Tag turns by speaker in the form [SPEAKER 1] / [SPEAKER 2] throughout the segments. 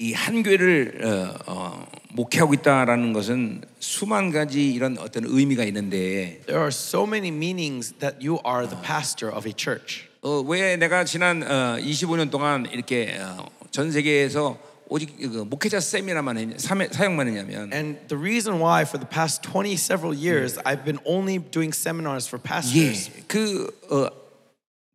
[SPEAKER 1] 이 한 교회를 어, 어, 목회하고 있다라는 것은 수만 가지 이런 어떤 의미가 있는데
[SPEAKER 2] There are so many meanings that you are the pastor of a church.
[SPEAKER 1] 어, 왜 내가 지난 어, 25년 동안 이렇게 어, 전 세계에서 오직 그 목회자 세미나만 했, 사매, 사역만 했냐면
[SPEAKER 2] And the reason why for the past 20 several years I've been only doing seminars for pastors
[SPEAKER 1] 예, 그 어,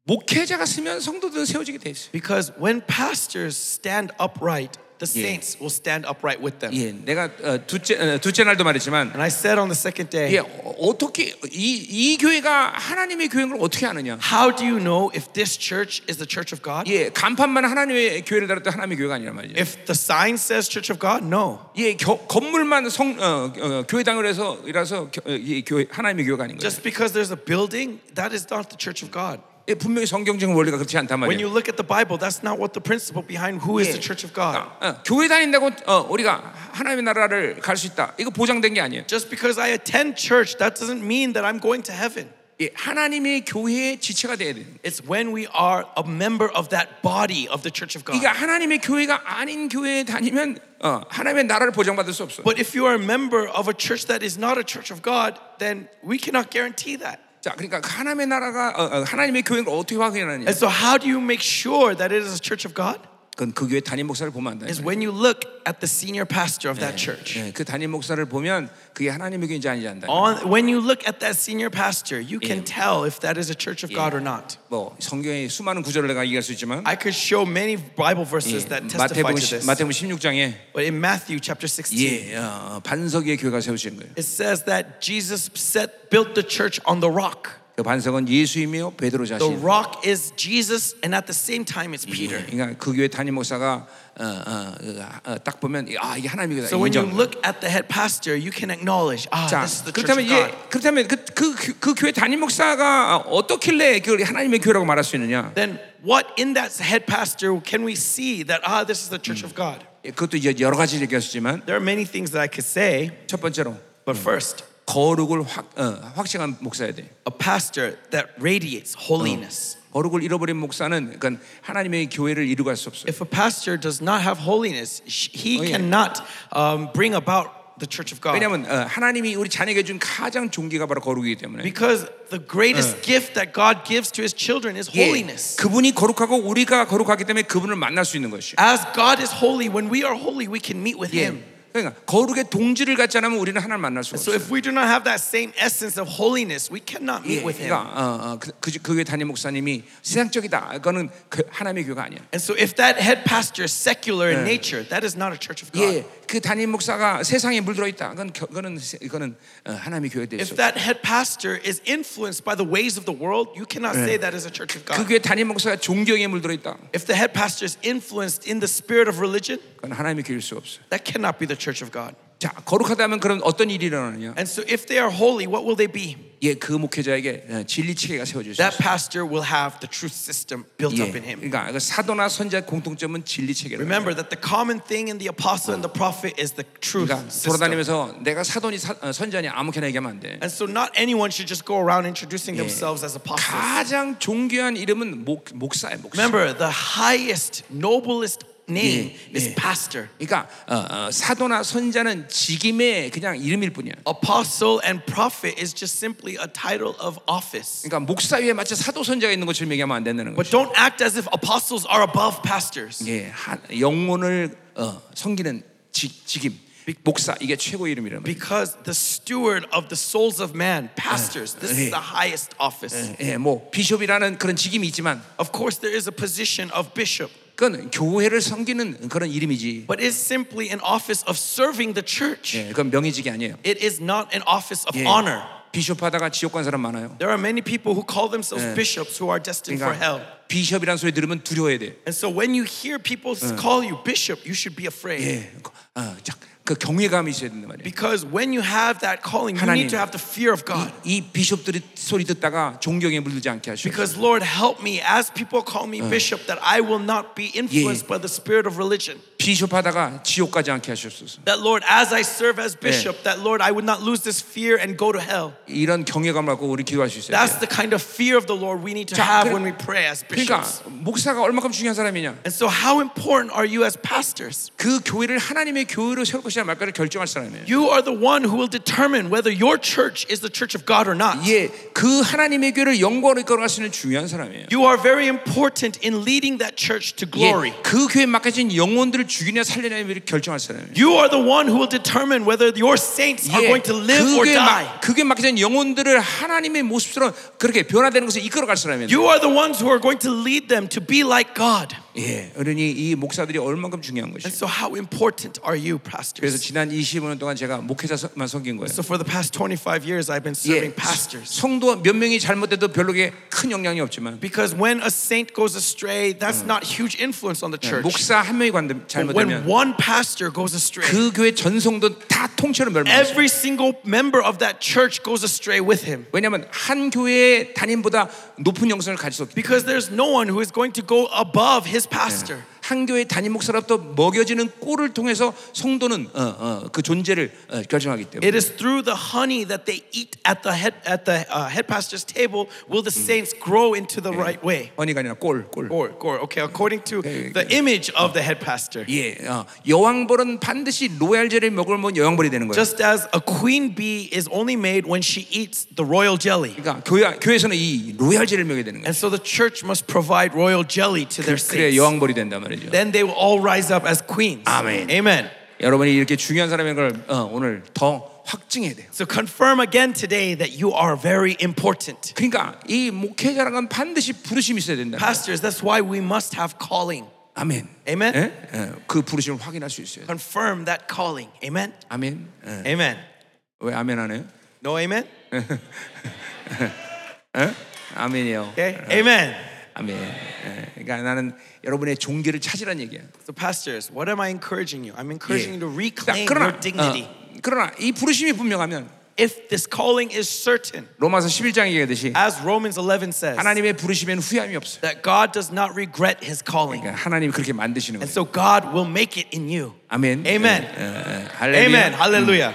[SPEAKER 1] 목회자가 쓰면 성도들은 세워지게 돼 있어요.
[SPEAKER 2] because when pastors stand upright, the saints will stand upright with them.
[SPEAKER 1] 예, 내가 어, 둘째 어, 둘째 날도 말했지만
[SPEAKER 2] And I said on the second day,
[SPEAKER 1] 예, 어, 어떻게 이, 이 교회가 하나님의 교회인 걸 어떻게 아느냐?
[SPEAKER 2] how do you know if this church is the church of God?
[SPEAKER 1] 예, 간판만 하나님의 교회를 달았다 하나님의 교회가 아니란 말이죠.
[SPEAKER 2] If the sign says church of God, no.
[SPEAKER 1] 예, 겨- 건물만 성 어, 어, 교회당을 해서 이라서 겨- 어, 이 교회 하나님의 교회가 아닌 거예요.
[SPEAKER 2] Just because there's a building, that is not the church of God.
[SPEAKER 1] 예, 분명히 성경적인 원리가 그렇지 않단
[SPEAKER 2] When you
[SPEAKER 1] 말이에요.
[SPEAKER 2] look at the Bible, that's not what the principle behind who is the church of God.
[SPEAKER 1] 어, 어, 교회 다닌다고 어, 우리가 하나님의 나라를 갈 수 있다. 이거 보장된 게 아니에요.
[SPEAKER 2] Just because I attend church, that doesn't mean that I'm going to heaven.
[SPEAKER 1] 예, 하나님의 교회의 지체가 돼야 되는. 거예요.
[SPEAKER 2] It's when we are a member of that body of the church of God.
[SPEAKER 1] 그러니까 하나님의 교회가 아닌 교회에 다니면 어, 하나님의 나라를 보장받을 수 없어. 요
[SPEAKER 2] But if you are a member of a church that is not a church of God, then we cannot guarantee that.
[SPEAKER 1] 자, 그러니까 하나님의 나라가 어, 어, 하나님의 교회인 걸 어떻게 확인하느냐?
[SPEAKER 2] And so, how do you make sure that it is a church of God?
[SPEAKER 1] 그건 그 교회 담임 목사를 보면 안 돼.
[SPEAKER 2] Is when you look at the senior pastor of that church.
[SPEAKER 1] 예, 그 담임 목사를 보면 그게 하나님의 교회인지 아닌지 안다.
[SPEAKER 2] On, when you look at that senior pastor, you can tell if that is a church of God or not.
[SPEAKER 1] 뭐 성경의 수많은 구절을 내가 얘기할 수 있지만
[SPEAKER 2] I could show many Bible verses that testify
[SPEAKER 1] 예, 마태복음
[SPEAKER 2] to
[SPEAKER 1] 시-
[SPEAKER 2] this.
[SPEAKER 1] 마태복음 16장에
[SPEAKER 2] But in Matthew chapter 16,
[SPEAKER 1] 예, 어, 반석의 교회가 세워진 거예요.
[SPEAKER 2] It says that Jesus set, built the church on the rock.
[SPEAKER 1] 그 반석은 예수이며 베드로
[SPEAKER 2] The
[SPEAKER 1] 자신.
[SPEAKER 2] rock is Jesus, and at the same time, it's
[SPEAKER 1] 예,
[SPEAKER 2] Peter.
[SPEAKER 1] 그러니까 그 교회 담임 목사가 어, 어, 어, 딱 보면 아 이게 하나님의
[SPEAKER 2] So
[SPEAKER 1] 교회다
[SPEAKER 2] when you
[SPEAKER 1] 인정.
[SPEAKER 2] look at the head pastor, you can acknowledge, ah,
[SPEAKER 1] 자,
[SPEAKER 2] this is the church
[SPEAKER 1] 그렇다면
[SPEAKER 2] of God.
[SPEAKER 1] 예, 그렇다면 그, 그, 그, 그 교회 담임 목사가 어떻길래 그 하나님의 교회라고 말할 수 있느냐?
[SPEAKER 2] Then what in that head pastor can we see that ah, this is the church of God?
[SPEAKER 1] 예, 그것도 이제 여러 가지 얘기했지만
[SPEAKER 2] There are many things that I could say,
[SPEAKER 1] 첫 번째로
[SPEAKER 2] but first,
[SPEAKER 1] 거룩을 확, 어, 확실한 목사야 돼.
[SPEAKER 2] a pastor that radiates holiness.
[SPEAKER 1] 거룩을 잃어버린 목사는 그러니까 하나님의 교회를 이루갈 수 없어요.
[SPEAKER 2] If a pastor does not have holiness, sh- he
[SPEAKER 1] Oh, yeah.
[SPEAKER 2] cannot um, bring about the church of God.
[SPEAKER 1] 왜냐하면 어, 하나님이 우리 자녀에게 준 가장 존귀가 바로 거룩이기 때문에
[SPEAKER 2] Because the greatest gift that God gives to his children is
[SPEAKER 1] 예,
[SPEAKER 2] holiness.
[SPEAKER 1] 그분이 거룩하고 우리가 거룩하기 때문에 그분을 만날 수 있는 것이요.
[SPEAKER 2] As God is holy, when we are holy, we can meet with
[SPEAKER 1] 예.
[SPEAKER 2] him.
[SPEAKER 1] 그러니까 거룩의 동지를 갖지 않으면 우리는 하나님 만날 수가
[SPEAKER 2] So
[SPEAKER 1] 없어요.
[SPEAKER 2] if we do not have that same essence of holiness, we cannot
[SPEAKER 1] 예,
[SPEAKER 2] meet with him.
[SPEAKER 1] 그러니까 어, 어, 그, 그, 그 교회 담임 목사님이 세상적이다. 그거는 그, 하나님의 교회가 아니야.
[SPEAKER 2] And so if that head pastor is secular in nature, that is not a church of God.
[SPEAKER 1] 예, 그 담임 목사가 세상에 물들어 있다. 그건 겨- 그거는 세- 그거는 어, 하나님의 교회에 대해서.
[SPEAKER 2] If that head pastor is influenced by the ways of the world, you cannot say that is a church of
[SPEAKER 1] 그
[SPEAKER 2] God.
[SPEAKER 1] 교회 담임 목사가 존경에 물들어 있다.
[SPEAKER 2] If the head pastor is influenced in the spirit of religion,
[SPEAKER 1] 그건 하나님의 교회일 수 없어요.
[SPEAKER 2] that cannot be the church of God.
[SPEAKER 1] 자, 거룩하다면 그럼 어떤 일이 일어나느냐?
[SPEAKER 2] And so if they are holy, what will they be?
[SPEAKER 1] 예, 그 목회자에게 어, 진리 체계가 세워질 수 있어요.
[SPEAKER 2] That pastor will have the truth system built
[SPEAKER 1] 예,
[SPEAKER 2] up in him.
[SPEAKER 1] 그러니까 그 사도나 선자의 공통점은 진리 체계라는 거예요.
[SPEAKER 2] Remember that the common thing in the apostle and the prophet is the truth
[SPEAKER 1] 그러니까
[SPEAKER 2] system.
[SPEAKER 1] 돌아다니면서 내가 사도니 사, 어, 선자니 아무렇게나 얘기하면 안 돼.
[SPEAKER 2] And so not anyone should just go around introducing themselves as apostles.
[SPEAKER 1] 가장 존귀한 이름은 목, 목사예요, 목사.
[SPEAKER 2] Remember, the highest, noblest name
[SPEAKER 1] Yeah,
[SPEAKER 2] is
[SPEAKER 1] yeah.
[SPEAKER 2] pastor.
[SPEAKER 1] 그러니까 어, 어, 사도나 선자는 직임의 그냥 이름일 뿐이야.
[SPEAKER 2] Apostle and prophet is just simply a title of office.
[SPEAKER 1] 그러니까 목사 위에 마치 사도 선자가 있는 것처럼 얘기하면 안 된다는 거죠.
[SPEAKER 2] But don't act as if apostles are above pastors.
[SPEAKER 1] 예, 한- 영혼을 어, 섬기는 직, 직임, 목사 이게 최고 이름이란 말이에요.
[SPEAKER 2] Because the steward of the souls of man, pastors, this
[SPEAKER 1] yeah.
[SPEAKER 2] is the highest office.
[SPEAKER 1] 예, 뭐 비숍이라는 그런 직임이 있지만
[SPEAKER 2] Of course, there is a position of bishop,
[SPEAKER 1] 그건 교회를 섬기는 그런 이름이지.
[SPEAKER 2] but it's simply an office of serving the church.
[SPEAKER 1] 예, 그건 명의직이 아니에요.
[SPEAKER 2] It is not an office of
[SPEAKER 1] 예,
[SPEAKER 2] honor.
[SPEAKER 1] 비숍 하다가 지옥 간 사람 많아요.
[SPEAKER 2] There are many people who call themselves bishops who are destined for hell.
[SPEAKER 1] 그러니까 비숍이라는 소리 들으면 두려워야 돼.
[SPEAKER 2] And so when you hear people call you bishop, you should be afraid.
[SPEAKER 1] 예, 그- 아, 자, 그 경외감이 있어야 된단 말이에요.
[SPEAKER 2] Because when you have that calling, you
[SPEAKER 1] 하나님.
[SPEAKER 2] need to have the fear of God.
[SPEAKER 1] 아, 이 비숍들이 소리 듣다가 존경에 물들지 않게 하시고.
[SPEAKER 2] Because Lord, help me as people call me bishop that I will not be influenced by the spirit of religion.
[SPEAKER 1] 비숍 하다가 지옥 가지 않게 하셨소서.
[SPEAKER 2] That Lord, as I serve as bishop, that Lord, I would not lose this fear and go to hell.
[SPEAKER 1] 이런 경외감 갖고 우리 기도할 수 있어야
[SPEAKER 2] That's
[SPEAKER 1] 돼요.
[SPEAKER 2] the kind of fear of the Lord we need to
[SPEAKER 1] 자,
[SPEAKER 2] have
[SPEAKER 1] 그래-
[SPEAKER 2] when we pray as
[SPEAKER 1] 그러니까
[SPEAKER 2] bishops.
[SPEAKER 1] 목사가 얼마큼 중요한 사람이냐?
[SPEAKER 2] And so, how important are you as pastors?
[SPEAKER 1] 그 교회를 하나님의 교회로 세울 것이냐 말까를 결정할 사람이에요.
[SPEAKER 2] You are the one who will determine whether your church is the church of God or not.
[SPEAKER 1] 예, 그 하나님의 교회를 영광으로 이끌어갈 수 있는 중요한 사람이에요.
[SPEAKER 2] You are very important in leading that church to glory.
[SPEAKER 1] 예, 그 교회에 맡겨진 영혼들을 죽이냐 살리냐를 결정할 사람이에요.
[SPEAKER 2] You are the one who will determine whether your saints are
[SPEAKER 1] 예,
[SPEAKER 2] going to live or
[SPEAKER 1] 그게
[SPEAKER 2] die.
[SPEAKER 1] 막, 그게 막혀진 영혼들을 하나님의 모습처럼 그렇게 변화되는 것을 이끌어갈 사람이에요.
[SPEAKER 2] You are the ones who are going to lead them to be like God.
[SPEAKER 1] 예, 그러니 이 목사들이 얼만큼 중요한 것이.
[SPEAKER 2] And so, how important are you,
[SPEAKER 1] 그래서
[SPEAKER 2] pastors?
[SPEAKER 1] 지난 25년 동안 제가 목회자만 섬긴 거예요.
[SPEAKER 2] So, for the past 25 years, I've been serving
[SPEAKER 1] 예,
[SPEAKER 2] pastors.
[SPEAKER 1] 성도 몇 명이 잘못돼도 별로게 큰 영향이 없지만
[SPEAKER 2] Because when a saint goes astray, that's not huge influence on the church.
[SPEAKER 1] 목사 한 명이 관대-
[SPEAKER 2] But when
[SPEAKER 1] 잘못되면
[SPEAKER 2] one pastor goes astray,
[SPEAKER 1] 그 교회 전성도 다 통째로 멸망했어요.
[SPEAKER 2] every single member of that church goes astray with him.
[SPEAKER 1] 왜냐하면 한 교회의 담임보다 높은 영성을 가질 수 없기 때문에
[SPEAKER 2] Because there's no one who is going to go above his pastor.
[SPEAKER 1] 한 교회 담임 목사로부터 먹여지는 꼴을 통해서 성도는 어, 어, 그 존재를 어, 결정하기 때문에
[SPEAKER 2] It is through the honey that they eat at the head at the uh, head pastor's table will the saints grow into the right way.
[SPEAKER 1] 언니가 아니라 꼴, 꼴.
[SPEAKER 2] Or, or okay, according to
[SPEAKER 1] yeah,
[SPEAKER 2] the image of the head pastor.
[SPEAKER 1] 예, 어, 여왕벌은 반드시 로얄젤을 먹으면 여왕벌이 되는 거예요.
[SPEAKER 2] Just as a queen bee is only made when she eats the royal jelly.
[SPEAKER 1] 그러니까 교회 교회에서는 이 로얄젤을 먹여야 되는 거예요.
[SPEAKER 2] And so the church must provide royal jelly to
[SPEAKER 1] 그래
[SPEAKER 2] their saints. 네.
[SPEAKER 1] 여왕벌이 된단 말이죠.
[SPEAKER 2] Then they will all rise up as queens.
[SPEAKER 1] Amen.
[SPEAKER 2] Amen.
[SPEAKER 1] 여러분이 이렇게 중요한 사람인 걸 어, 오늘 더 확증해야 돼요.
[SPEAKER 2] So confirm again today that you are very important.
[SPEAKER 1] 그러니까 이 목회자라는 건 반드시 부르심이 있어야 된다.
[SPEAKER 2] Pastors, that's why we must have calling.
[SPEAKER 1] 아멘.
[SPEAKER 2] Amen.
[SPEAKER 1] 예? 예, 그 부르심을 확인할 수 있어요.
[SPEAKER 2] Confirm that calling. Amen.
[SPEAKER 1] 아멘. 예.
[SPEAKER 2] Amen.
[SPEAKER 1] 왜 아멘 안 해요?
[SPEAKER 2] No amen?
[SPEAKER 1] 아멘이요.
[SPEAKER 2] Okay. Amen.
[SPEAKER 1] 아멘. 예. 그러니까 나는 여러분의 종기를 찾으라는 얘기야.
[SPEAKER 2] So pastors, what am I encouraging you? I'm
[SPEAKER 1] 예.
[SPEAKER 2] encouraging you to reclaim
[SPEAKER 1] 그러나,
[SPEAKER 2] your dignity.
[SPEAKER 1] 어, 그러나 이 부르심이 분명하면
[SPEAKER 2] If this calling is certain,
[SPEAKER 1] 로마서 11장 얘기하듯이
[SPEAKER 2] as Romans 11 says,
[SPEAKER 1] 하나님의 부르심에는 후회함이 없어요.
[SPEAKER 2] that God does not regret his calling.
[SPEAKER 1] 그러니까 하나님이 그렇게 만드시는
[SPEAKER 2] And
[SPEAKER 1] 거예요.
[SPEAKER 2] so God will make it in you.
[SPEAKER 1] 아멘.
[SPEAKER 2] Amen. Mm.
[SPEAKER 1] 예, 예, 예. 할렐루야.
[SPEAKER 2] Amen. Hallelujah.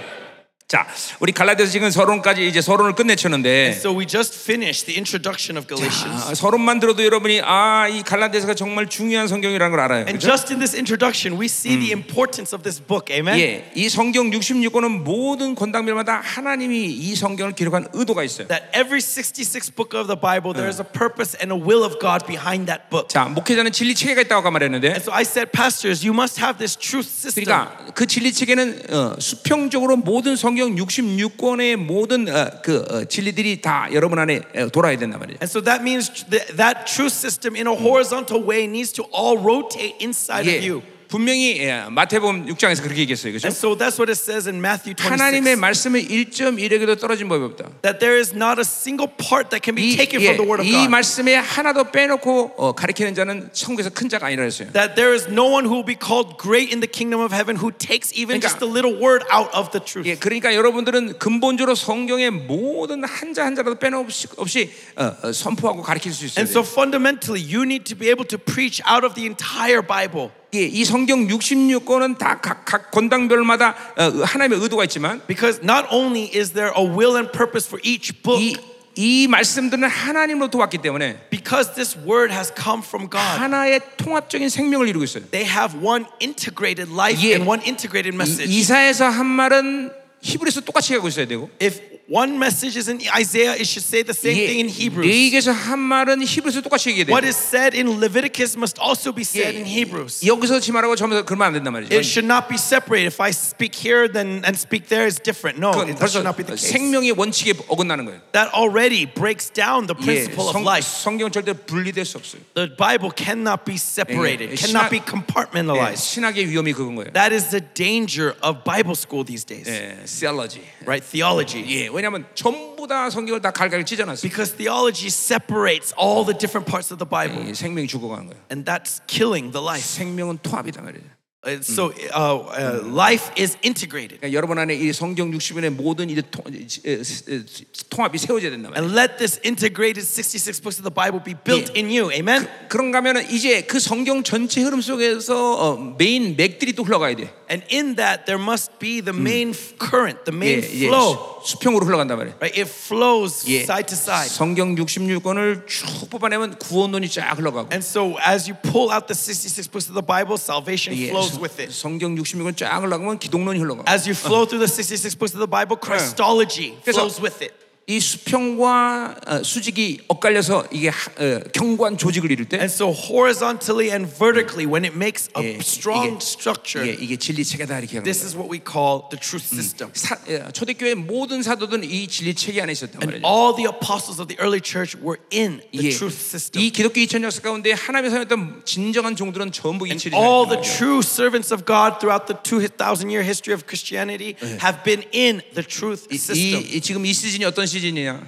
[SPEAKER 1] 자, 우리 갈라디아서 지금 서론까지 이제 서론을 끝내쳤는데
[SPEAKER 2] So we just finished the introduction of Galatians.
[SPEAKER 1] 아, 서론만 들어도 여러분이 아 이 갈라디아서가 정말 중요한 성경이라는 걸 알아요. 그렇죠?
[SPEAKER 2] And
[SPEAKER 1] 그죠?
[SPEAKER 2] just in this introduction, we see the importance of this book. Amen.
[SPEAKER 1] 예, 이 성경 66권은 모든 권당별마다 하나님이 이 성경을 기록한 의도가 있어요.
[SPEAKER 2] That every 66 book of the Bible, there is a purpose and a will of God behind that book.
[SPEAKER 1] 자, 목회자는 진리 체계가 있다고 아까 말했는데
[SPEAKER 2] And so I said, pastors, you must have this truth system.
[SPEAKER 1] 그러니까 그 진리 체계는 어, 수평적으로 모든 성경 66권의 모든 어, 그 어, 진리들이 다 여러분 안에 어, 돌아야 된단 말이에요.
[SPEAKER 2] And so that means tr- that, that truth system in a horizontal way needs to all rotate inside of
[SPEAKER 1] 예,
[SPEAKER 2] you.
[SPEAKER 1] 분명히 예, 마태복음 6장에서 그렇게 얘기했어요. 그죠?
[SPEAKER 2] And so that's what it says in Matthew 26.
[SPEAKER 1] 하나님의 말씀은 1.1에게도 떨어진 법이 없다.
[SPEAKER 2] that there is not a single part that can be
[SPEAKER 1] 이,
[SPEAKER 2] taken
[SPEAKER 1] 예,
[SPEAKER 2] from the word of
[SPEAKER 1] 이
[SPEAKER 2] God.
[SPEAKER 1] 말씀에 하나도 빼놓고 어, 가리키는 자는 천국에서 큰 자가 아니라 했어요.
[SPEAKER 2] that there is no one who will be called great in the kingdom of heaven who takes even
[SPEAKER 1] 그러니까-
[SPEAKER 2] just a little word out of the truth.
[SPEAKER 1] 예, 그러니까 여러분들은 근본적으로 성경의 모든 한자 한자라도 빼놓없이 없이, 어, 어, 선포하고 가르칠 수 있어요.
[SPEAKER 2] And so fundamentally, you need to be able to preach out of the entire Bible.
[SPEAKER 1] 예, 이 성경 66권은 다 각 각 권당별마다 어, 하나님의 의도가 있지만
[SPEAKER 2] Because not only is there a will and purpose for each book,
[SPEAKER 1] 이, 이 말씀들은 하나님으로부터 왔기 때문에
[SPEAKER 2] because this word has come from God,
[SPEAKER 1] 하나의 통합적인 생명을 이루고 있어요.
[SPEAKER 2] they have one integrated life
[SPEAKER 1] Yeah.
[SPEAKER 2] and one integrated message.
[SPEAKER 1] 이, 이사에서 한 말은 히브리서 똑같이 하고 있어야 되고
[SPEAKER 2] if one message is in Isaiah, it should say the same thing in
[SPEAKER 1] 예,
[SPEAKER 2] Hebrews.
[SPEAKER 1] 레이기에서 한 말은 히브리서 똑같이 얘기해야
[SPEAKER 2] What
[SPEAKER 1] 돼요.
[SPEAKER 2] is said in Leviticus must also be said
[SPEAKER 1] Yeah.
[SPEAKER 2] in Hebrews.
[SPEAKER 1] 여기서 지 말하고 저기서 그러면 안 된단 말이죠.
[SPEAKER 2] It should not be separate. If I speak here then and speak there, it's different. No,
[SPEAKER 1] 그건
[SPEAKER 2] it, that should not be the
[SPEAKER 1] 벌써 어,
[SPEAKER 2] case.
[SPEAKER 1] 생명의 원칙에 어긋나는 거예요.
[SPEAKER 2] that already breaks down the
[SPEAKER 1] 예,
[SPEAKER 2] principle
[SPEAKER 1] 성,
[SPEAKER 2] of life.
[SPEAKER 1] 성경은 절대 분리될 수 없어요.
[SPEAKER 2] The Bible cannot be separated,
[SPEAKER 1] Yeah.
[SPEAKER 2] cannot be
[SPEAKER 1] It's 예,
[SPEAKER 2] compartmentalized.
[SPEAKER 1] 신학의 위험이 그건 거예요.
[SPEAKER 2] That is the danger of Bible school these days,
[SPEAKER 1] 예, theology.
[SPEAKER 2] right? Theology.
[SPEAKER 1] 예, 왜냐하면 전부 다 성경을 다 갈갈 찢어놨어요.
[SPEAKER 2] Because theology separates all the different parts of the Bible,
[SPEAKER 1] 예, 생명이 죽어가는 거예요.
[SPEAKER 2] and that's killing the life.
[SPEAKER 1] 생명은 통합이다 말이에요.
[SPEAKER 2] Uh, So uh, uh, life is integrated.
[SPEAKER 1] 그러니까 여러분 안에 이 성경 60년의 모든 이 통, 이- 이- 이- 통합이 세워져야 된다 말이에요.
[SPEAKER 2] And let this integrated 66 books of the Bible be built
[SPEAKER 1] Yeah.
[SPEAKER 2] in you. Amen.
[SPEAKER 1] 아, 그런가 하면 이제 그 성경 전체 흐름 속에서 어, 메인 맥들이 또 흘러가야 돼.
[SPEAKER 2] And in that, there must be the main f- current, the
[SPEAKER 1] 예,
[SPEAKER 2] main
[SPEAKER 1] 예.
[SPEAKER 2] flow.
[SPEAKER 1] 수- 수평으로 흘러간단 말이에요.
[SPEAKER 2] Right? It flows
[SPEAKER 1] 예.
[SPEAKER 2] side to side.
[SPEAKER 1] 성경 66권을 쭉 뽑아내면 구원론이 쫙 흘러가고
[SPEAKER 2] And so, as you pull out the 66 books of the Bible, salvation
[SPEAKER 1] 예, 성-
[SPEAKER 2] flows with it.
[SPEAKER 1] 성경 66권 쫙 흘러가면 기독론이 흘러가고
[SPEAKER 2] As you flow through the 66 books of the Bible, Christology
[SPEAKER 1] 그래서-
[SPEAKER 2] flows with it.
[SPEAKER 1] 이 수평과 어, 수직이 엇갈려서 이게 하- 어, 경관 조직을 이룰 때
[SPEAKER 2] And so, horizontally and vertically, when it makes a
[SPEAKER 1] Yeah, 이게-
[SPEAKER 2] strong structure,
[SPEAKER 1] 예, 이게 진리 체계다 이렇게 하는 거예요.
[SPEAKER 2] this is what we call the truth
[SPEAKER 1] Mm.
[SPEAKER 2] system.
[SPEAKER 1] 사- 예, 초대교회 모든 사도들은 이 진리 체계 안에 있었단 말이죠.
[SPEAKER 2] And all the apostles of the early church were in
[SPEAKER 1] 예,
[SPEAKER 2] the truth system.
[SPEAKER 1] 이 기독교 2000년 역사 가운데 하나님의 사용했던 진정한 종들은 전부 이
[SPEAKER 2] And
[SPEAKER 1] 진리
[SPEAKER 2] all the true servants of God throughout the 2,000 year history of Christianity
[SPEAKER 1] Uh-huh.
[SPEAKER 2] have been in the truth
[SPEAKER 1] 이,
[SPEAKER 2] system.
[SPEAKER 1] 이 지금 이 시즌이 어떤 시즌이냐?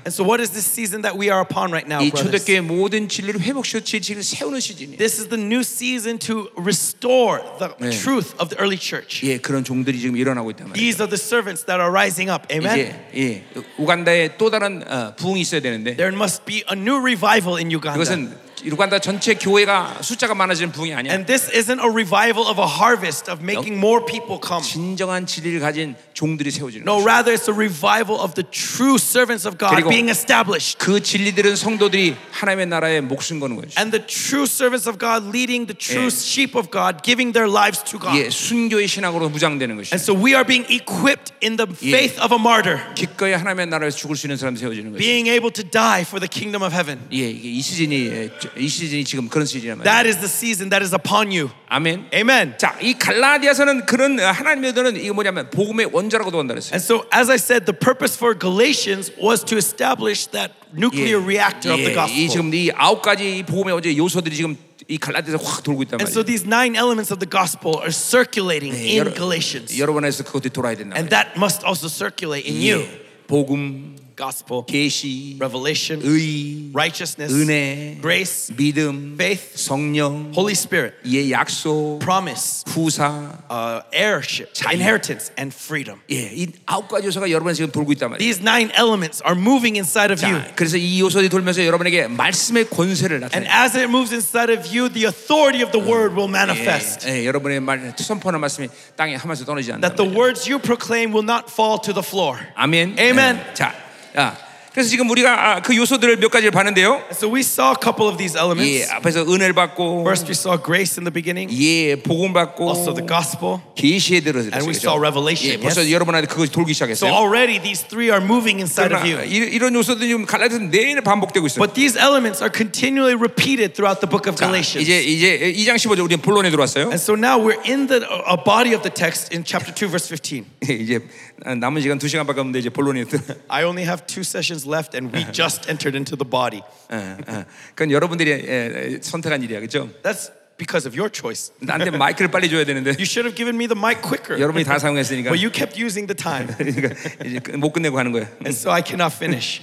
[SPEAKER 2] And so, what is this season that we are upon right now,
[SPEAKER 1] 이
[SPEAKER 2] brothers?
[SPEAKER 1] 초대교회 모든 진리를 회복시켜 진리를 세우는 시즌이에요.
[SPEAKER 2] This is the new season to restore the
[SPEAKER 1] Yeah.
[SPEAKER 2] truth of the early church.
[SPEAKER 1] 예, 그런 종들이 지금 일어나고 있단 말이에요.
[SPEAKER 2] These are the servants that are rising up. Amen.
[SPEAKER 1] 이제 예, 우간다에 또 다른 어, 부흥이 있어야 되는데
[SPEAKER 2] There must be a new revival in Uganda.
[SPEAKER 1] 그것은 우간다 전체 교회가 숫자가 많아지는 부흥이 아니야.
[SPEAKER 2] And this isn't a revival of a harvest of making more people come.
[SPEAKER 1] 진정한 진리를 가진 종들이 세워지는
[SPEAKER 2] No,
[SPEAKER 1] 거죠.
[SPEAKER 2] rather, it's a revival of the true servants of God
[SPEAKER 1] 그리고-
[SPEAKER 2] being established.
[SPEAKER 1] 그 진리들은 성도들이 하나님의 나라에 목숨 거는 거죠.
[SPEAKER 2] And the true servants of God leading the true
[SPEAKER 1] Yeah.
[SPEAKER 2] sheep of God, giving their lives to God.
[SPEAKER 1] 예, 순교의 신학으로 무장되는 것이.
[SPEAKER 2] And so we are being equipped in the faith of a martyr,
[SPEAKER 1] 기꺼이 하나님의 나라에서 죽을 수 있는 사람 세워지는 것이.
[SPEAKER 2] being able to die for the kingdom of heaven.
[SPEAKER 1] 예, 이게 이 시즌이 예, 저- 이 시즌이 지금 그런 시즌이란 말이에요.
[SPEAKER 2] That is the season that is upon you.
[SPEAKER 1] 아멘.
[SPEAKER 2] Amen.
[SPEAKER 1] 자, 이 갈라디아서는 그런 어, 하나님의 의도는 이게 뭐냐면 복음의 원자라고도 한다 그랬어요.
[SPEAKER 2] And so, as I said, the purpose for Galatians was to establish that nuclear reactor of
[SPEAKER 1] 예.
[SPEAKER 2] the
[SPEAKER 1] 이
[SPEAKER 2] gospel.
[SPEAKER 1] 지금 이 아홉 가지 이 복음의 어제 요소들이 지금 이 갈라디아서 확 돌고 있단
[SPEAKER 2] And so,
[SPEAKER 1] 말이에요.
[SPEAKER 2] these nine elements of the gospel are circulating
[SPEAKER 1] 예,
[SPEAKER 2] in Galatians.
[SPEAKER 1] 여러 번에서 그것들이 돌아야 된다.
[SPEAKER 2] And that must also circulate in
[SPEAKER 1] 말이에요.
[SPEAKER 2] you.
[SPEAKER 1] 예, 복음,
[SPEAKER 2] Gospel,
[SPEAKER 1] 계시,
[SPEAKER 2] revelation,
[SPEAKER 1] 의,
[SPEAKER 2] righteousness,
[SPEAKER 1] 은혜,
[SPEAKER 2] grace,
[SPEAKER 1] 믿음,
[SPEAKER 2] faith,
[SPEAKER 1] 성령,
[SPEAKER 2] Holy Spirit,
[SPEAKER 1] 예 약속,
[SPEAKER 2] promise,
[SPEAKER 1] 후사,
[SPEAKER 2] uh, heirship, inheritance, and freedom.
[SPEAKER 1] 예, 이 아홉 가지 요소가 여러 번 지금 돌고 있단 말이에요.
[SPEAKER 2] These nine elements are moving inside of you.
[SPEAKER 1] 자, 그래서 이 요소들이 돌면서 여러분에게 말씀의 권세를
[SPEAKER 2] And
[SPEAKER 1] 나타내.
[SPEAKER 2] as it moves inside of you, the authority of the word will manifest.
[SPEAKER 1] 예, 예, 여러분의 말 선포하는 말씀이 땅에 하면서 떨어지지 않는다.
[SPEAKER 2] That the words you proclaim will not fall to the floor.
[SPEAKER 1] 아멘.
[SPEAKER 2] Amen.
[SPEAKER 1] 예. 자, 아, 그래서 지금 우리가 아, 그 요소들을 몇 가지를 봤는데요.
[SPEAKER 2] So we saw a couple of these
[SPEAKER 1] 예,
[SPEAKER 2] elements.
[SPEAKER 1] 앞에서 은혜를 받고,
[SPEAKER 2] First, we saw grace in the beginning,
[SPEAKER 1] 예, 복음 받고,
[SPEAKER 2] also the gospel.
[SPEAKER 1] 계시에 들어서
[SPEAKER 2] And we saw
[SPEAKER 1] 예,
[SPEAKER 2] revelation.
[SPEAKER 1] 벌써
[SPEAKER 2] yes?
[SPEAKER 1] 여러분한테 그것이 돌기
[SPEAKER 2] So
[SPEAKER 1] 시작했어요.
[SPEAKER 2] already these three are moving inside
[SPEAKER 1] 그러나
[SPEAKER 2] of you.
[SPEAKER 1] 이- 이런 요소들이 지금 갈라디아서 내일 반복되고 있어요.
[SPEAKER 2] But these elements are continually repeated throughout the book of
[SPEAKER 1] 자,
[SPEAKER 2] Galatians.
[SPEAKER 1] 이제 이제 2장 15절 우리 본론에 들어왔어요.
[SPEAKER 2] And so now we're in the a body of the text in chapter 2 verse 15.
[SPEAKER 1] 이제 아, 남은 시간 2 시간밖에 없는데 이제 본론에 들어.
[SPEAKER 2] I only have two sessions left and we just entered into the body.
[SPEAKER 1] 어, 어. 그건 여러분들이 예, 예, 선택한 일이야, 그렇죠?
[SPEAKER 2] That's because of your choice.
[SPEAKER 1] 나한테 마이크를 빨리 줘야 되는데
[SPEAKER 2] You should have given me the mic quicker.
[SPEAKER 1] 여러분이 다 사용했으니까
[SPEAKER 2] But you kept using the time.
[SPEAKER 1] 그러니까 이제 그- 못 끝내고 하는 거예요.
[SPEAKER 2] And so I cannot finish.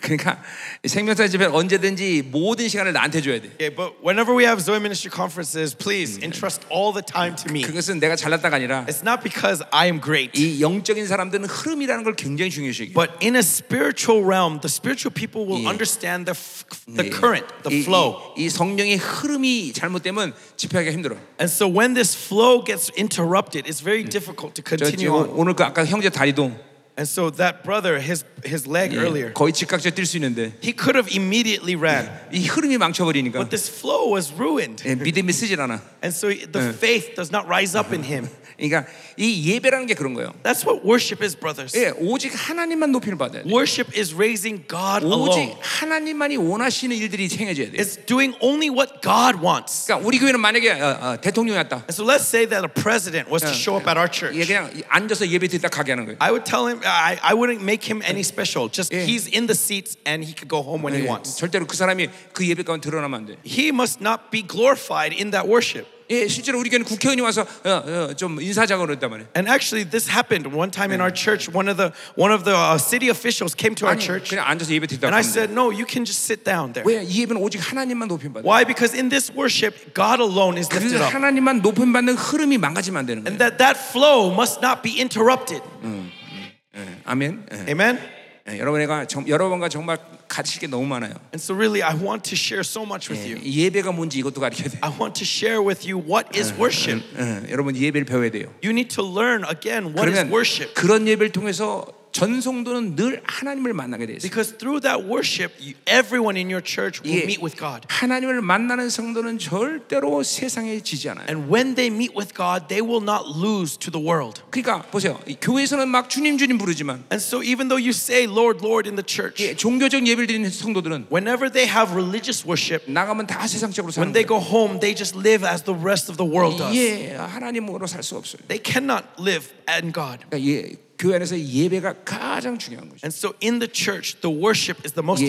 [SPEAKER 1] 그러니까 생명사 집에 언제든지 모든 시간을 나한테 줘야 돼.
[SPEAKER 2] Okay, but whenever we have Zoe Ministry conferences, please entrust all the time to me.
[SPEAKER 1] 그것은 내가 잘났다가 아니라
[SPEAKER 2] It's not because I am great,
[SPEAKER 1] 이 영적인 사람들은 흐름이라는 걸 굉장히 중요시 여기고
[SPEAKER 2] but in a spiritual realm, the spiritual people will
[SPEAKER 1] Yeah.
[SPEAKER 2] understand the, f- the
[SPEAKER 1] 예.
[SPEAKER 2] current, the
[SPEAKER 1] 이- 이-
[SPEAKER 2] flow.
[SPEAKER 1] 이 성령의 흐름이 잘못되면 집회하기가 힘들어.
[SPEAKER 2] And so when this flow gets interrupted, it's very difficult to
[SPEAKER 1] 저,
[SPEAKER 2] continue
[SPEAKER 1] 저,
[SPEAKER 2] on.
[SPEAKER 1] 오늘 그 아까 형제 다리도
[SPEAKER 2] And so that brother, his his leg
[SPEAKER 1] 예,
[SPEAKER 2] earlier,
[SPEAKER 1] 거의 즉각적 뛸 수 있는데
[SPEAKER 2] he could have immediately ran,
[SPEAKER 1] 이 흐름이 망쳐버리니까
[SPEAKER 2] but this flow was ruined.
[SPEAKER 1] 예, 믿음이 쓰질 않아.
[SPEAKER 2] And so the faith does not rise up in him.
[SPEAKER 1] 그러니까 이 예배라는 게 그런 거예요.
[SPEAKER 2] That's what worship is, brothers.
[SPEAKER 1] 예, 오직 하나님만 높임을 받아야 돼.
[SPEAKER 2] Worship is raising God
[SPEAKER 1] 오직
[SPEAKER 2] alone.
[SPEAKER 1] 하나님만이 원하시는 일들이 생겨져야 돼.
[SPEAKER 2] It's doing only what God wants.
[SPEAKER 1] 그러니까 우리 교회는 만약에 어, 어, 대통령이 왔다.
[SPEAKER 2] And so let's say that a president was to show up at our
[SPEAKER 1] 예,
[SPEAKER 2] church.
[SPEAKER 1] 그냥 앉아서 예배 드리다 가게 하는 거예요.
[SPEAKER 2] I would tell him I, I wouldn't make him any special. Just
[SPEAKER 1] Yeah.
[SPEAKER 2] he's in the seats and he could go home when
[SPEAKER 1] 예,
[SPEAKER 2] he wants.
[SPEAKER 1] 절대로 그 사람이 그 예배 가운데 드러나면 안 돼.
[SPEAKER 2] He must not be glorified in that worship.
[SPEAKER 1] 예, 실제로 우리 교회는 국회의원이 와서 어, 어, 좀 인사작업을 했단 말이에요.
[SPEAKER 2] And actually, this happened one time in our church. One of the one of the uh, city officials came to our
[SPEAKER 1] 아니,
[SPEAKER 2] church,
[SPEAKER 1] 그냥 앉아서 예배 드리다
[SPEAKER 2] and
[SPEAKER 1] 보면
[SPEAKER 2] I said, "No, you can just sit down there."
[SPEAKER 1] 왜? 이 예배는 오직 하나님만 높임받아.
[SPEAKER 2] Why? Because in this worship, God alone is
[SPEAKER 1] 그
[SPEAKER 2] lifted up,
[SPEAKER 1] 하나님만 높임받는 흐름이 망가지면 안 되는 거예요.
[SPEAKER 2] and that that flow must not be interrupted.
[SPEAKER 1] 예, 아멘. 예.
[SPEAKER 2] Amen.
[SPEAKER 1] 예, 여러분과 정, 여러분과 정말 가칠 게 너무 많아요.
[SPEAKER 2] And so, really, I want to share so much with you.
[SPEAKER 1] 예, 예배가 뭔지 이것도 가르쳐야 돼.
[SPEAKER 2] I want to share with you what is worship.
[SPEAKER 1] 예, 여러분 예배를 배워야 돼요.
[SPEAKER 2] You need to learn again what is
[SPEAKER 1] 그러면
[SPEAKER 2] worship,
[SPEAKER 1] 그런 예배를 통해서 전성도는 늘 하나님을 만나게 돼 있어요.
[SPEAKER 2] because through that worship, you, everyone in your church will
[SPEAKER 1] 예,
[SPEAKER 2] meet with God.
[SPEAKER 1] 하나님을 만나는 성도는 절대로 세상에 지지 않아요.
[SPEAKER 2] And when they meet with God, they will not lose to the world.
[SPEAKER 1] 그러니까 보세요. 이 교회에서는 막 주님 주님 부르지만
[SPEAKER 2] And so, even though you say "Lord, Lord" in the church,
[SPEAKER 1] 예, 종교적 예배를 드리는 성도들은
[SPEAKER 2] whenever they have religious worship,
[SPEAKER 1] 나가면 다 세상적으로 사는
[SPEAKER 2] when they
[SPEAKER 1] 거예요.
[SPEAKER 2] go home, they just live as the rest of the world does.
[SPEAKER 1] 예, 하나님으로 살 수 없어요.
[SPEAKER 2] They cannot live in God.
[SPEAKER 1] 그러니까 예, 교회 안에서 예배가 가장 중요한 거죠.
[SPEAKER 2] And so, in the church, the worship is the most
[SPEAKER 1] 예,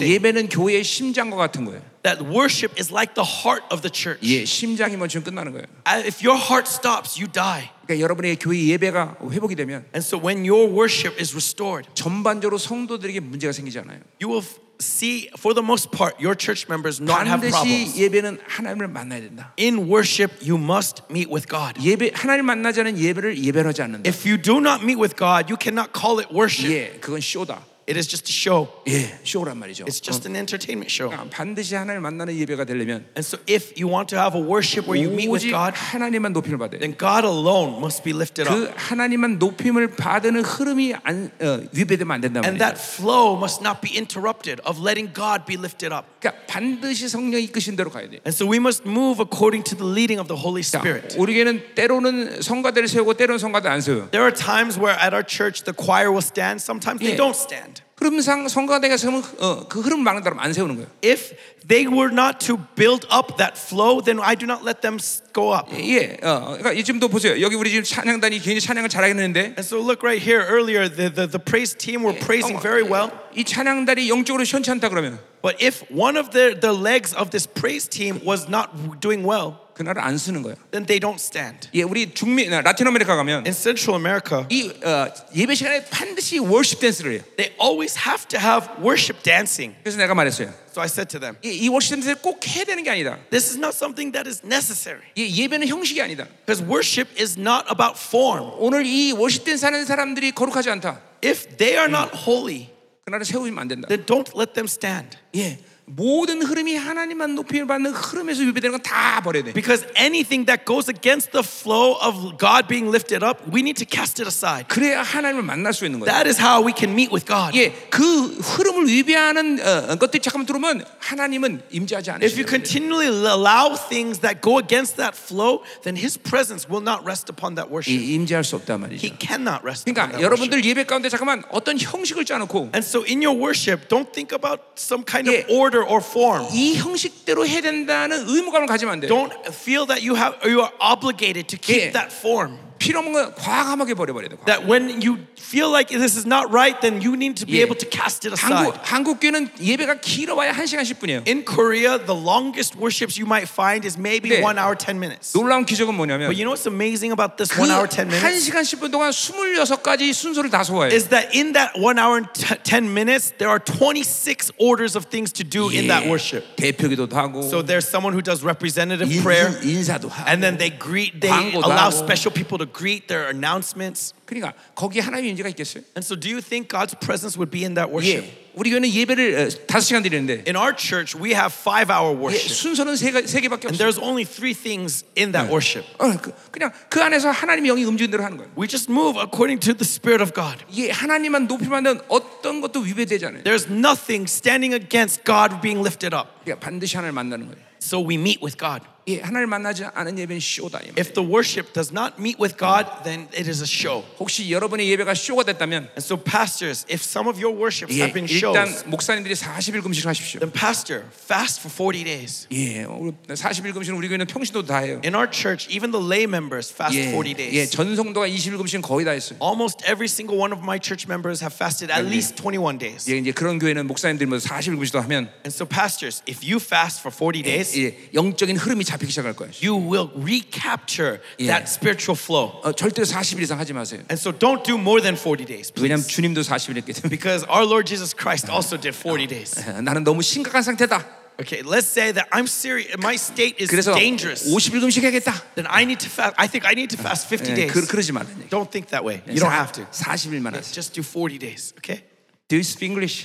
[SPEAKER 1] 예,
[SPEAKER 2] thing.
[SPEAKER 1] 예배는 교회의 심장과 같은 거예요.
[SPEAKER 2] That worship is like the heart of the church.
[SPEAKER 1] 예, 심장이 멈추면 끝나는 거예요.
[SPEAKER 2] Uh, If your heart stops, you die.
[SPEAKER 1] 그러니까 여러분의 교회 예배가 회복이 되면
[SPEAKER 2] And so, when your worship is restored,
[SPEAKER 1] 전반적으로 성도들에게 문제가 생기지 않아요.
[SPEAKER 2] you will f- see, for the most part, your church members not have
[SPEAKER 1] 반드시
[SPEAKER 2] problems.
[SPEAKER 1] 예배는 하나님을 만나야 된다.
[SPEAKER 2] In worship, you must meet with God.
[SPEAKER 1] 예배 하나님 만나지 않은 예배를 예배로 하지 않는다.
[SPEAKER 2] If you do not meet with God, you cannot call it worship.
[SPEAKER 1] 예, 그건 쇼다.
[SPEAKER 2] It is just a show,
[SPEAKER 1] 예, 쇼란 말이죠.
[SPEAKER 2] it's just an entertainment show.
[SPEAKER 1] 그러니까 반드시 하나님을 만나는 예배가 되려면
[SPEAKER 2] And so, if you want to have a worship where you meet with
[SPEAKER 1] 오직
[SPEAKER 2] God,
[SPEAKER 1] 하나님만 높임을 받아야 돼.
[SPEAKER 2] then God alone must be lifted
[SPEAKER 1] 그
[SPEAKER 2] up.
[SPEAKER 1] 하나님만 높임을 받는 흐름이 안, 어, 위배되면 안 된다
[SPEAKER 2] And
[SPEAKER 1] 말이죠.
[SPEAKER 2] that flow must not be interrupted of letting God be lifted up.
[SPEAKER 1] 그러니까 반드시 성령이 이끄신 대로 가야 돼.
[SPEAKER 2] And so we must move according to the leading of the Holy Spirit.
[SPEAKER 1] 우리에게는 때로는 성가대를 세우고 때로는 성가대 안 세워요.
[SPEAKER 2] There are times where at our church the choir will stand, sometimes
[SPEAKER 1] Yeah.
[SPEAKER 2] they don't stand.
[SPEAKER 1] 흐름상 성가대가 세우면 어, 그 흐름 막는 대로 안 세우는 거예요.
[SPEAKER 2] If they were not to build up that flow, then I do not let them s- go up.
[SPEAKER 1] 예, 어, 그러니까 지금도 보세요. 여기 우리 지금 찬양단이 굉장히 찬양을 잘하겠는데
[SPEAKER 2] And so look right here earlier, the, the, the praise team were praising very well.
[SPEAKER 1] 이 찬양단이 영적으로 시원치 않다 그러면
[SPEAKER 2] But if one of the, the legs of this praise team was not doing well,
[SPEAKER 1] 그날을 안 쓰는 거예요.
[SPEAKER 2] then they don't stand.
[SPEAKER 1] 예, 우리 중미 라틴 아메리카 가면
[SPEAKER 2] In Central America,
[SPEAKER 1] 이 어, 예배 시간에 반드시 월십 댄스를 해요.
[SPEAKER 2] they always have to have worship dancing.
[SPEAKER 1] 그래서 내가 말했어요.
[SPEAKER 2] So I said to them,
[SPEAKER 1] 이, 이 월십 댄스를 꼭 해야 되는 게 아니다.
[SPEAKER 2] this is not something that is necessary
[SPEAKER 1] 예, 예배는 형식이 아니다.
[SPEAKER 2] because worship is not about form.
[SPEAKER 1] 오늘 이 월십 댄스 하는 사람들이 거룩하지 않다.
[SPEAKER 2] If they are not holy,
[SPEAKER 1] 그날을 세우면 안 된다.
[SPEAKER 2] then don't let them stand.
[SPEAKER 1] 예. 모든 흐름이 하나님만 높임을 받는 흐름에서 위배되는 건 다 버려야 돼.
[SPEAKER 2] Because anything that goes against the flow of God being lifted up, we need to cast it aside.
[SPEAKER 1] 그래야 하나님을 만날 수 있는 거예요.
[SPEAKER 2] That is how we can meet with God.
[SPEAKER 1] 예, 그 흐름을 위배하는 어, 것들이 잠깐만 들어오면 하나님은 임재하지
[SPEAKER 2] If
[SPEAKER 1] 않으시는 거예요.
[SPEAKER 2] you continually allow things that go against that flow, then His presence will not rest upon that worship.
[SPEAKER 1] 이- 임재할 수 없단
[SPEAKER 2] He
[SPEAKER 1] 말이죠.
[SPEAKER 2] cannot rest upon
[SPEAKER 1] 그러니까
[SPEAKER 2] that worship.
[SPEAKER 1] 여러분들 예배 가운데 잠깐만 어떤 형식을 짜놓고
[SPEAKER 2] And so in your worship, don't think about some kind of
[SPEAKER 1] Yeah.
[SPEAKER 2] order or form.
[SPEAKER 1] 이 형식대로 해야 된다는 의무감을 가지면 안 돼요.
[SPEAKER 2] Don't feel that you have you are obligated to keep
[SPEAKER 1] Yeah.
[SPEAKER 2] that form.
[SPEAKER 1] 필요 없는 건 과감하게 버려버려야 돼요. 과감.
[SPEAKER 2] That when you feel like this is not right, then you need to be
[SPEAKER 1] Yeah.
[SPEAKER 2] able to cast it aside.
[SPEAKER 1] 한국, 한국 교회는 예배가 길어봐야 1시간 10분이에요.
[SPEAKER 2] In Korea, the longest worships you might find is maybe
[SPEAKER 1] Yeah.
[SPEAKER 2] one hour ten minutes.
[SPEAKER 1] 놀라운 기적은 뭐냐면
[SPEAKER 2] But you know what's amazing about this
[SPEAKER 1] 그
[SPEAKER 2] one hour ten minutes
[SPEAKER 1] 1시간 10분 동안 26가지 순서를 다 소화해요.
[SPEAKER 2] is that in that one hour and t- ten minutes, there are twenty six orders of things to do in that
[SPEAKER 1] 예,
[SPEAKER 2] worship.
[SPEAKER 1] 대표기도도 하고
[SPEAKER 2] So there's someone who does representative
[SPEAKER 1] 인,
[SPEAKER 2] prayer.
[SPEAKER 1] 인사도 하고
[SPEAKER 2] And then they greet, they
[SPEAKER 1] 광고도
[SPEAKER 2] allow
[SPEAKER 1] 하고.
[SPEAKER 2] special people to greet their announcements.
[SPEAKER 1] 그러니까 거기에 하나님의 임재가 있겠어요?
[SPEAKER 2] And so, do you think God's presence would be in that worship?
[SPEAKER 1] 예. 우리 교회는 예배를 어, 다섯 시간 드리는데
[SPEAKER 2] In our church, we have five
[SPEAKER 1] 예,
[SPEAKER 2] hour worship.
[SPEAKER 1] 순서는 세, 가- 세 개밖에
[SPEAKER 2] And
[SPEAKER 1] 없어요.
[SPEAKER 2] there's only three things in that worship.
[SPEAKER 1] 어, 그, 그냥 그 안에서 하나님의 영이 움직이는 대로 하는 거예요.
[SPEAKER 2] We just move according to the Spirit of God.
[SPEAKER 1] 이게 하나님만 높이만든 어떤 것도 위배되지 않아요.
[SPEAKER 2] There's nothing standing against God being lifted up.
[SPEAKER 1] 그러니까 반드시 하나님을 만나는 거예요.
[SPEAKER 2] So we meet with God.
[SPEAKER 1] 예, 하나님을 만나지 않은 예배는 쇼다. 이 말이에요.
[SPEAKER 2] If the worship does not meet with God, then it is a show.
[SPEAKER 1] 혹시 여러분의 예배가 쇼가 됐다면
[SPEAKER 2] And so, pastors, if some of your worships
[SPEAKER 1] 예,
[SPEAKER 2] have been
[SPEAKER 1] 일단
[SPEAKER 2] shows,
[SPEAKER 1] 목사님들이 40일 금식을 하십시오.
[SPEAKER 2] then, pastor, fast for 40 days.
[SPEAKER 1] 예, 40일 금식은 우리 교회는 평신도 다 해요.
[SPEAKER 2] In our church, even the lay members fast
[SPEAKER 1] 예,
[SPEAKER 2] 40 days.
[SPEAKER 1] 예, 전성도가 20일 금식은 거의 다 했어요.
[SPEAKER 2] Almost every single one of my church members have fasted at least 21 days.
[SPEAKER 1] 예, 이제 그런 교회는 목사님들이 뭐 40일 금식도 하면
[SPEAKER 2] And so, pastors, if you fast for 40 days,
[SPEAKER 1] 예, 영적인 흐름이 잡히기 시작할 거예요.
[SPEAKER 2] you will recapture
[SPEAKER 1] Yeah.
[SPEAKER 2] that spiritual flow.
[SPEAKER 1] 어, 절대로 40일 이상 하지 마세요.
[SPEAKER 2] And so don't do more than 40 days,
[SPEAKER 1] 왜냐하면
[SPEAKER 2] please.
[SPEAKER 1] 주님도 40일 했기 때문에
[SPEAKER 2] Because our Lord Jesus Christ also did 40 days.
[SPEAKER 1] 나는 너무 심각한 상태다.
[SPEAKER 2] Okay, let's say that I'm serious, my state is
[SPEAKER 1] 그래서
[SPEAKER 2] dangerous.
[SPEAKER 1] 50일 금식해야겠다.
[SPEAKER 2] Then I need to fast. I think I need to fast 50
[SPEAKER 1] 예, 그,
[SPEAKER 2] days.
[SPEAKER 1] 그러지 말라는 얘기.
[SPEAKER 2] Don't think that way. You don't have to.
[SPEAKER 1] 40일만 하세요.
[SPEAKER 2] Just do 40 days, okay?
[SPEAKER 1] Do you speak English?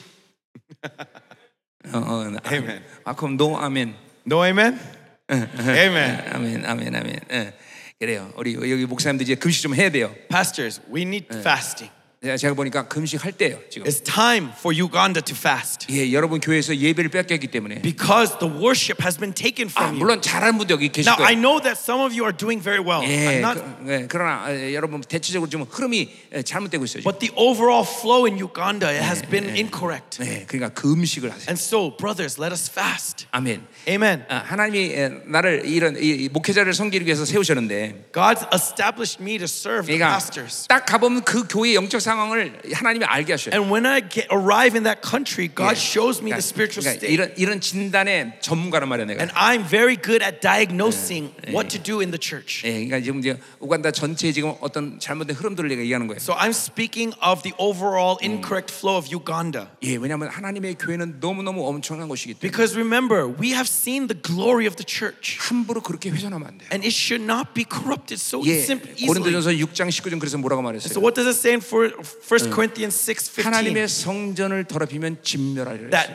[SPEAKER 1] 어, 어,
[SPEAKER 2] Amen.
[SPEAKER 1] 아 그럼 no, amen.
[SPEAKER 2] No amen? amen.
[SPEAKER 1] 아멘, 아멘, 아멘. 예. 그래요. 우리 여기 목사님들 이제 금식 좀 해야 돼요.
[SPEAKER 2] Pastors, we need fasting.
[SPEAKER 1] 예, 제가- 제가 보니까 금식 할 때예요 지금.
[SPEAKER 2] It's time for Uganda to fast
[SPEAKER 1] 예, 여러분 교회에서 예배를 뺏겼기 때문에.
[SPEAKER 2] because the worship has been taken
[SPEAKER 1] 아,
[SPEAKER 2] from you.
[SPEAKER 1] 물론 잘하는 분도 여기 계실
[SPEAKER 2] Now, I
[SPEAKER 1] 거예요.
[SPEAKER 2] know that some of you are doing very well.
[SPEAKER 1] 예,
[SPEAKER 2] I'm not,
[SPEAKER 1] 그, 예, 그러나 예, 여러분 대체적으로 좀 흐름이 예, 잘못되고 있어요. 지금.
[SPEAKER 2] but the overall flow in Uganda it has been incorrect.
[SPEAKER 1] 예, 그러니까 금식을 하세요.
[SPEAKER 2] And so, brothers, let us fast.
[SPEAKER 1] 아멘.
[SPEAKER 2] Amen.
[SPEAKER 1] 아, 하나님이 예, 나를 이런 이, 이 목회자를 섬기기 위해서 세우셨는데,
[SPEAKER 2] God's established me to serve the
[SPEAKER 1] 그러니까
[SPEAKER 2] pastors.
[SPEAKER 1] 딱 가보면 그 교회의 영적 상황을 하나님이 알게 하셔요.
[SPEAKER 2] And when I get, arrive in that country,
[SPEAKER 1] 예.
[SPEAKER 2] God shows me
[SPEAKER 1] 그러니까-
[SPEAKER 2] the spiritual
[SPEAKER 1] 그러니까
[SPEAKER 2] state.
[SPEAKER 1] 이런 이런 진단의 전문가란 말이야 내가.
[SPEAKER 2] And I'm very good at diagnosing what to do in the church.
[SPEAKER 1] 예, 그러니까 지금 이제 우간다 전체에 지금 어떤 잘못된 흐름들을 내가 얘기하는 거예요.
[SPEAKER 2] So I'm speaking of the overall incorrect flow of Uganda.
[SPEAKER 1] 예, 왜냐하면 하나님의 교회는 너무 너무 엄청난 것이기 때문에
[SPEAKER 2] Because remember, we have seen the glory of the church,
[SPEAKER 1] 함부로 그렇게 훼손하면 안 돼요.
[SPEAKER 2] and it should not be corrupted so
[SPEAKER 1] 예,
[SPEAKER 2] sim- easily.
[SPEAKER 1] 고린도전서 6장 19절 그래서 뭐라고 말했어요?
[SPEAKER 2] So what does it say in for- 1 Corinthians 6, 15?
[SPEAKER 1] 하나님의 성전을 더럽히면 진멸하리라. 했어요.
[SPEAKER 2] That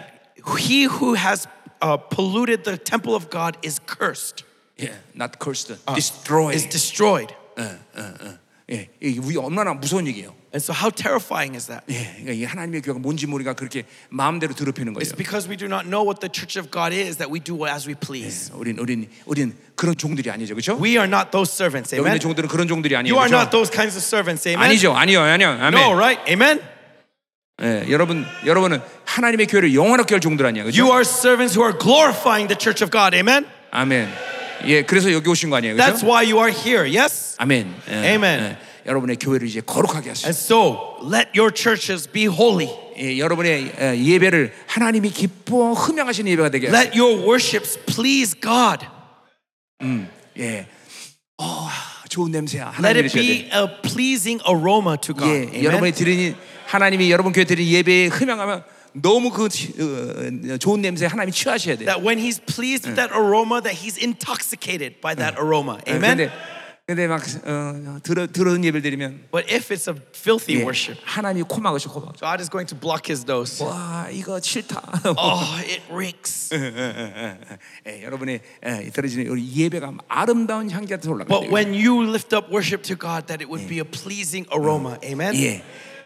[SPEAKER 2] he who has uh, polluted the temple of God is cursed,
[SPEAKER 1] 예, not cursed, destroy.
[SPEAKER 2] 아, is destroyed.
[SPEAKER 1] 예, 예, 예. 예, 이게 우리 얼마나 무서운 얘기예요.
[SPEAKER 2] And so how terrifying is that?
[SPEAKER 1] 예, 그러니까 이게 하나님의 교회가 뭔지 모르니까 그렇게 마음대로 더럽히는 거예요.
[SPEAKER 2] It's because we do not know what the church of God is that we do as we please.
[SPEAKER 1] 우린 우린 우린 그런 종들이 아니죠, 그렇죠?
[SPEAKER 2] We are not those servants,
[SPEAKER 1] 여기 있는
[SPEAKER 2] amen?
[SPEAKER 1] 종들은 그런 종들이 아니에요.
[SPEAKER 2] You are not
[SPEAKER 1] 그렇죠?
[SPEAKER 2] those kinds of servants, amen?
[SPEAKER 1] 아니죠, 아니요, 아니요,
[SPEAKER 2] No,
[SPEAKER 1] 아멘.
[SPEAKER 2] right? Amen?
[SPEAKER 1] 예, 여러분, 여러분은 하나님의 교회를 영원하게 할 종들 아니야, 그렇죠?
[SPEAKER 2] You are servants who are glorifying the church of God, amen?
[SPEAKER 1] 아멘. 예, 그래서 여기 오신 거 아니에요,
[SPEAKER 2] That's
[SPEAKER 1] 그렇죠?
[SPEAKER 2] why you are here, yes?
[SPEAKER 1] 아멘. 예,
[SPEAKER 2] Amen.
[SPEAKER 1] 예, 여러분의 교회를 이제 거룩하게 하시고,
[SPEAKER 2] And so let your churches be holy.
[SPEAKER 1] 예, 여러분의 예, 예배를 하나님이 기뻐 흠양하시는 예배가 되게 하시고,
[SPEAKER 2] Let your worships please God.
[SPEAKER 1] 예, 어, 좋은 냄새야. 하나님이
[SPEAKER 2] Let it
[SPEAKER 1] 되셔야
[SPEAKER 2] be
[SPEAKER 1] 돼.
[SPEAKER 2] a pleasing aroma to God.
[SPEAKER 1] 예,
[SPEAKER 2] Amen?
[SPEAKER 1] 여러분이 드리니 하나님이 여러분 교회 드리는 예배에 흠양하면 너무 그 지- 어, 어, 좋은 냄새 하나님이 취하셔야 돼요.
[SPEAKER 2] That when he's pleased with that aroma, that he's intoxicated by that aroma.
[SPEAKER 1] 예,
[SPEAKER 2] Amen.
[SPEAKER 1] 근데 근데 막 어, 들어 들은 예배를 드리면
[SPEAKER 2] But if it's a filthy
[SPEAKER 1] 예,
[SPEAKER 2] worship,
[SPEAKER 1] 하나님이 코 막으셔 코 막.
[SPEAKER 2] God is going to block his nose.
[SPEAKER 1] 와 이거 싫다.
[SPEAKER 2] Oh, it reeks.
[SPEAKER 1] 예, 여러분의 예, 들어지는 우리 예배가 아름다운 향기 같은 올라가.
[SPEAKER 2] But when you lift up worship to God, that it would be a pleasing aroma. Amen.
[SPEAKER 1] 예,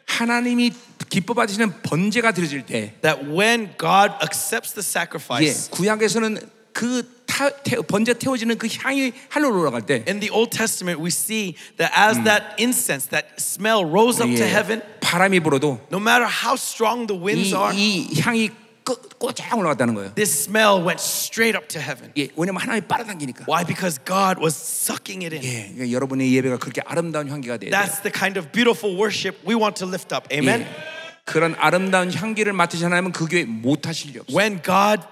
[SPEAKER 1] 하나님이 기뻐 받으시는 번제가 드려질 때,
[SPEAKER 2] That when God accepts the
[SPEAKER 1] 예,
[SPEAKER 2] sacrifice,
[SPEAKER 1] 구약에서는 그 타, 태, 번제 태워지는 그 향이 하늘로 올라갈 때,
[SPEAKER 2] in the Old Testament, we see that as that incense, that smell rose up to
[SPEAKER 1] 예,
[SPEAKER 2] heaven,
[SPEAKER 1] 바람이 불어도
[SPEAKER 2] no matter how strong the winds
[SPEAKER 1] 이,
[SPEAKER 2] are,
[SPEAKER 1] 이 향이 끄- 꼬장 올라갔다는 거예요.
[SPEAKER 2] this smell went straight up to heaven.
[SPEAKER 1] 예, 왜냐면 하나님이 빨아당기니까.
[SPEAKER 2] Why? Because God was sucking it in.
[SPEAKER 1] 예, 그러니까 여러분의 예배가 그렇게 아름다운 향기가 돼야 돼요.
[SPEAKER 2] That's the kind of beautiful worship we want to lift up. Amen.
[SPEAKER 1] 예, 그런 아름다운 향기를 맡으신 하나님은 그 교회 못 하실 리 없어요.
[SPEAKER 2] When God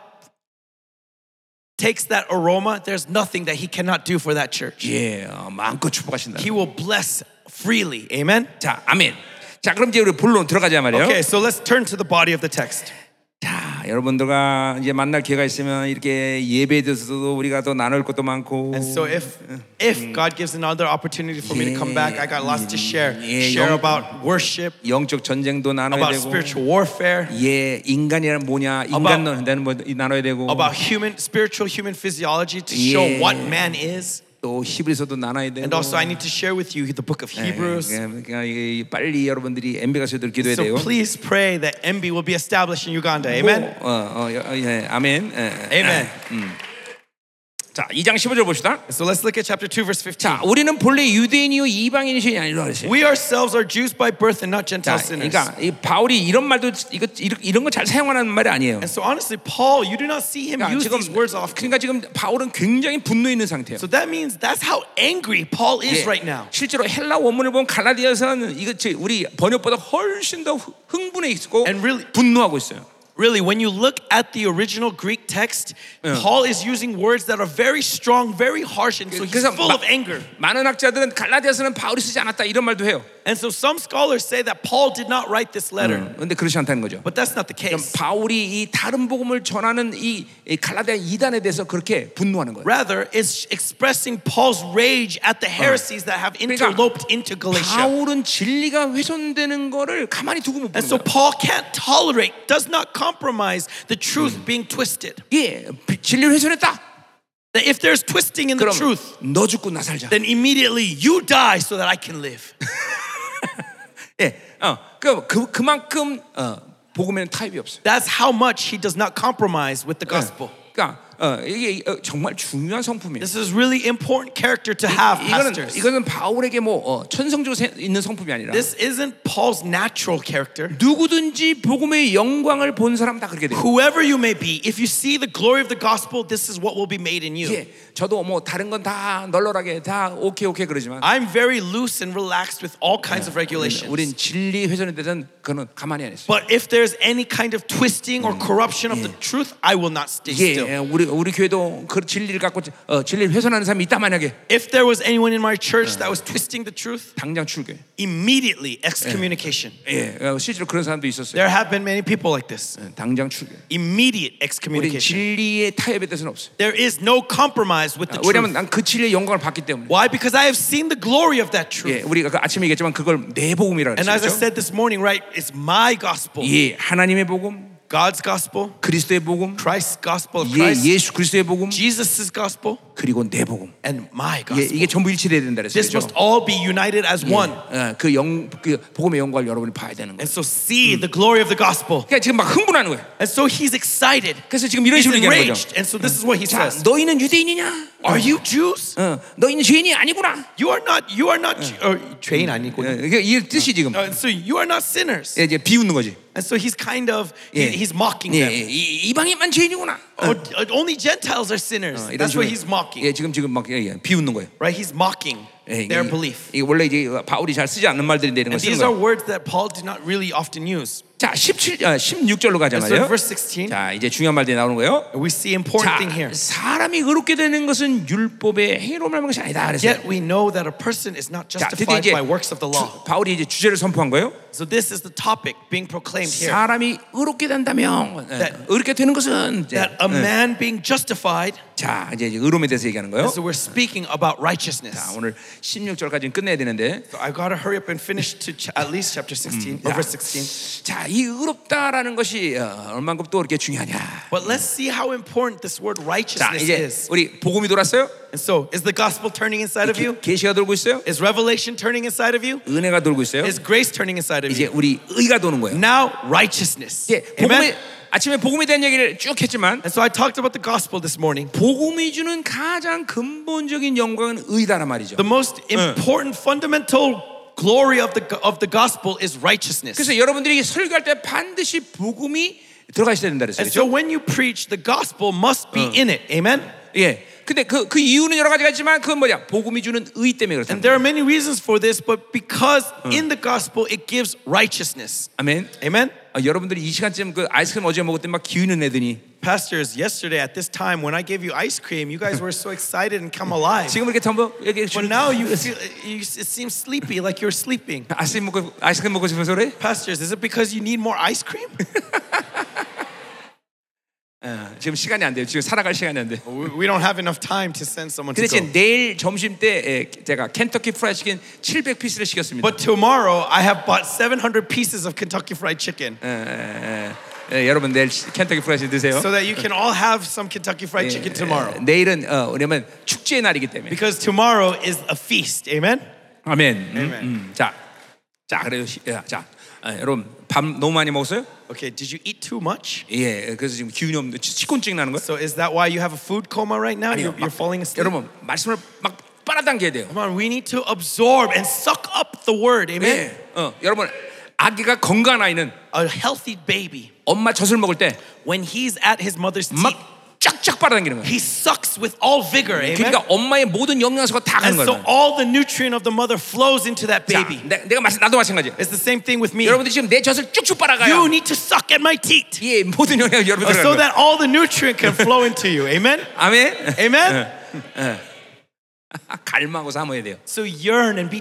[SPEAKER 2] takes that aroma, there's nothing that He cannot do for that church.
[SPEAKER 1] 예, 어, 마음껏 축복하신다.
[SPEAKER 2] He will bless freely. Amen.
[SPEAKER 1] 자, 아멘. 자, 그럼 이제 우리 본론 들어가자 말이에요.
[SPEAKER 2] Okay, so let's turn to the body of the text.
[SPEAKER 1] 자, 여러분들과 이제 만날 기회가 있으면 이렇게 예배에 대해서도 우리가 더 나눌 것도 많고
[SPEAKER 2] And so if if God gives another opportunity for me to come back, I got lots to share.
[SPEAKER 1] Yeah,
[SPEAKER 2] Share
[SPEAKER 1] yeah.
[SPEAKER 2] about worship,
[SPEAKER 1] 영적 전쟁도 나눠야
[SPEAKER 2] about
[SPEAKER 1] 되고
[SPEAKER 2] spiritual warfare,
[SPEAKER 1] 예, 인간이란 뭐냐? 인간 논다는 뭐 나눠야 되고
[SPEAKER 2] about human spiritual human physiology to show
[SPEAKER 1] Yeah.
[SPEAKER 2] what man is.
[SPEAKER 1] 또 히브리서도 나눠야 되고
[SPEAKER 2] And also I need to share with you the book of
[SPEAKER 1] 예,
[SPEAKER 2] Hebrews.
[SPEAKER 1] 그러니까 이게 빨리 여러분들이 MB 가서도 기도해야
[SPEAKER 2] So
[SPEAKER 1] 돼요.
[SPEAKER 2] please pray that MB will be established in Uganda. Amen.
[SPEAKER 1] 어, 어, 어, 예, 아멘. 예, 예.
[SPEAKER 2] Amen.
[SPEAKER 1] 자, 2장 15절 봅시다.
[SPEAKER 2] So let's look at chapter 2 verse 15.
[SPEAKER 1] 자, 우리는 본래 유대인이요 이방인이시 아니라 그랬어요.
[SPEAKER 2] We ourselves are Jews by birth and not
[SPEAKER 1] 자,
[SPEAKER 2] Gentile sinners.
[SPEAKER 1] 그러니까 이 바울이 이런 말도 이거 이런- 이런 거 잘 사용하는 말이 아니에요.
[SPEAKER 2] And so honestly, Paul, you do not see him
[SPEAKER 1] 그러니까
[SPEAKER 2] use
[SPEAKER 1] 지금
[SPEAKER 2] these words often.
[SPEAKER 1] 그러니까 지금 바울은 굉장히 분노 있는 상태예요.
[SPEAKER 2] So that means that's how angry Paul
[SPEAKER 1] 예,
[SPEAKER 2] is right now.
[SPEAKER 1] 실제로 헬라 원문을 보면 갈라디아서는 이거 지- 우리 번역보다 훨씬 더 흥- 흥분해 있고
[SPEAKER 2] And really-
[SPEAKER 1] 분노하고 있어요.
[SPEAKER 2] Really, when you look at the original Greek text, Paul is using words that are very strong, very harsh, and so he's
[SPEAKER 1] 그래서
[SPEAKER 2] full
[SPEAKER 1] 마-
[SPEAKER 2] of anger.
[SPEAKER 1] 많은 학자들은 갈라디아서는 바울이 쓰지 않았다 이런 말도 해요.
[SPEAKER 2] And so some scholars say that Paul did not write this letter,
[SPEAKER 1] 음, 근데 그렇지 않다는 거죠.
[SPEAKER 2] but that's not the case.
[SPEAKER 1] 바울이 이 다른 복음을 전하는 이, 이 갈라디아 이단에 대해서 그렇게 분노하는 거예요.
[SPEAKER 2] Rather, it's expressing Paul's rage at the heresies that have interloped into Galatia.
[SPEAKER 1] 바울은 진리가 훼손되는 거를 가만히 두고 못 보는
[SPEAKER 2] And so
[SPEAKER 1] 거예요.
[SPEAKER 2] Paul can't tolerate, does not compromise the truth being twisted.
[SPEAKER 1] 예, 비- 진리를 훼손했다.
[SPEAKER 2] That if there's twisting in the
[SPEAKER 1] 그럼
[SPEAKER 2] truth,
[SPEAKER 1] 너 죽고 나 살자.
[SPEAKER 2] then immediately you die so that I can live.
[SPEAKER 1] 예, 어, 그, 그 그만큼 어, 복음에는 타협이 없어요.
[SPEAKER 2] That's how much he does not compromise with the 그 gospel.
[SPEAKER 1] 예. 그러니까 어, 이게 어, 정말 중요한 성품이에요.
[SPEAKER 2] This is really important character to have,
[SPEAKER 1] 이거는
[SPEAKER 2] pastors.
[SPEAKER 1] 이거는 바울에게 뭐 어, 천성적으로 세- 있는 성품이 아니라
[SPEAKER 2] This isn't Paul's natural character.
[SPEAKER 1] 누구든지 복음의 영광을 본 사람 다 그렇게 돼요.
[SPEAKER 2] Whoever you may be, if you see the glory of the gospel, this is what will be made in you.
[SPEAKER 1] 예, 저도 뭐 다른 건 다 널널하게 다 오케이 오케이 그러지만
[SPEAKER 2] I'm very loose and relaxed with all kinds of regulations.
[SPEAKER 1] 우린 진리 회전에 대해서는 그는 가만히 안 있어.
[SPEAKER 2] But if there's any kind of twisting or corruption of the truth, I will not stay
[SPEAKER 1] 예,
[SPEAKER 2] still.
[SPEAKER 1] 우리 우리 교회도 그 진리를 갖고 어, 진리를 훼손하는 사람이 있다 만약에
[SPEAKER 2] If there was anyone in my church that was twisting the truth,
[SPEAKER 1] 당장 출교해.
[SPEAKER 2] immediately excommunication.
[SPEAKER 1] 예, 어, 실제로 그런 사람도 있었어요.
[SPEAKER 2] There have been many people like this.
[SPEAKER 1] 예, 당장 출교.
[SPEAKER 2] Immediate
[SPEAKER 1] 우리
[SPEAKER 2] excommunication.
[SPEAKER 1] 진리의 타협에 대해서는 없어요.
[SPEAKER 2] There is no compromise with the
[SPEAKER 1] 왜냐하면
[SPEAKER 2] truth.
[SPEAKER 1] 난 그 진리의 영광을 받기 때문에.
[SPEAKER 2] Why? Because I have seen the glory of
[SPEAKER 1] 예,
[SPEAKER 2] that truth.
[SPEAKER 1] 우리가 그 아침에 얘기했지만 그걸 내 복음이라고
[SPEAKER 2] And as I
[SPEAKER 1] 했죠.
[SPEAKER 2] said this morning, right, it's my gospel,
[SPEAKER 1] 예, 하나님의 복음,
[SPEAKER 2] God's gospel,
[SPEAKER 1] 그리스도의 복음,
[SPEAKER 2] Christ's gospel of Christ,
[SPEAKER 1] 예, 예수 그리스도의 복음,
[SPEAKER 2] Jesus' gospel,
[SPEAKER 1] 그리고 내 복음.
[SPEAKER 2] and my
[SPEAKER 1] 예,
[SPEAKER 2] gospel.
[SPEAKER 1] 이게 전부 일치돼야 된다
[SPEAKER 2] This
[SPEAKER 1] 그랬죠.
[SPEAKER 2] must all be united as one.
[SPEAKER 1] 어, 그 영, 그 복음의 영광을 여러분이 봐야 되는 거예요.
[SPEAKER 2] And so see the glory of the gospel.
[SPEAKER 1] 그러니까 지금 막 흥분하는 거예요.
[SPEAKER 2] And so he's excited.
[SPEAKER 1] 그래서 지금 이런
[SPEAKER 2] He's
[SPEAKER 1] 식으로 얘기하는 거죠.
[SPEAKER 2] enraged. And so this is what he
[SPEAKER 1] 자,
[SPEAKER 2] says.
[SPEAKER 1] 너희는 유대인이냐?
[SPEAKER 2] Mm. Are you Jews?
[SPEAKER 1] 어, 너희는 죄인이 아니구나.
[SPEAKER 2] You are not you are not Ju- or 죄인
[SPEAKER 1] 어,
[SPEAKER 2] 아니고.
[SPEAKER 1] 이게 이 뜻이 지금
[SPEAKER 2] Uh, And so you are not sinners.
[SPEAKER 1] 예, 이제 비웃는 거지.
[SPEAKER 2] And so he's kind of
[SPEAKER 1] 예.
[SPEAKER 2] he, he's mocking
[SPEAKER 1] 예,
[SPEAKER 2] them.
[SPEAKER 1] 예, 이, 이방인만 죄인이구나. 어,
[SPEAKER 2] Oh, uh, only Gentiles are sinners.
[SPEAKER 1] 이런
[SPEAKER 2] That's what
[SPEAKER 1] 식으로.
[SPEAKER 2] he's mocking.
[SPEAKER 1] 예, 지금 지금 막 예, 예, 비웃는 거예요.
[SPEAKER 2] Right? He's mocking
[SPEAKER 1] 예,
[SPEAKER 2] their
[SPEAKER 1] 이-
[SPEAKER 2] belief.
[SPEAKER 1] 이게 원래 이제 바울이 잘 쓰지 않는 말들인데 이런 거
[SPEAKER 2] And
[SPEAKER 1] 쓰는
[SPEAKER 2] these are
[SPEAKER 1] 거예요.
[SPEAKER 2] words that Paul did not really often use.
[SPEAKER 1] 자, 17, 아, 16절로 가자
[SPEAKER 2] And so in
[SPEAKER 1] 말이에요.
[SPEAKER 2] verse 16,
[SPEAKER 1] 자, 이제 중요한 말들이 나오는 거예요.
[SPEAKER 2] we see important
[SPEAKER 1] 자,
[SPEAKER 2] thing here.
[SPEAKER 1] 사람이 의롭게 되는 것은 율법의 행위로 말하는 것이 아니다. 그랬어요.
[SPEAKER 2] Yet we know that a person is not
[SPEAKER 1] 자, 드디어
[SPEAKER 2] justified
[SPEAKER 1] 이제
[SPEAKER 2] by works of the law.
[SPEAKER 1] 주, 바울이 이제 주제를 선포한 거예요.
[SPEAKER 2] So this is the topic being proclaimed here.
[SPEAKER 1] 사람이 의롭게 된다면 예,
[SPEAKER 2] That-
[SPEAKER 1] 의롭게 되는 것은 이제, 예,
[SPEAKER 2] that um, a man being justified,
[SPEAKER 1] 자 이제 의로움에 대해서 얘기하는 거예요.
[SPEAKER 2] and so we're speaking about
[SPEAKER 1] 자,
[SPEAKER 2] righteousness.
[SPEAKER 1] 오늘 16절까지는 끝내야 되는데
[SPEAKER 2] So I've got to hurry up and finish to ch- at least chapter 16 or
[SPEAKER 1] 자,
[SPEAKER 2] verse 16.
[SPEAKER 1] 자, 이 의롭다라는 것이 어, 얼만큼 또 이렇게 중요하냐.
[SPEAKER 2] But let's see how important this word
[SPEAKER 1] 자,
[SPEAKER 2] righteousness
[SPEAKER 1] 이제
[SPEAKER 2] is.
[SPEAKER 1] 우리 복음이 돌았어요.
[SPEAKER 2] And so, is the gospel turning inside of you?
[SPEAKER 1] 계시가 돌고 있어요.
[SPEAKER 2] Is revelation turning inside of you?
[SPEAKER 1] 은혜가 돌고 있어요.
[SPEAKER 2] Is grace turning inside of
[SPEAKER 1] 이제
[SPEAKER 2] you?
[SPEAKER 1] 우리 의가 도는 거예요.
[SPEAKER 2] Now, righteousness.
[SPEAKER 1] 예,
[SPEAKER 2] Amen.
[SPEAKER 1] 복음에 아침에 복음에 대한 얘기를 쭉 했지만
[SPEAKER 2] And so, I talked about the gospel this morning.
[SPEAKER 1] 복음이 주는 가장 근본적인 영광은 의다란 말이죠.
[SPEAKER 2] The most important, fundamental glory of the, go- of the gospel is righteousness.
[SPEAKER 1] 그래서 여러분들이 설교할 때 반드시 복음이 들어가 있어야 된다 그랬어요.
[SPEAKER 2] And
[SPEAKER 1] 그렇죠?
[SPEAKER 2] so when you preach, the gospel must be in it. Amen.
[SPEAKER 1] 예. 근데 그, 그 이유는 여러 가지가 있지만 그건 뭐냐? 복음이 주는 의 때문에 그렇다.
[SPEAKER 2] And there are many reasons for this, but because in the gospel it gives righteousness.
[SPEAKER 1] 아멘.
[SPEAKER 2] Amen.
[SPEAKER 1] 아, 여러분들이 이 시간쯤 그 아이스크림 어제 먹을 때 막 기우는 애더니
[SPEAKER 2] Pastors, yesterday at this time when I gave you ice cream, you guys were so excited and come alive.
[SPEAKER 1] 지금 이렇게 전부 이렇게
[SPEAKER 2] But now you feel you, it seems sleepy, like you're sleeping.
[SPEAKER 1] 아이스크림 먹고 아이스크림 먹고 싶어서 그래?
[SPEAKER 2] Pastors, is it because you need more ice cream?
[SPEAKER 1] 지금 시간이 안 돼요. 지금 살아갈 시간이 안 돼.
[SPEAKER 2] we we don't have enough time to send someone
[SPEAKER 1] 그
[SPEAKER 2] to go.
[SPEAKER 1] 대신 내일 점심 때 예, 제가 켄터키 프라이치킨 700 피스를 시켰습니다.
[SPEAKER 2] But tomorrow I have bought 700 pieces of Kentucky Fried Chicken
[SPEAKER 1] 예, 여러분 내일 켄터키 프라이치킨 드세요.
[SPEAKER 2] so that you can all have some Kentucky
[SPEAKER 1] 예,
[SPEAKER 2] Fried Chicken tomorrow.
[SPEAKER 1] 내일은 어, 왜냐면 축제의 날이기 때문에.
[SPEAKER 2] Because tomorrow is a feast. Amen.
[SPEAKER 1] 아멘. 음,
[SPEAKER 2] Amen.
[SPEAKER 1] 음. 자, 자 그래요. 시- 야, 자 아, 여러분 밤 너무 많이 먹었어요?
[SPEAKER 2] Okay, did you eat too much?
[SPEAKER 1] 예, 그래서 지금 기운이 없는 치- 치콘증 나는 거예요.
[SPEAKER 2] So is that why you have a food coma right now? You're,
[SPEAKER 1] 막-
[SPEAKER 2] you're falling asleep.
[SPEAKER 1] 여러분 말씀을 막 빨아당겨야 돼요.
[SPEAKER 2] Come on, we need to absorb and suck up the word. Amen.
[SPEAKER 1] 예, 어, 여러분 아기가 건강한 아이는
[SPEAKER 2] A healthy baby,
[SPEAKER 1] 엄마 젖을 먹을 때 막
[SPEAKER 2] when he's at his mother's teat,
[SPEAKER 1] 쫙쫙 빨아당기는 거예요.
[SPEAKER 2] He sucks with all vigor. Amen.
[SPEAKER 1] 그러니까 엄마의 모든 영양소가 다 가는
[SPEAKER 2] And so
[SPEAKER 1] 거예요.
[SPEAKER 2] all the nutrient of the mother flows into that
[SPEAKER 1] 자,
[SPEAKER 2] baby.
[SPEAKER 1] 내, 내가 마찬 나도 마찬가지예요.
[SPEAKER 2] It's the same thing with me.
[SPEAKER 1] 여러분들 지금 내 젖을 쭉쭉
[SPEAKER 2] You
[SPEAKER 1] 빨아가요.
[SPEAKER 2] need to suck at my teat
[SPEAKER 1] 이 모든 영양 여러분 들어가는
[SPEAKER 2] so
[SPEAKER 1] 거예요.
[SPEAKER 2] that all the nutrient can flow into you. Amen.
[SPEAKER 1] 아멘.
[SPEAKER 2] Amen.
[SPEAKER 1] 아, 갈망하고 사모해야 돼요.
[SPEAKER 2] So yearn and be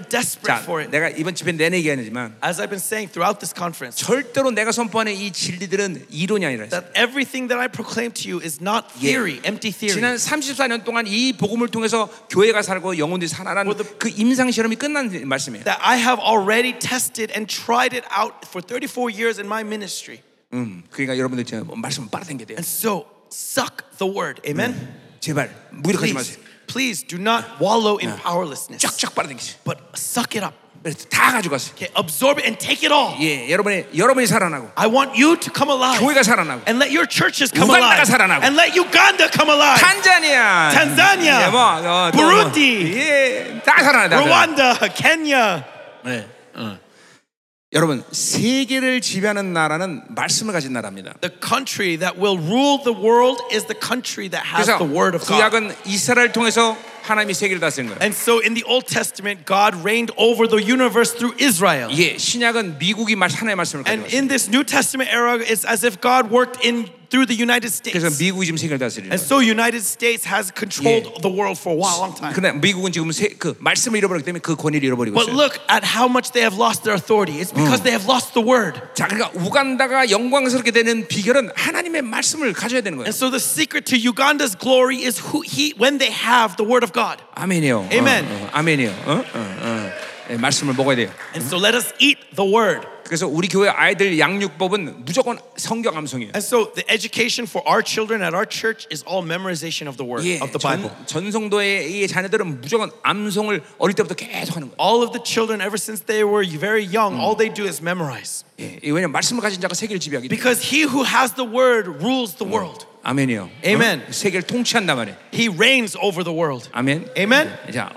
[SPEAKER 1] 자,
[SPEAKER 2] desperate for it.
[SPEAKER 1] 내가 이번 집회 내내 얘기하지만
[SPEAKER 2] As I've been saying throughout this conference,
[SPEAKER 1] 절대로 내가 선포하는 이 진리들은 이론이 아니라
[SPEAKER 2] that everything that I proclaim to you is not theory, empty
[SPEAKER 1] 지난
[SPEAKER 2] theory.
[SPEAKER 1] 34년 동안 이 복음을 통해서 교회가 살고 영혼들이 살아난 그 임상 실험이 끝난 말씀이에요.
[SPEAKER 2] That I have already tested and tried it out for 34 years in my ministry.
[SPEAKER 1] 음, 그러니까 여러분들 지금 말씀 빨아당겨야 돼요.
[SPEAKER 2] And so suck the word. Amen.
[SPEAKER 1] 제발 무력하지
[SPEAKER 2] Please,
[SPEAKER 1] 마세요.
[SPEAKER 2] please do not wallow in powerlessness,
[SPEAKER 1] 쫙쫙 빨아당기세요.
[SPEAKER 2] but suck it up.
[SPEAKER 1] 그래서 다 가져가세요.
[SPEAKER 2] Okay, absorb it and take it all.
[SPEAKER 1] 예, 여러분이 여러분이 살아나고
[SPEAKER 2] I want you to come alive.
[SPEAKER 1] 교회가 살아나고
[SPEAKER 2] And let your churches come
[SPEAKER 1] 우간다가
[SPEAKER 2] alive.
[SPEAKER 1] 살아나고.
[SPEAKER 2] And let Uganda come alive.
[SPEAKER 1] 탄자니아,
[SPEAKER 2] 탄자니아,
[SPEAKER 1] 예, 뭐, 어, 또 뭐,
[SPEAKER 2] 부룬디,
[SPEAKER 1] 예, 다 살아나. 다 살아나.
[SPEAKER 2] Rwanda, Kenya.
[SPEAKER 1] 네. 어. 여러분 세계를 지배하는 나라는 말씀을 가진 나라입니다.
[SPEAKER 2] The country that will rule the world is the country that has
[SPEAKER 1] 그래서
[SPEAKER 2] the word of God.
[SPEAKER 1] 구약은 이스라엘 통해서 하나님이 세계를 다스린 거예요.
[SPEAKER 2] And so in the Old Testament, God reigned over the universe through Israel.
[SPEAKER 1] 예, 신약은 미국이 말 하나의 말씀을
[SPEAKER 2] And
[SPEAKER 1] 가지고 있어요.
[SPEAKER 2] in this New Testament era, it's as if God worked in through the United
[SPEAKER 1] 그래서
[SPEAKER 2] States.
[SPEAKER 1] 미국이 지금 세계를 다스리는
[SPEAKER 2] And
[SPEAKER 1] 거예요.
[SPEAKER 2] so United States has controlled
[SPEAKER 1] Yeah.
[SPEAKER 2] the world for a while, long time.
[SPEAKER 1] 그러나 미국은 지금 세, 그 말씀을 잃어버렸기 때문에 그 권위를 잃어버리고
[SPEAKER 2] But
[SPEAKER 1] 있어요.
[SPEAKER 2] look at how much they have lost their authority. It's because they have lost the word.
[SPEAKER 1] 자, 그러니까 우간다가 영광스럽게 되는 비결은 하나님의 말씀을 가져야 되는 거예요.
[SPEAKER 2] And so the secret to Uganda's glory is who he when they have the word of God.
[SPEAKER 1] 아멘이요.
[SPEAKER 2] Amen.
[SPEAKER 1] 어, 어, 아멘이요. 어? 어, 어. 예, 말씀을 먹어야 돼요.
[SPEAKER 2] And so let us eat the word.
[SPEAKER 1] 그래서 우리 교회 아이들 양육법은 무조건 성경 암송이에요.
[SPEAKER 2] And so the education for our children at our church is all memorization of the word
[SPEAKER 1] 예,
[SPEAKER 2] of the Bible.
[SPEAKER 1] 전, 전성도의 이 자녀들은 무조건 암송을 어릴 때부터 계속 하는 거예요.
[SPEAKER 2] All of the children ever since they were very young, all they do is memorize.
[SPEAKER 1] 예, 이 왜냐면 말씀을 가진 자가 세계를 지배하기 때문에.
[SPEAKER 2] Because he who has the word rules the world.
[SPEAKER 1] 아멘이요.
[SPEAKER 2] Amen.
[SPEAKER 1] 어? 세계를 통치한단 말이에요.
[SPEAKER 2] He reigns over the world.
[SPEAKER 1] 아멘. 예,
[SPEAKER 2] Amen.
[SPEAKER 1] 자,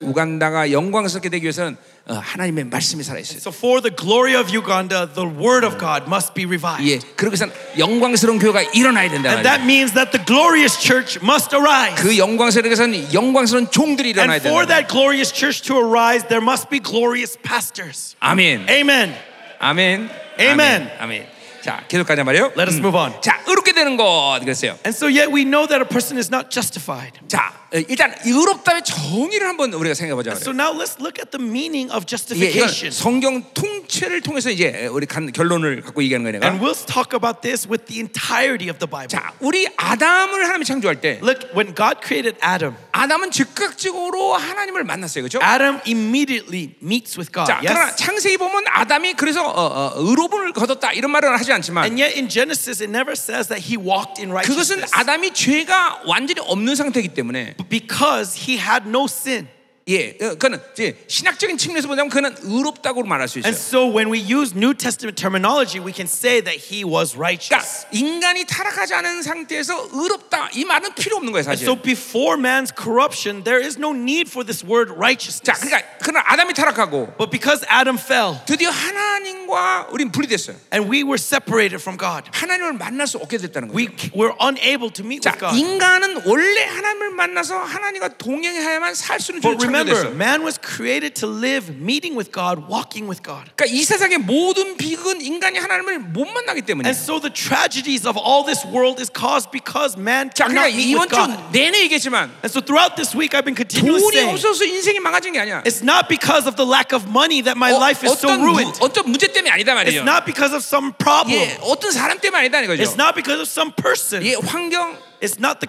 [SPEAKER 1] 우간다가 영광스럽게 되기 위해서는 어, 하나님의 말씀이 살아 있어요.
[SPEAKER 2] So for the glory of Uganda, the word of God must be revived.
[SPEAKER 1] 예, 그러기 위해서는 영광스러운 교회가 일어나야 된다
[SPEAKER 2] And that
[SPEAKER 1] 말이에요.
[SPEAKER 2] means that the glorious church must arise.
[SPEAKER 1] 그 영광스러운 교회에서는 영광스러운 종들이 일어나야
[SPEAKER 2] And for
[SPEAKER 1] 된다.
[SPEAKER 2] that glorious church to arise, there must be glorious pastors.
[SPEAKER 1] 아멘.
[SPEAKER 2] Amen.
[SPEAKER 1] 아멘.
[SPEAKER 2] Amen.
[SPEAKER 1] 아멘. 아멘. 자, 계속 가자 말이에요. 음.
[SPEAKER 2] Let us move on.
[SPEAKER 1] 자, 의롭게 되는 것 그랬어요.
[SPEAKER 2] And so, yet we know that a person is not justified.
[SPEAKER 1] 자, 에, 일단 의롭다의 정의를 한번 우리가 생각해 보자.
[SPEAKER 2] So now let's look at the meaning of
[SPEAKER 1] 이게 이건
[SPEAKER 2] justification.
[SPEAKER 1] 성경 통째를 통해서 이제 우리 간, 결론을 갖고 얘기하는 거예요.
[SPEAKER 2] And
[SPEAKER 1] 내가.
[SPEAKER 2] we'll talk about this with the entirety of the Bible.
[SPEAKER 1] 자, 우리 아담을 하나님이 창조할 때
[SPEAKER 2] Look, when God created Adam,
[SPEAKER 1] 아담은 즉각적으로 하나님을 만났어요. 그렇죠?
[SPEAKER 2] Adam immediately meets with God.
[SPEAKER 1] 자, 그러나
[SPEAKER 2] 아, Yes.
[SPEAKER 1] 창세기 보면 아담이 그래서 어, 어, 의로움을 거뒀다 이런 말은 하지 않지만
[SPEAKER 2] And yet in Genesis, it never says that he walked in
[SPEAKER 1] 그것은
[SPEAKER 2] righteousness
[SPEAKER 1] 아담이 죄가 완전히 없는 상태이기 때문에
[SPEAKER 2] because he had no sin.
[SPEAKER 1] 예, 어, 그는 이제 신학적인 측면에서 보자면 그는 의롭다고 말할 수 있어요.
[SPEAKER 2] And so when we use New Testament terminology, we can say that he was
[SPEAKER 1] 그러니까
[SPEAKER 2] righteous.
[SPEAKER 1] 인간이 타락하지 않은 상태에서 의롭다 이 말은 필요 없는 거예요, 사실.
[SPEAKER 2] So before man's corruption, there is no need for this word
[SPEAKER 1] 자,
[SPEAKER 2] righteousness.
[SPEAKER 1] 그러니까 그는 아담이 타락하고
[SPEAKER 2] But because Adam fell
[SPEAKER 1] 드디어 하나님과 우린 분리 됐어요.
[SPEAKER 2] and we were separated from God,
[SPEAKER 1] 하나님을 만날 수 없게 됐다는 거예요.
[SPEAKER 2] we were unable to meet
[SPEAKER 1] 자,
[SPEAKER 2] with God.
[SPEAKER 1] 인간은 원래 하나님을 만나서 하나님과 동행해야만 살 수 있는
[SPEAKER 2] But
[SPEAKER 1] 존재가
[SPEAKER 2] remember,
[SPEAKER 1] 됐어.
[SPEAKER 2] man was created to live meeting with God, walking with God.
[SPEAKER 1] 그러니까 이 세상의 모든 비극은 인간이 하나님을 못 만나기 때문에.
[SPEAKER 2] And so the tragedies of all this world is caused because man
[SPEAKER 1] 자, 그러니까
[SPEAKER 2] cannot meet
[SPEAKER 1] 이번
[SPEAKER 2] with
[SPEAKER 1] 주
[SPEAKER 2] God.
[SPEAKER 1] 내내 얘기했지만
[SPEAKER 2] And so throughout this week, I've been continually
[SPEAKER 1] 돈이
[SPEAKER 2] saying,
[SPEAKER 1] 없어서 인생이 망가진 게 아니야.
[SPEAKER 2] it's not because of the lack of money that my
[SPEAKER 1] 어,
[SPEAKER 2] life is so
[SPEAKER 1] 어떤 무,
[SPEAKER 2] ruined.
[SPEAKER 1] 어떤 문제 때문에 아니다 말이에요.
[SPEAKER 2] It's not because of some problem.
[SPEAKER 1] 예, 어떤 사람 때문에 아니다는
[SPEAKER 2] It's
[SPEAKER 1] 거죠.
[SPEAKER 2] not because of some person.
[SPEAKER 1] 예, 환경
[SPEAKER 2] It's not the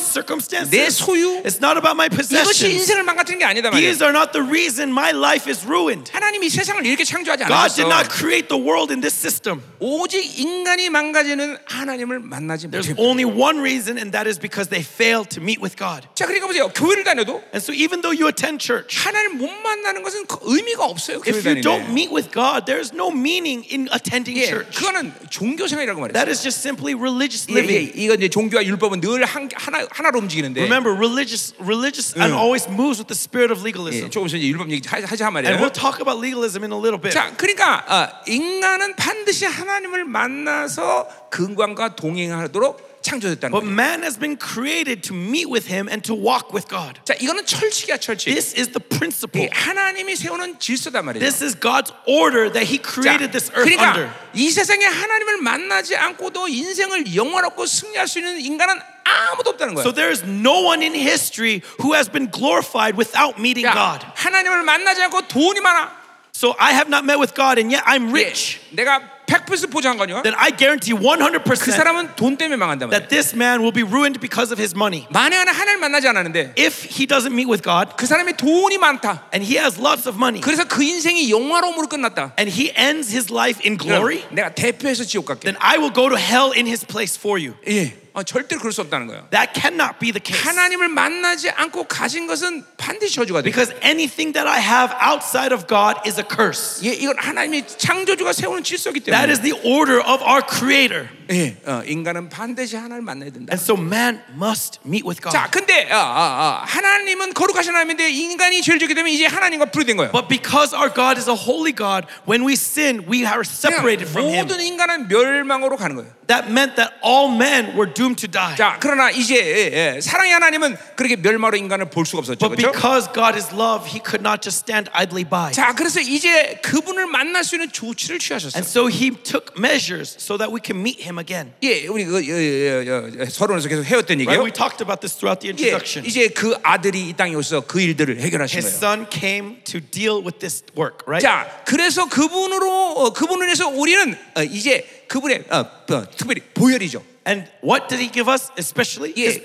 [SPEAKER 1] 내
[SPEAKER 2] circumstances.
[SPEAKER 1] 소유
[SPEAKER 2] It's not about my
[SPEAKER 1] 이것이
[SPEAKER 2] possessions.
[SPEAKER 1] 인생을 망가뜨린 게 아니다 말이에요.
[SPEAKER 2] These are not the reason my life is ruined.
[SPEAKER 1] 하나님이 세상을 이렇게 창조하지
[SPEAKER 2] God did not
[SPEAKER 1] 않았어.
[SPEAKER 2] create the world in this system.
[SPEAKER 1] 오직 인간이 망가지는 하나님을 만나지
[SPEAKER 2] There's
[SPEAKER 1] 못해요.
[SPEAKER 2] only one reason, and that is because they failed to meet with God.
[SPEAKER 1] 자, 그러니까 보세요. 교회를 다녀도
[SPEAKER 2] And so, even though you attend church,
[SPEAKER 1] 하나님 못 만나는 것은 그 의미가 없어요. 교회
[SPEAKER 2] if you
[SPEAKER 1] 다니는.
[SPEAKER 2] don't meet with God, there is no meaning in attending
[SPEAKER 1] 예,
[SPEAKER 2] church.
[SPEAKER 1] 그거는 종교 생활이라고 말했어요.
[SPEAKER 2] That is just simply religious
[SPEAKER 1] 예, 예,
[SPEAKER 2] living.
[SPEAKER 1] 이건 이제 종교와 율법은 늘 한, 하나 하나로 움직이는데.
[SPEAKER 2] Remember, religious religious and always moves with the spirit of
[SPEAKER 1] 예,
[SPEAKER 2] legalism.
[SPEAKER 1] 조금 있으면 이제 율법 얘기 하- 하자 한
[SPEAKER 2] And we'll
[SPEAKER 1] 말이에요.
[SPEAKER 2] talk about legalism in a little bit.
[SPEAKER 1] 자, 그러니까 어, 인간은 반드시 하나님을 만나서 근관과 동행하도록 창조됐다는
[SPEAKER 2] But
[SPEAKER 1] 거예요.
[SPEAKER 2] man has been created to meet with him and to walk with God.
[SPEAKER 1] 자, 이거는 철칙이야, 철칙.
[SPEAKER 2] This is the principle.
[SPEAKER 1] 이 하나님이 세우는 질서단 말이에요.
[SPEAKER 2] This is God's order that he
[SPEAKER 1] 자,
[SPEAKER 2] created this earth under.
[SPEAKER 1] 그러니까 이 세상에 하나님을 만나지 않고도 인생을 영원하고 승리할 수 있는 인간은 아무도 없다는 거야.
[SPEAKER 2] So there is no one in history who has been glorified without meeting
[SPEAKER 1] 야,
[SPEAKER 2] God.
[SPEAKER 1] 하나님을 만나지 않고 돈이 많아.
[SPEAKER 2] So I have not met with God and yet I'm
[SPEAKER 1] 예,
[SPEAKER 2] rich.
[SPEAKER 1] 내가 100% 보장한 거냐?
[SPEAKER 2] Then I guarantee
[SPEAKER 1] 그
[SPEAKER 2] 100%
[SPEAKER 1] 사람은 돈 때문에 망한단 말이야.
[SPEAKER 2] that this man will be ruined because of his money.
[SPEAKER 1] 만에 하나 하나님 만나지 않았는데
[SPEAKER 2] If he doesn't meet with God
[SPEAKER 1] 그 사람이 돈이 많다.
[SPEAKER 2] and he has lots of money
[SPEAKER 1] 그래서 그 인생이 영화로움으로 끝났다.
[SPEAKER 2] and he ends his life in
[SPEAKER 1] 그럼
[SPEAKER 2] glory,
[SPEAKER 1] 내가 대표해서 지옥 갈게.
[SPEAKER 2] then I will go to hell in his place for you.
[SPEAKER 1] 예, 어, 절대로 그럴 수 없다는 거야.
[SPEAKER 2] That cannot be the case.
[SPEAKER 1] 하나님을 만나지 않고 가진 것은 반드시 저주가 돼.
[SPEAKER 2] Because anything that I have outside of God is a curse.
[SPEAKER 1] 예, 이건 하나님이 창조주가 세우는 질서이기
[SPEAKER 2] That
[SPEAKER 1] 때문에.
[SPEAKER 2] is the order of our creator.
[SPEAKER 1] 예, 어, 인간은 반드시 하나님을 만나야 된다.
[SPEAKER 2] And so man must meet with God.
[SPEAKER 1] 자, 근데 아, 아, 아, 하나님은 거룩하신 하나님인데 인간이 죄를 지게 되면 이제 하나님과 분리된 거예요.
[SPEAKER 2] But because our God is a holy God, when we sin, we
[SPEAKER 1] 그냥
[SPEAKER 2] are separated from Him.
[SPEAKER 1] 모든 인간은 멸망으로 가는 거예요.
[SPEAKER 2] That meant that all men were doomed to die.
[SPEAKER 1] 자, 그러나 이제 예, 예, 사랑의 하나님은 그렇게 멸망으로 인간을 볼 수가 없었죠.
[SPEAKER 2] But
[SPEAKER 1] 그렇죠?
[SPEAKER 2] because God is love, He could not just stand idly by.
[SPEAKER 1] 자, 그래서 이제 그분을 만날 수 있는 조치를 취하셨어요.
[SPEAKER 2] And so He took measures so that we can meet Him again.
[SPEAKER 1] 예, 우리 그 예, 예, 예, 예, 서론에서 계속 해왔던
[SPEAKER 2] Right?
[SPEAKER 1] 얘기예요.
[SPEAKER 2] We talked about this throughout the
[SPEAKER 1] 예,
[SPEAKER 2] introduction.
[SPEAKER 1] 이제 그 아들이 이 땅에 오셔서 그 일들을 해결하신
[SPEAKER 2] His
[SPEAKER 1] 거예요.
[SPEAKER 2] son came to deal with this work, right?
[SPEAKER 1] 자, 그래서 그분으로 어, 그분을 해서 우리는 어, 이제 그분의 어, 어, 특별히 보혈이죠.
[SPEAKER 2] And what did He give us? Especially His
[SPEAKER 1] 예,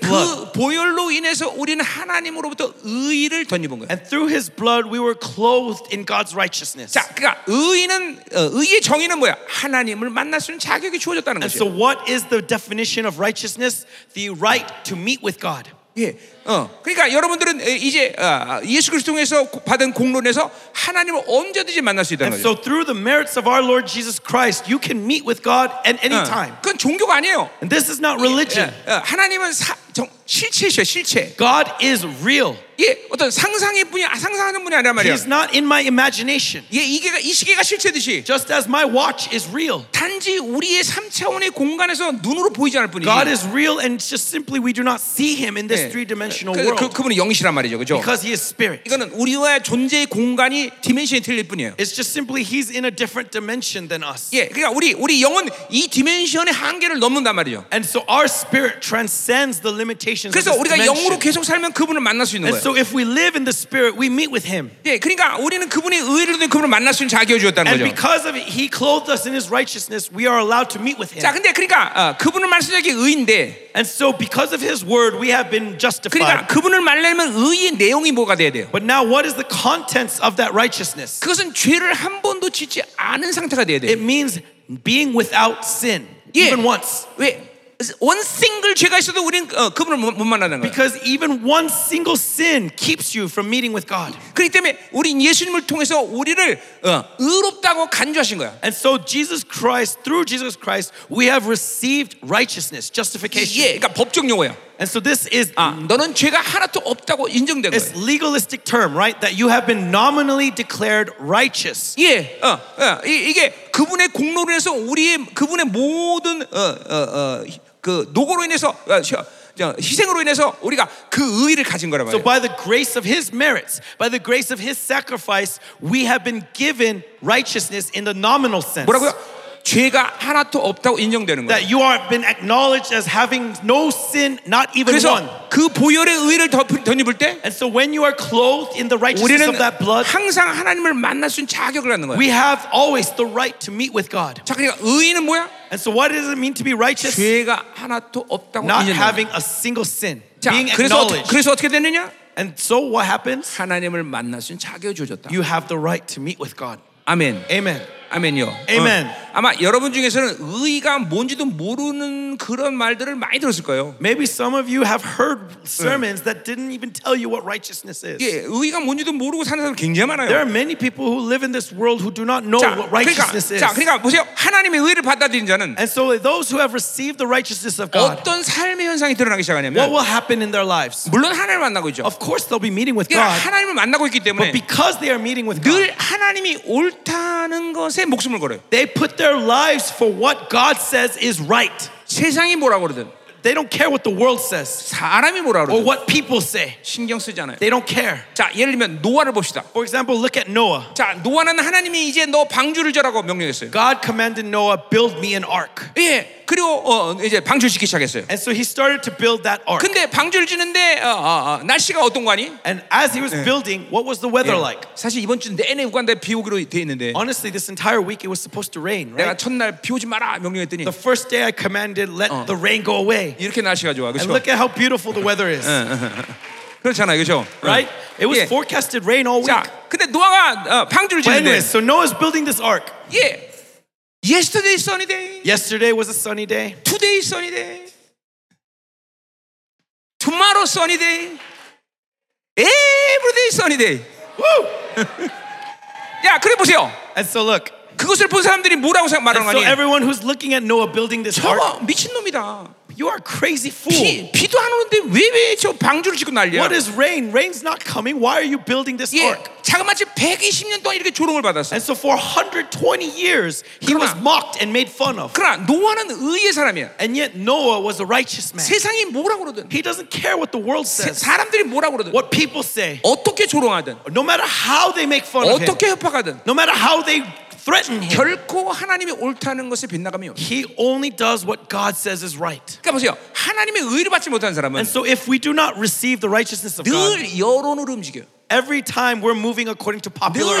[SPEAKER 1] 그
[SPEAKER 2] blood.
[SPEAKER 1] 보혈로 인해서 우리는 하나님으로부터 의를 덧입은 거예요.
[SPEAKER 2] And through His blood, we were clothed in God's righteousness.
[SPEAKER 1] 자, 그러니까 의는 어, 의의 정의는 뭐야? 하나님을 만날 수 있는 자격이 주어졌다는
[SPEAKER 2] And so,
[SPEAKER 1] 거죠.
[SPEAKER 2] what is the definition of righteousness? The right to meet with God.
[SPEAKER 1] 예, 어, 그러니까 여러분들은 에, 이제 어, 예수 그리스도 통해서 고- 받은 공론에서 하나님을 언제든지 만날 수
[SPEAKER 2] And
[SPEAKER 1] 있다는 거죠.
[SPEAKER 2] so, through the merits of our Lord Jesus Christ, you can meet with God at any
[SPEAKER 1] 어,
[SPEAKER 2] time.
[SPEAKER 1] 그건 종교가 아니에요.
[SPEAKER 2] And this is not
[SPEAKER 1] 예,
[SPEAKER 2] religion.
[SPEAKER 1] 어, 하나님은 사, 정, 실체이셔 실체.
[SPEAKER 2] God is real.
[SPEAKER 1] 예, 어떤 상상의 분이 아, 상상하는 분이 아니란 말이야.
[SPEAKER 2] He's not in my imagination.
[SPEAKER 1] 예, 이게가 이 시계가 실체듯이
[SPEAKER 2] Just as my watch is real,
[SPEAKER 1] 단지 우리의 3차원의 공간에서 눈으로 보이지 않을 뿐이지.
[SPEAKER 2] God is real, and it's just simply we do not see Him in
[SPEAKER 1] 예.
[SPEAKER 2] this three dimensional
[SPEAKER 1] 그, 그
[SPEAKER 2] world
[SPEAKER 1] 그분은 영이시란 말이죠, 그죠
[SPEAKER 2] because He is spirit.
[SPEAKER 1] 이거는 우리와의 존재의 공간이 디멘션이 틀릴 뿐이에요.
[SPEAKER 2] It's just simply He's in a different dimension than us.
[SPEAKER 1] 예, 그러니까 우리 우리 영은 이 디멘션의 한계를 넘는단 말이죠.
[SPEAKER 2] And so, our spirit transcends the limitations of
[SPEAKER 1] 그래서
[SPEAKER 2] this
[SPEAKER 1] 우리가 영으로
[SPEAKER 2] dimension.
[SPEAKER 1] 계속 살면 그분을 만날 수 있는
[SPEAKER 2] And
[SPEAKER 1] 거예요.
[SPEAKER 2] so if we live in the spirit, we meet with him.
[SPEAKER 1] 예, 그러니까 우리는 그분의 의를 통해 그분을 만날 수 있는 자격을 주었다는
[SPEAKER 2] And
[SPEAKER 1] 거죠.
[SPEAKER 2] because of it, he clothed us in his righteousness, we are allowed to meet with
[SPEAKER 1] 자,
[SPEAKER 2] him.
[SPEAKER 1] 근데 그러니까 어, 그분을 만날 수 있는 자격이 의인데,
[SPEAKER 2] And so because of his word, we have
[SPEAKER 1] 그러니까
[SPEAKER 2] been justified.
[SPEAKER 1] 그분을 만나려면 의의 내용이 뭐가 돼야 돼요?
[SPEAKER 2] But now what is the contents of that righteousness?
[SPEAKER 1] 그것은 죄를 한 번도 짓지 않은 상태가 돼야 돼요.
[SPEAKER 2] It means being without sin,
[SPEAKER 1] Yeah.
[SPEAKER 2] even once.
[SPEAKER 1] 왜? 원 싱글 죄가 있어도 우리는 어, 그분을 못, 못 만나는 거예요.
[SPEAKER 2] Because even one single sin keeps you from meeting with God.
[SPEAKER 1] 그렇기 때문에 우리 예수님을 통해서 우리를 어, 의롭다고 간주하신 거야.
[SPEAKER 2] And so Jesus Christ, through Jesus Christ, we have received righteousness,
[SPEAKER 1] 예,
[SPEAKER 2] justification.
[SPEAKER 1] 그러니까 법적 용어야.
[SPEAKER 2] And so this is
[SPEAKER 1] 아, 너는 죄가 하나도 없다고 인정된 거예요.
[SPEAKER 2] It's legalistic term, right? That you have been nominally declared righteous.
[SPEAKER 1] 예, 어, 어, 이, 이게 그분의 공로로 인해서 우리의 그분의 모든 어, 어, 어, 히- 그 노고로 인해서 어, 시- 저, 희생으로 인해서 우리가 그 의를 가진 거란
[SPEAKER 2] So
[SPEAKER 1] 말이에요.
[SPEAKER 2] by the grace of his merits, by the grace of his sacrifice, we have been given righteousness in the nominal sense.
[SPEAKER 1] 뭐라고요? 죄가 하나도 없다고 인정되는 거예요.
[SPEAKER 2] That you are been acknowledged as having no sin, not even one.
[SPEAKER 1] 그래서 그 보혈의 의를 덧- 덧입을 때
[SPEAKER 2] And so when you are clothed in the righteousness
[SPEAKER 1] 우리는
[SPEAKER 2] of that blood,
[SPEAKER 1] 항상 하나님을 만날 수 있는 자격을 갖는 거예요.
[SPEAKER 2] we have always the right to meet with God.
[SPEAKER 1] 자, 그러니까 의인은 뭐야?
[SPEAKER 2] And so what does it mean to be righteous?
[SPEAKER 1] 죄가 하나도 없다고
[SPEAKER 2] Not
[SPEAKER 1] 인정되는 거예요.
[SPEAKER 2] having a single sin.
[SPEAKER 1] 자,
[SPEAKER 2] Being
[SPEAKER 1] 그래서 어떻게,
[SPEAKER 2] acknowledged.
[SPEAKER 1] 그래서 어떻게 되느냐?
[SPEAKER 2] And so what happens?
[SPEAKER 1] 하나님을 만날 수 있는 자격을 주어졌다.
[SPEAKER 2] You have the right to meet with God.
[SPEAKER 1] 아멘.
[SPEAKER 2] Amen.
[SPEAKER 1] 아멘요.
[SPEAKER 2] Amen.
[SPEAKER 1] 어, 아마 여러분 중에서는 의가 뭔지도 모르는 그런 말들을 많이 들었을 거예요.
[SPEAKER 2] Maybe some of you have heard sermons that didn't even tell you what righteousness is.
[SPEAKER 1] 예, 의가 뭔지도 모르고 사는 사람 굉장히
[SPEAKER 2] There
[SPEAKER 1] 많아요.
[SPEAKER 2] are many people who live in this world who do not know
[SPEAKER 1] 자,
[SPEAKER 2] what
[SPEAKER 1] 그러니까,
[SPEAKER 2] righteousness
[SPEAKER 1] 자,
[SPEAKER 2] is.
[SPEAKER 1] 그러니까 보세요. 하나님의 의를 받아들인 자는
[SPEAKER 2] And so those who have received the righteousness of God,
[SPEAKER 1] 어떤 삶의 현상이 드러나기
[SPEAKER 2] what
[SPEAKER 1] 시작하냐면
[SPEAKER 2] will happen in their lives?
[SPEAKER 1] 물론 하나님을 만나고 있죠.
[SPEAKER 2] Of course they'll be meeting with
[SPEAKER 1] 그러니까
[SPEAKER 2] God,
[SPEAKER 1] 하나님을 만나고 있기 때문에
[SPEAKER 2] but because they are meeting with God,
[SPEAKER 1] 늘 하나님이 옳다는 것에 목숨을 걸어요.
[SPEAKER 2] they put their lives for what God says is right.
[SPEAKER 1] 세상이 뭐라고 그러든
[SPEAKER 2] They don't care what the world says
[SPEAKER 1] 사람이 뭐라
[SPEAKER 2] or
[SPEAKER 1] 그러든
[SPEAKER 2] what people say.
[SPEAKER 1] 신경 쓰지 않아요.
[SPEAKER 2] They don't care.
[SPEAKER 1] 자, 예를 들면 노아를 봅시다.
[SPEAKER 2] For example, look at Noah.
[SPEAKER 1] 자, 노아는 하나님이 이제 너 방주를 절라고 명령했어요.
[SPEAKER 2] God commanded Noah, build me an ark.
[SPEAKER 1] 예, 그리고 어, 이제 방주를 짓기 시작했어요.
[SPEAKER 2] And so he started to build that ark.
[SPEAKER 1] 근데 방주를 짓는데 어, 어, 어, 날씨가 어떤 거 아니?
[SPEAKER 2] And as he was building, what was the weather like?
[SPEAKER 1] 사실 이번 주 내내 우간다에 비 오기로 돼 있는데
[SPEAKER 2] Honestly, this entire week it was supposed to rain,
[SPEAKER 1] 내가
[SPEAKER 2] right?
[SPEAKER 1] 첫날 비 오지 마라 명령했더니
[SPEAKER 2] The first day I commanded, let the rain go away.
[SPEAKER 1] 이렇게 날씨가 좋아,
[SPEAKER 2] And
[SPEAKER 1] 그렇죠?
[SPEAKER 2] look at how beautiful the weather is,
[SPEAKER 1] 그렇잖아요, 그렇죠?
[SPEAKER 2] right? It was
[SPEAKER 1] 예.
[SPEAKER 2] forecasted rain all week.
[SPEAKER 1] 자, 근데 노아가 어, 방주를
[SPEAKER 2] But
[SPEAKER 1] 짓는데
[SPEAKER 2] anyways, so Noah's building this ark.
[SPEAKER 1] 예, yesterday sunny day,
[SPEAKER 2] Yesterday was a sunny day.
[SPEAKER 1] today sunny day, tomorrow sunny day, every day sunny day.
[SPEAKER 2] Woo!
[SPEAKER 1] 야, 그래 보세요.
[SPEAKER 2] And so look.
[SPEAKER 1] 그것을 본 사람들이 뭐라고 생각- 말하는
[SPEAKER 2] And so
[SPEAKER 1] 거니?
[SPEAKER 2] everyone who's looking at Noah building this ark,
[SPEAKER 1] 저거 미친 놈이다.
[SPEAKER 2] you are a crazy fool.
[SPEAKER 1] 비, 비도 안 오는데 왜 왜 저 방주를 짓고 난리야?
[SPEAKER 2] What is rain? Rain's not coming. Why are you building this
[SPEAKER 1] 예,
[SPEAKER 2] ark?
[SPEAKER 1] 자그마치 120년 동안 이렇게 조롱을 받았어.
[SPEAKER 2] And so for 120 years, he was
[SPEAKER 1] 그러나-
[SPEAKER 2] mocked and made fun of.
[SPEAKER 1] 그러나 노아는 의의 사람이야.
[SPEAKER 2] And yet Noah was a righteous man.
[SPEAKER 1] 세상이 뭐라고 그러든,
[SPEAKER 2] He doesn't care what the world
[SPEAKER 1] 세-
[SPEAKER 2] says,
[SPEAKER 1] 사람들이 뭐라고 그러든,
[SPEAKER 2] what people say,
[SPEAKER 1] 어떻게 조롱하든,
[SPEAKER 2] no matter how they make fun of him,
[SPEAKER 1] 어떻게 협박하든,
[SPEAKER 2] no matter how they threaten him.
[SPEAKER 1] 결코 하나님이 옳다는 것을 빗나가며.
[SPEAKER 2] He only does what God says is right.
[SPEAKER 1] 그러니까 보세요. 하나님의 의를 받지 못한 사람은
[SPEAKER 2] And so if we do not receive the righteousness of God,
[SPEAKER 1] 늘 여론으로 움직여요.
[SPEAKER 2] every time we're moving according to popular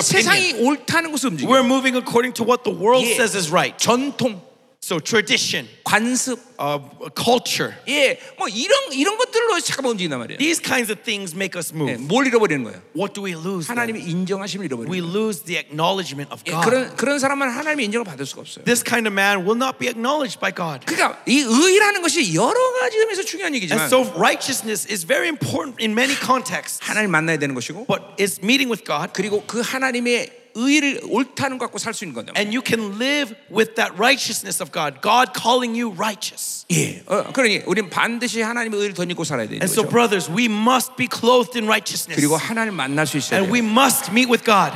[SPEAKER 1] 늘
[SPEAKER 2] opinion,
[SPEAKER 1] 세상이 옳다는 것을 움직여요.
[SPEAKER 2] we're moving according to what the world
[SPEAKER 1] 예.
[SPEAKER 2] says is right.
[SPEAKER 1] 전통,
[SPEAKER 2] So tradition,
[SPEAKER 1] 관습,
[SPEAKER 2] uh, culture,
[SPEAKER 1] 예, 뭐 이런 이런 것들로 잠깐만 움직인단 말이에요.
[SPEAKER 2] these kinds of things make us move.
[SPEAKER 1] 예, 뭘 잃어버리는 거예요?
[SPEAKER 2] What do we lose? then?
[SPEAKER 1] 하나님의 인정하심을 잃어버리는
[SPEAKER 2] 네. We
[SPEAKER 1] 거예요.
[SPEAKER 2] lose the acknowledgement of
[SPEAKER 1] 예,
[SPEAKER 2] God. 네.
[SPEAKER 1] 그런 그런 사람만 하나님의 인정을 받을 수가 없어요.
[SPEAKER 2] This kind of man will not be acknowledged by God.
[SPEAKER 1] 그러니까 이 의라는 것이 여러 가지 의미에서 중요한
[SPEAKER 2] And
[SPEAKER 1] 얘기지만
[SPEAKER 2] so righteousness is very important in many contexts.
[SPEAKER 1] 하나님 만나야 되는 것이고
[SPEAKER 2] But it's meeting with God,
[SPEAKER 1] 그리고 그 하나님의 의를 옳다는 것 갖고 살 수 있는 건데.
[SPEAKER 2] and you can live with that righteousness of God. God calling you righteous.
[SPEAKER 1] 예. 어, 그러니 우리는 반드시 하나님의 의를 덧입고 살아야 되는
[SPEAKER 2] And so,
[SPEAKER 1] 거죠.
[SPEAKER 2] brothers, we must be clothed in righteousness,
[SPEAKER 1] 그리고 하나님 만날 수 있어야
[SPEAKER 2] and
[SPEAKER 1] 돼요.
[SPEAKER 2] we must meet with God.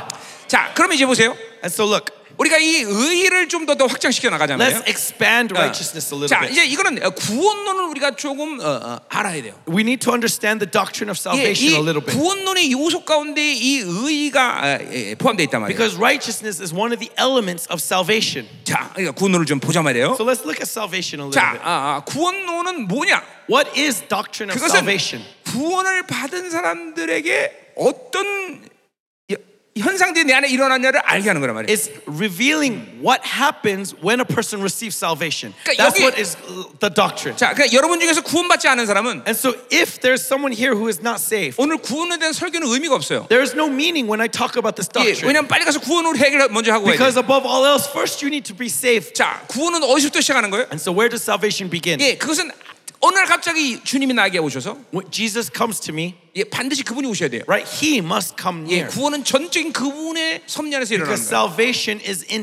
[SPEAKER 1] 자, 그럼 이제 보세요.
[SPEAKER 2] And so, look,
[SPEAKER 1] 우리가 이 의를 좀 더 더 확장시켜
[SPEAKER 2] let's
[SPEAKER 1] 나가잖아요.
[SPEAKER 2] expand
[SPEAKER 1] 어.
[SPEAKER 2] righteousness a little
[SPEAKER 1] 자,
[SPEAKER 2] bit.
[SPEAKER 1] 이제 이거는 어, 구원론을 우리가 조금 어, 어, 알아야 돼요.
[SPEAKER 2] We need to understand the doctrine
[SPEAKER 1] 예,
[SPEAKER 2] of
[SPEAKER 1] 이
[SPEAKER 2] salvation a little bit
[SPEAKER 1] 구원론의 요소 가운데 이 의가 아, 예, 포함되어 있단 말이에요.
[SPEAKER 2] because righteousness is one of the elements of salvation.
[SPEAKER 1] 자, 그러니까 구원론을 좀 보자 말이에요.
[SPEAKER 2] So, let's look at salvation a little
[SPEAKER 1] 자,
[SPEAKER 2] bit.
[SPEAKER 1] 아, 아, 구원론은 뭐냐?
[SPEAKER 2] What is doctrine of
[SPEAKER 1] 그것은
[SPEAKER 2] salvation?
[SPEAKER 1] 구원을 받은 사람들에게 어떤 여- 현상들이 내 안에 일어났냐를 알게 하는 거란 말이에요.
[SPEAKER 2] It's revealing what happens when a person receives salvation.
[SPEAKER 1] 그러니까
[SPEAKER 2] That's
[SPEAKER 1] 여기-
[SPEAKER 2] what is uh, the doctrine.
[SPEAKER 1] 자, 그러니까 여러분 중에서 구원받지 않은 사람은
[SPEAKER 2] And so, if there's someone here who is not saved,
[SPEAKER 1] 오늘 구원에 대한 설교는 의미가 없어요.
[SPEAKER 2] there is no meaning when I talk about this
[SPEAKER 1] 예,
[SPEAKER 2] doctrine.
[SPEAKER 1] 왜냐면 빨리 가서 구원을 해결 먼저 하고 와야 돼.
[SPEAKER 2] because above all else, first you need to be saved.
[SPEAKER 1] 자, 구원은 어디서부터 시작하는 거예요?
[SPEAKER 2] And so, where does salvation begin?
[SPEAKER 1] 예, 그것은 어느 날 갑자기 주님이 나에게 오셔서
[SPEAKER 2] When Jesus comes to me,
[SPEAKER 1] 예, 반드시 그분이 오셔야 돼요.
[SPEAKER 2] right? He must come
[SPEAKER 1] 예,
[SPEAKER 2] near.
[SPEAKER 1] 구원은 전적인 그분의 섭리안에서
[SPEAKER 2] Because
[SPEAKER 1] 일어나는 거예요.
[SPEAKER 2] salvation is in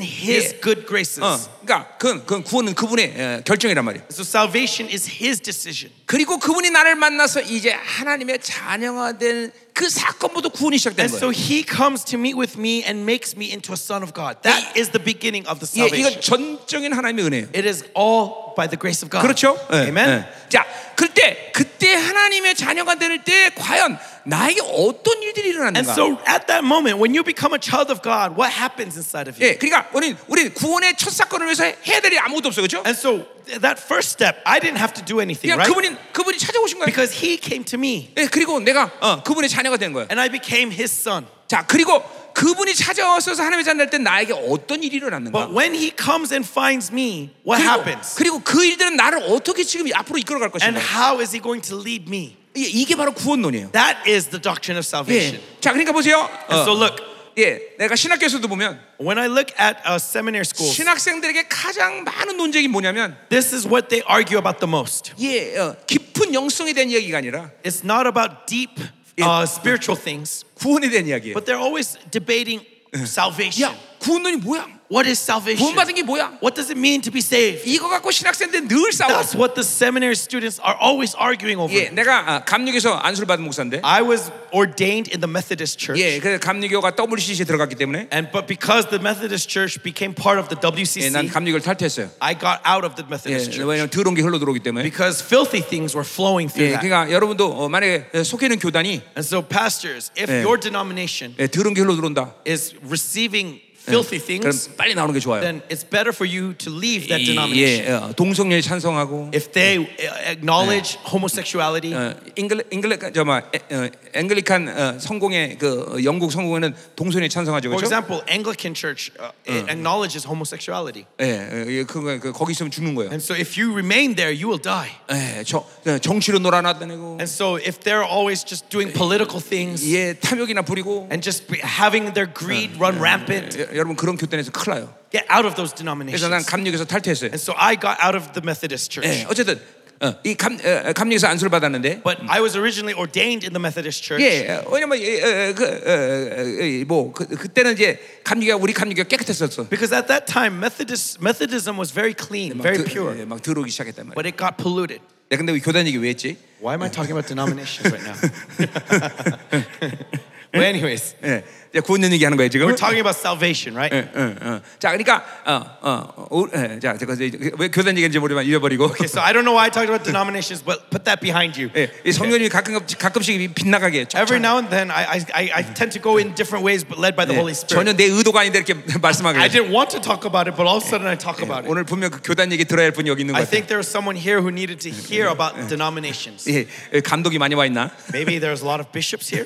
[SPEAKER 1] Yeah.
[SPEAKER 2] His
[SPEAKER 1] Uh.
[SPEAKER 2] good graces.
[SPEAKER 1] 어, 그러니까 그건, 그건 구원은 그분의 어, 결정이란 말이에요.
[SPEAKER 2] So, salvation is His decision.
[SPEAKER 1] 그리고 그분이 나를 만나서 이제 하나님의 자녀가 된 그 사건부터 구원이 시작된
[SPEAKER 2] And
[SPEAKER 1] 거예요.
[SPEAKER 2] so, He comes to meet with me and makes me into a son of God. That is the beginning of the
[SPEAKER 1] 예, 이건
[SPEAKER 2] salvation.
[SPEAKER 1] 전적인 하나님의 은혜예요.
[SPEAKER 2] It is all by the grace of God.
[SPEAKER 1] 그렇죠? 예,
[SPEAKER 2] Amen.
[SPEAKER 1] 예. 자, 그때 그때 하나님의 자녀가 될 때 과연 나에게 어떤 일들이
[SPEAKER 2] And
[SPEAKER 1] 일어났는가?
[SPEAKER 2] so at that moment, when you become a child of God, what happens inside of you?
[SPEAKER 1] 예, 그러니까 우리 우리 구원의 첫 사건을 위해서 해야 될 일이 아무것도 없어요, 그렇죠?
[SPEAKER 2] And so th- that first step, I didn't have to do anything,
[SPEAKER 1] 그냥
[SPEAKER 2] right?
[SPEAKER 1] 그분이 그분이 찾아오신 거예요.
[SPEAKER 2] Because he came to me
[SPEAKER 1] 예, 그리고 내가 어, 그분의 자녀가 된 거예요.
[SPEAKER 2] and I became his son.
[SPEAKER 1] 자, 그리고 그분이 찾아와서 하나님의 자녀 될 때 나에게 어떤 일이 일어났는가?
[SPEAKER 2] But when he comes and finds me, what
[SPEAKER 1] 그리고,
[SPEAKER 2] happens?
[SPEAKER 1] 그리고 그 일들은 나를 어떻게 지금 앞으로 이끌어갈
[SPEAKER 2] And
[SPEAKER 1] 것인가?
[SPEAKER 2] how is he going to lead me?
[SPEAKER 1] 예, 이게 바로 구원론이에요.
[SPEAKER 2] That is the doctrine of salvation. Uh.
[SPEAKER 1] 예. 자, 그러니까 보세요.
[SPEAKER 2] And so
[SPEAKER 1] 어,
[SPEAKER 2] look,
[SPEAKER 1] 예, 내가 신학교에서도 보면
[SPEAKER 2] when I look at uh, seminary schools,
[SPEAKER 1] 신학생들에게 가장 많은 논쟁이 뭐냐면,
[SPEAKER 2] this is what they argue about the most.
[SPEAKER 1] 예, 어, 깊은 영성에 대한 이야기가 아니라
[SPEAKER 2] It's not about deep uh, spiritual things,
[SPEAKER 1] 구원에 대한 이야기예요.
[SPEAKER 2] but they're always debating salvation.
[SPEAKER 1] 야, 구원론이 뭐야?
[SPEAKER 2] What is salvation?
[SPEAKER 1] 구원받은 게 뭐야?
[SPEAKER 2] What does it mean to be saved?
[SPEAKER 1] 이거 갖고 신학생들 늘 싸워.
[SPEAKER 2] That's what the seminary students are always arguing over.
[SPEAKER 1] 예, 내가 아, 감리교에서 안수를 받은 목사인데.
[SPEAKER 2] I was ordained in the Methodist church.
[SPEAKER 1] 예, 그 감리교가 WCC에 들어갔기 때문에
[SPEAKER 2] And but because the Methodist church became part of the
[SPEAKER 1] 예, 난
[SPEAKER 2] WCC,
[SPEAKER 1] 감리교를 탈퇴했어요.
[SPEAKER 2] I got out of the
[SPEAKER 1] 예,
[SPEAKER 2] Methodist church
[SPEAKER 1] 왜냐면 더러운 게 흘러 들어오기 때문에.
[SPEAKER 2] because filthy things were flowing through
[SPEAKER 1] 예,
[SPEAKER 2] that.
[SPEAKER 1] 그러니까 여러분도 어, 만약에 예, 속해 있는 교단이
[SPEAKER 2] And so, pastors, if
[SPEAKER 1] Yeah.
[SPEAKER 2] your denomination
[SPEAKER 1] 예, 더러운 게 흘러 들어온다.
[SPEAKER 2] is receiving filthy
[SPEAKER 1] 그럼
[SPEAKER 2] things,
[SPEAKER 1] 빨리 나오는 게 좋아요.
[SPEAKER 2] then it's better for you to leave 음. 네, that
[SPEAKER 1] 이-
[SPEAKER 2] denomination.
[SPEAKER 1] 예, 어, 동성애 찬성하고
[SPEAKER 2] If they uh, acknowledge homosexuality,
[SPEAKER 1] 어, 잉글 잉글 저마 어, 앵글리칸 어, 성공의 그 어, 영국 성공에는 동성애 찬성하죠.
[SPEAKER 2] for
[SPEAKER 1] 그렇죠?
[SPEAKER 2] example, Anglican church uh, it acknowledges homosexuality.
[SPEAKER 1] 예, 예, 그거 그, 거기 있으면 죽는 거예요.
[SPEAKER 2] And so, if you remain there, you will die.
[SPEAKER 1] 예, 저 예, 정치로 놀아놨다니고
[SPEAKER 2] And so, if they're always just doing political things
[SPEAKER 1] 예, 탐욕이나 부리고
[SPEAKER 2] and just be- having their greed run rampant,
[SPEAKER 1] 예, 여러분 그런 교단에서 큰일 나요.
[SPEAKER 2] get out of those
[SPEAKER 1] 그래서 난
[SPEAKER 2] denominations.
[SPEAKER 1] 감리교에서 탈퇴했어요.
[SPEAKER 2] And so, I got out of the Methodist
[SPEAKER 1] 예,
[SPEAKER 2] church.
[SPEAKER 1] 어쨌든 어, 이감 감리교에서 안수를 받았는데
[SPEAKER 2] But I was originally ordained in the Methodist church.
[SPEAKER 1] 예, 어, 왜냐면 예, 어, 그, 어, 어, 어, 뭐 그, 그때는 이제 감리교가 우리 감리교가 깨끗했었어.
[SPEAKER 2] Because at that time, Methodist, Methodism was very clean, very
[SPEAKER 1] 막 드-
[SPEAKER 2] pure, 네,
[SPEAKER 1] 예, 막 들어오기 시작했단 말이야.
[SPEAKER 2] but it got polluted.
[SPEAKER 1] 야, 근데 우리 교단 얘기 왜 했지?
[SPEAKER 2] Why am I talking about denominations right now? but, anyways,
[SPEAKER 1] 예, 이제 구원 얘기하는 거예요 지금.
[SPEAKER 2] we're talking about salvation, right?
[SPEAKER 1] 예, 예, 예. 자, 그러니까 어, 어, 어, 예, 자, 제가 이제 왜 교단 얘기인지 모르지만 잃어버리고.
[SPEAKER 2] Okay, so I don't know why I talked about denominations, but put that behind you.
[SPEAKER 1] 예, 이 성령이 가끔 가끔씩 빗나가게. 해요.
[SPEAKER 2] Every now and then, I, I, I, I tend to go in different ways, but led by the
[SPEAKER 1] 예,
[SPEAKER 2] Holy
[SPEAKER 1] 전혀
[SPEAKER 2] Spirit.
[SPEAKER 1] 내 의도가 아닌데 이렇게 말씀하게. 해요.
[SPEAKER 2] I didn't want to talk about it, but all of a sudden I talk about it.
[SPEAKER 1] 오늘 분명 그 교단 얘기 들어야 할 분이 여기 있는 것
[SPEAKER 2] I
[SPEAKER 1] 같아요.
[SPEAKER 2] think there was someone here who needed to hear about denominations.
[SPEAKER 1] 예, 예, 감독이 많이 와 있나?
[SPEAKER 2] Maybe there's a lot of bishops here.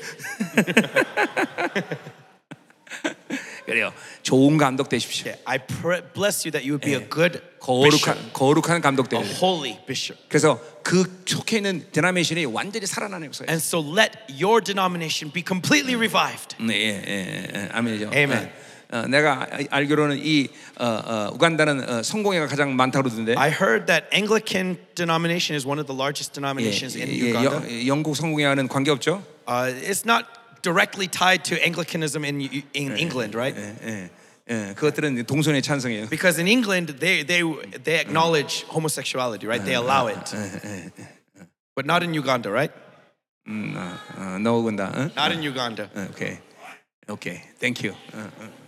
[SPEAKER 1] 그래요. 좋은 감독 되십시오.
[SPEAKER 2] Okay, I pray, bless you that you would be a good bishop,
[SPEAKER 1] 거룩한 거룩한 감독
[SPEAKER 2] a
[SPEAKER 1] 되세요.
[SPEAKER 2] holy bishop.
[SPEAKER 1] 그래서 그 속해 있는 데나메이션이 완전히 살아나는 거예요.
[SPEAKER 2] And so let your denomination be completely revived.
[SPEAKER 1] 네, 예, 예, 예, 아멘이죠.
[SPEAKER 2] 아멘.
[SPEAKER 1] 예. 어, 내가 알- 알기로는 이 어, 어, 우간다는 어, 성공회가 가장 많다고 그러던데.
[SPEAKER 2] I heard that Anglican denomination is one of the largest
[SPEAKER 1] 예,
[SPEAKER 2] denominations in
[SPEAKER 1] 예,
[SPEAKER 2] Uganda.
[SPEAKER 1] 영- 영국 성공회와는 관계 없죠?
[SPEAKER 2] Uh, it's not directly tied to Anglicanism in U- in England, right?
[SPEAKER 1] 예, 예, 예, 그것들은 동선의 찬성이에요.
[SPEAKER 2] Because in England they they they acknowledge homosexuality, right? They allow it. But not in Uganda, right?
[SPEAKER 1] 어, 너 우간다. 응?
[SPEAKER 2] Not in Uganda.
[SPEAKER 1] 어, 오케이, 오케이, 땡큐. 어, 어, 어.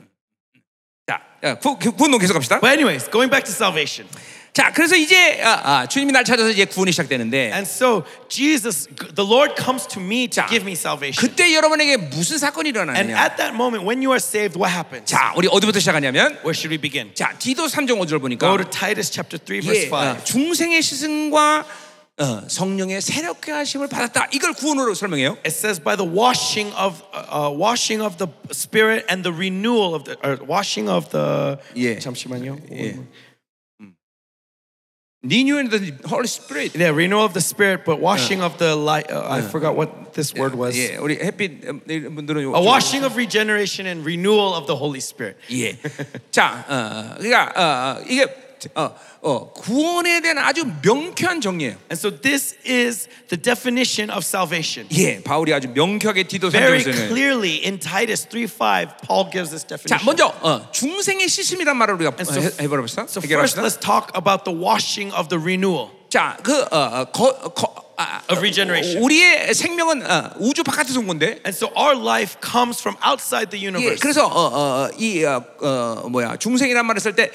[SPEAKER 1] 자, 야, 구- 구- 구원 계속 갑시다.
[SPEAKER 2] But anyways, going back to salvation.
[SPEAKER 1] 자, 그래서 이제 아, 아, 주님이 날 찾아서 이제 구원이 시작되는데
[SPEAKER 2] And so Jesus the Lord comes to me to give me salvation.
[SPEAKER 1] 그때 여러분에게 무슨 사건이
[SPEAKER 2] And
[SPEAKER 1] 일어나느냐?
[SPEAKER 2] at that moment when you are saved, what happens?
[SPEAKER 1] 자, 우리 어디부터 시작하냐면
[SPEAKER 2] Where should we begin?
[SPEAKER 1] 자, 디도 3장 5절 보니까
[SPEAKER 2] Go to Titus chapter 3 verse
[SPEAKER 1] 예,
[SPEAKER 2] 5.
[SPEAKER 1] 어, 중생의 시승과 어, 성령의 새롭게 하심을 받았다. 이걸 구원으로 설명해요.
[SPEAKER 2] It says by the washing of uh, uh, washing of the spirit and the renewal of the or washing of the
[SPEAKER 1] Yeah.
[SPEAKER 2] 잠시만요.
[SPEAKER 1] Yeah. Renew and the Holy Spirit.
[SPEAKER 2] Yeah, renewal of the spirit, but washing of the light. Uh, I forgot what this word was.
[SPEAKER 1] 예, 우리 햇빛 음, 분들은 요-
[SPEAKER 2] A washing of regeneration and renewal of the Holy Spirit.
[SPEAKER 1] 예. 자, 어, 그러니까 어, 어, 이게 어, 어, 구원에 대한 아주 명쾌한 정리예요.
[SPEAKER 2] And so this is the definition of salvation.
[SPEAKER 1] 예, 바울이 아주 명쾌하게 디도
[SPEAKER 2] Very
[SPEAKER 1] 3장에서는
[SPEAKER 2] clearly in Titus 3:5, Paul gives this
[SPEAKER 1] 자,
[SPEAKER 2] definition.
[SPEAKER 1] 먼저 어, 중생의 시심이란 말을 우리가 어,
[SPEAKER 2] And so-
[SPEAKER 1] 해, 해버립시다.
[SPEAKER 2] So first,
[SPEAKER 1] 해결합시다.
[SPEAKER 2] let's talk about the washing of the renewal.
[SPEAKER 1] 자, 그 어, 어, 거, 거, 아,
[SPEAKER 2] Of regeneration.
[SPEAKER 1] 우리의 생명은 어, 우주 바깥에서 온 건데.
[SPEAKER 2] And so our life comes from outside the
[SPEAKER 1] 예,
[SPEAKER 2] universe.
[SPEAKER 1] 그래서 어어이 어, 어, 뭐야 중생이란 말을 쓸 때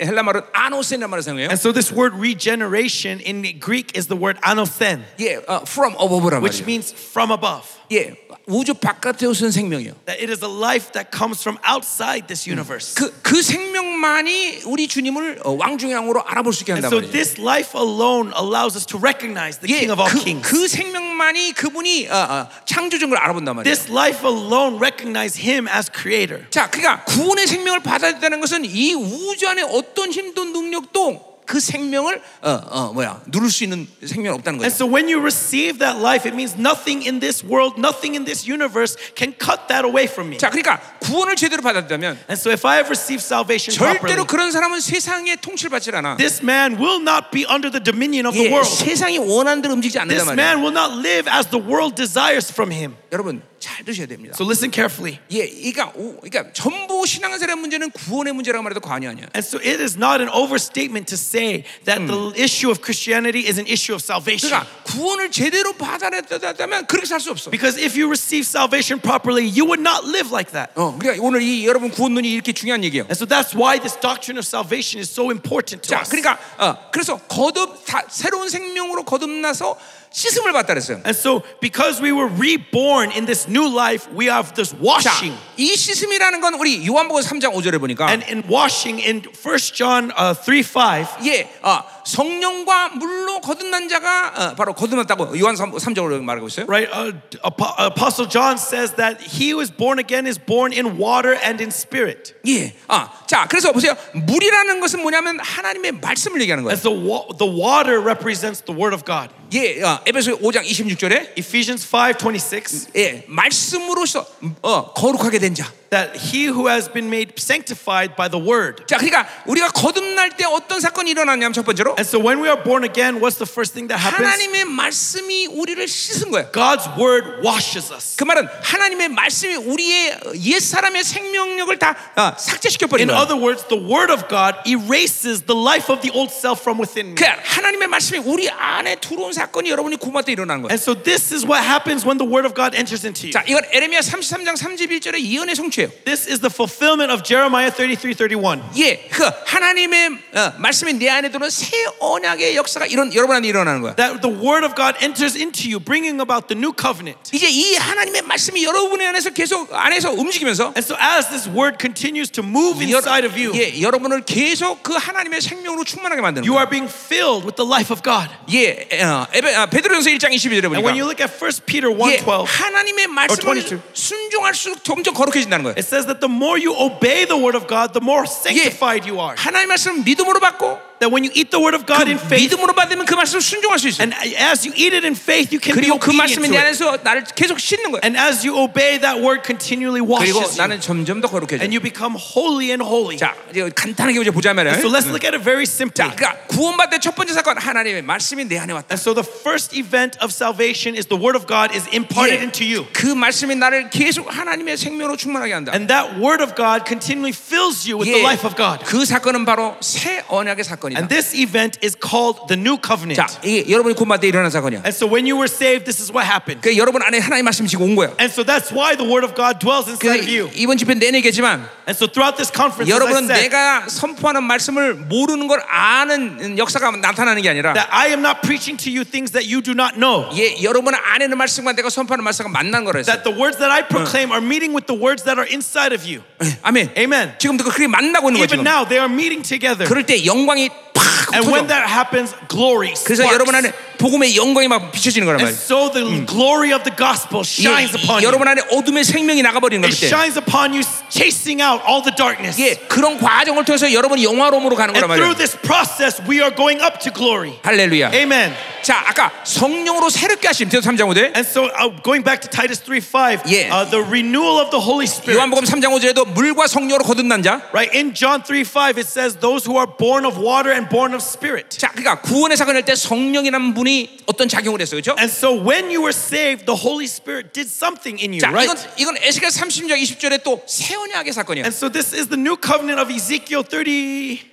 [SPEAKER 1] 헬라 말은 아노센이란 말을 사용해요.
[SPEAKER 2] And so this word regeneration in Greek is the word anothen,
[SPEAKER 1] 예, 어, from above란
[SPEAKER 2] which
[SPEAKER 1] 말이에요.
[SPEAKER 2] means from above.
[SPEAKER 1] 예, 우주 바깥에 오신 생명이요.
[SPEAKER 2] That it is a life that comes from outside this universe.
[SPEAKER 1] 그 그 생명만이 우리 주님을 어, 왕중의 왕으로 알아볼 수 있게
[SPEAKER 2] And
[SPEAKER 1] 한단
[SPEAKER 2] so
[SPEAKER 1] 말이에요.
[SPEAKER 2] this life alone allows us to recognize the
[SPEAKER 1] 예,
[SPEAKER 2] King of all
[SPEAKER 1] 그,
[SPEAKER 2] kings.
[SPEAKER 1] 그 생명만이 그분이 어, 어, 창조주인 걸 알아본단 말이에요.
[SPEAKER 2] This life alone recognizes him as creator.
[SPEAKER 1] 자, 그러니까 구원의 생명을 받아야 된다는 것은 이 우주 안에 어떤 힘도 능력도 그 생명을 어, 어, 뭐야 누릴 수 있는 생명은 없다는 거죠.
[SPEAKER 2] And so when you receive that life, it means nothing in this world, nothing in this universe can cut that away from me.
[SPEAKER 1] 자, 그러니까 구원을 제대로 받았다면
[SPEAKER 2] And so if I have received salvation
[SPEAKER 1] 절대로
[SPEAKER 2] properly,
[SPEAKER 1] 그런 사람은 세상의 통치를 받질 않아.
[SPEAKER 2] this man will not be under the dominion of the
[SPEAKER 1] 예,
[SPEAKER 2] world.
[SPEAKER 1] 세상이 원하는 대로 움직이지 않는단
[SPEAKER 2] This
[SPEAKER 1] 말이야.
[SPEAKER 2] man will not live as the world desires from him.
[SPEAKER 1] 여러분, 잘 드셔야 됩니다.
[SPEAKER 2] So listen carefully.
[SPEAKER 1] 예, 그러니까, 오, 그러니까 전부 신앙의 사람 문제는 구원의 문제라고 말해도 과언이 아니야.
[SPEAKER 2] And so it is not an overstatement to say that
[SPEAKER 1] Hmm.
[SPEAKER 2] the issue of Christianity is an issue of salvation.
[SPEAKER 1] 그러니까 구원을 제대로 받아냈다면 그렇게 살 수 없어.
[SPEAKER 2] Because if you receive salvation properly, you would not live like that.
[SPEAKER 1] 어, 그러니까 오늘 이 여러분 구원 눈이 이렇게 중요한 얘기예요.
[SPEAKER 2] And so that's why this doctrine of salvation is so important to
[SPEAKER 1] 자,
[SPEAKER 2] us.
[SPEAKER 1] 그러니까 어, 그래서 거듭 다, 새로운 생명으로 거듭나서 씻음을 받다 그랬어요.
[SPEAKER 2] And so because we were reborn in this new life, we have this
[SPEAKER 1] 자,
[SPEAKER 2] washing.
[SPEAKER 1] 이 씻음이라는 건 우리 요한복음 3장 5절에 보니까
[SPEAKER 2] And in washing in 1 John uh, 3 5,
[SPEAKER 1] 예, 어, 성령과 물로 거듭난 자가 어, 바로 거듭났다고 요한 3, 3장으로 말하고 있어요.
[SPEAKER 2] right, uh, Apo- Apostle John says that he who is born again is born in water and in spirit.
[SPEAKER 1] 예. 아, 자, 그래서 보세요. 물이라는 것은 뭐냐면 하나님의 말씀을 얘기하는 거예요.
[SPEAKER 2] As the, wa- the water represents the word of God.
[SPEAKER 1] 예, 어, 에베소 5장 26절에
[SPEAKER 2] Ephesians 5 26,
[SPEAKER 1] 예, 말씀으로서 어, 거룩하게 된 자.
[SPEAKER 2] that he who has been made sanctified by the word.
[SPEAKER 1] 자, 그러니까 우리가 거듭날 때 어떤 사건이 일어나냐면 첫 번째로
[SPEAKER 2] And so when we are born again, what's the first thing that happens?
[SPEAKER 1] 하나님의 말씀이 우리를 씻은 거예요.
[SPEAKER 2] God's word washes us.
[SPEAKER 1] 그 말은 하나님의 말씀이 우리의 옛 사람의 생명력을 다 어, 삭제시켜 버린
[SPEAKER 2] In
[SPEAKER 1] 거예요.
[SPEAKER 2] other words, the word of God erases the life of the old self from within me.
[SPEAKER 1] 그냥 하나님의 말씀이 우리 안에 들어온 사건이 여러분이 구마 때 일어나는 거예요.
[SPEAKER 2] And so this is what happens when the word of God enters into you.
[SPEAKER 1] 자, 이건 에레미야 33장 31절의 예언의 성취예요.
[SPEAKER 2] This is the fulfillment of Jeremiah 33 31.
[SPEAKER 1] 예, 그 하나님의 어, 말씀이 내 안에 들어온 새 언약의 역사가 이런 여러분 안에 일어나는 거야.
[SPEAKER 2] That the word of God enters into you, bringing about the new covenant.
[SPEAKER 1] 이제 이 하나님의 말씀이 여러분의 안에서 계속 안에서 움직이면서
[SPEAKER 2] And so as this word continues to move
[SPEAKER 1] 여-
[SPEAKER 2] inside of you,
[SPEAKER 1] 예, 여러분을 계속 그 하나님의 생명으로 충만하게 만드는 거예요.
[SPEAKER 2] you are being filled with the life of God.
[SPEAKER 1] 예, 에, 어, 에베- 아, 베드로전서 1장 22절에
[SPEAKER 2] And when you
[SPEAKER 1] 보니까
[SPEAKER 2] look at 1 Peter
[SPEAKER 1] 예,
[SPEAKER 2] 1 12,
[SPEAKER 1] 하나님의 말씀을
[SPEAKER 2] 22.
[SPEAKER 1] 순종할수록 점점 거룩해진다는 거예요.
[SPEAKER 2] it says that the more you obey the word of God, the more
[SPEAKER 1] 예,
[SPEAKER 2] sanctified you are.
[SPEAKER 1] 하나님의 말씀 믿음으로 받고
[SPEAKER 2] That when you eat the word of God in faith,
[SPEAKER 1] 그 믿음으로 받으면 그 말씀 순종할 수 있어요.
[SPEAKER 2] and as you eat it in faith, you can be
[SPEAKER 1] 그리고 그
[SPEAKER 2] obedient
[SPEAKER 1] 말씀이
[SPEAKER 2] to
[SPEAKER 1] 내
[SPEAKER 2] it.
[SPEAKER 1] 안에서 나를 계속 씻는 거예요.
[SPEAKER 2] And as you obey, that word continually
[SPEAKER 1] 그리고
[SPEAKER 2] washes you,
[SPEAKER 1] 나는 점점 더 거룩해져.
[SPEAKER 2] and you become holy and holy.
[SPEAKER 1] 자, 이제 간단하게 이제 보자 말이에요.
[SPEAKER 2] So let's look at it very simply.
[SPEAKER 1] 자, 그러니까 구원받을 때 첫 번째 사건 하나님의 말씀이 내 안에 왔다.
[SPEAKER 2] And so the first event of salvation is the word of God is
[SPEAKER 1] 예.
[SPEAKER 2] imparted into you.
[SPEAKER 1] 그 말씀이 나를 계속 하나님의 생명으로 충만하게 한다.
[SPEAKER 2] And that word of God continually fills you with
[SPEAKER 1] 예,
[SPEAKER 2] the life of God.
[SPEAKER 1] 그 사건은 바로 새 언약의 사건이다.
[SPEAKER 2] And this event is called the new covenant.
[SPEAKER 1] 자, 이게 여러분이 구원받을 때 일어난 사건이야.
[SPEAKER 2] And so when you were saved, this is what happened.
[SPEAKER 1] 그 여러분 안에 하나님의 말씀이 지금 온 거야.
[SPEAKER 2] And so that's why the word of God dwells
[SPEAKER 1] 그
[SPEAKER 2] inside of you.
[SPEAKER 1] 이번 집회 내내 얘기했지만
[SPEAKER 2] And so throughout this conference, as I
[SPEAKER 1] 여러분은
[SPEAKER 2] said,
[SPEAKER 1] 내가 선포하는 말씀을 모르는 걸 아는 역사가 나타나는 게 아니라
[SPEAKER 2] that I am not preaching to you things that you do not know.
[SPEAKER 1] 예, 여러분 안에 있는 말씀과 내가 선포하는 말씀과 만난 거라 했어요.
[SPEAKER 2] That the words that I proclaim are meeting with the words that are inside of you.
[SPEAKER 1] 아멘.
[SPEAKER 2] Amen.
[SPEAKER 1] 지금도 그렇게 만나고 있는 거죠.
[SPEAKER 2] Even now, they are meeting together.
[SPEAKER 1] 그럴 때 영광이 팍
[SPEAKER 2] And when
[SPEAKER 1] 터져.
[SPEAKER 2] that happens, glory
[SPEAKER 1] 그래서 여러분 안에
[SPEAKER 2] sparks.
[SPEAKER 1] 복음의 영광이 막 비춰지는 거란
[SPEAKER 2] And
[SPEAKER 1] 말이에요.
[SPEAKER 2] so the glory of the
[SPEAKER 1] 예,
[SPEAKER 2] gospel shines upon
[SPEAKER 1] 이-
[SPEAKER 2] you.
[SPEAKER 1] 여러분 안에 어둠의 생명이 나가버리는
[SPEAKER 2] It
[SPEAKER 1] 거기 때.
[SPEAKER 2] shines upon you, chasing out all the darkness.
[SPEAKER 1] 예, 그런 과정을 통해서 여러분이 영화로움으로 가는
[SPEAKER 2] And
[SPEAKER 1] 거란 말이에요.
[SPEAKER 2] through this process, we are going up to glory.
[SPEAKER 1] 할렐루야.
[SPEAKER 2] Amen.
[SPEAKER 1] 자, 아까 성령으로 새롭게 하심. 디도 3장 5절.
[SPEAKER 2] And so, uh, going back to Titus 3 5,
[SPEAKER 1] Yeah.
[SPEAKER 2] uh, the renewal of the Holy Spirit.
[SPEAKER 1] 요한복음 3장 5절에도 물과 성령으로 거듭난 자.
[SPEAKER 2] Right? In John 3 5, it says, Those who are born of water and born of spirit.
[SPEAKER 1] 자, 그러니까 구원의 사건일 때 성령이라는 분이 어떤 작용을 했어요. 그렇죠?
[SPEAKER 2] And so, when you were saved, the Holy Spirit did something in you,
[SPEAKER 1] 자,
[SPEAKER 2] right?
[SPEAKER 1] 이건 이건 에스겔 30장 20절에 또새 언약의 사건이야.
[SPEAKER 2] And so, this is the new covenant of Ezekiel 30,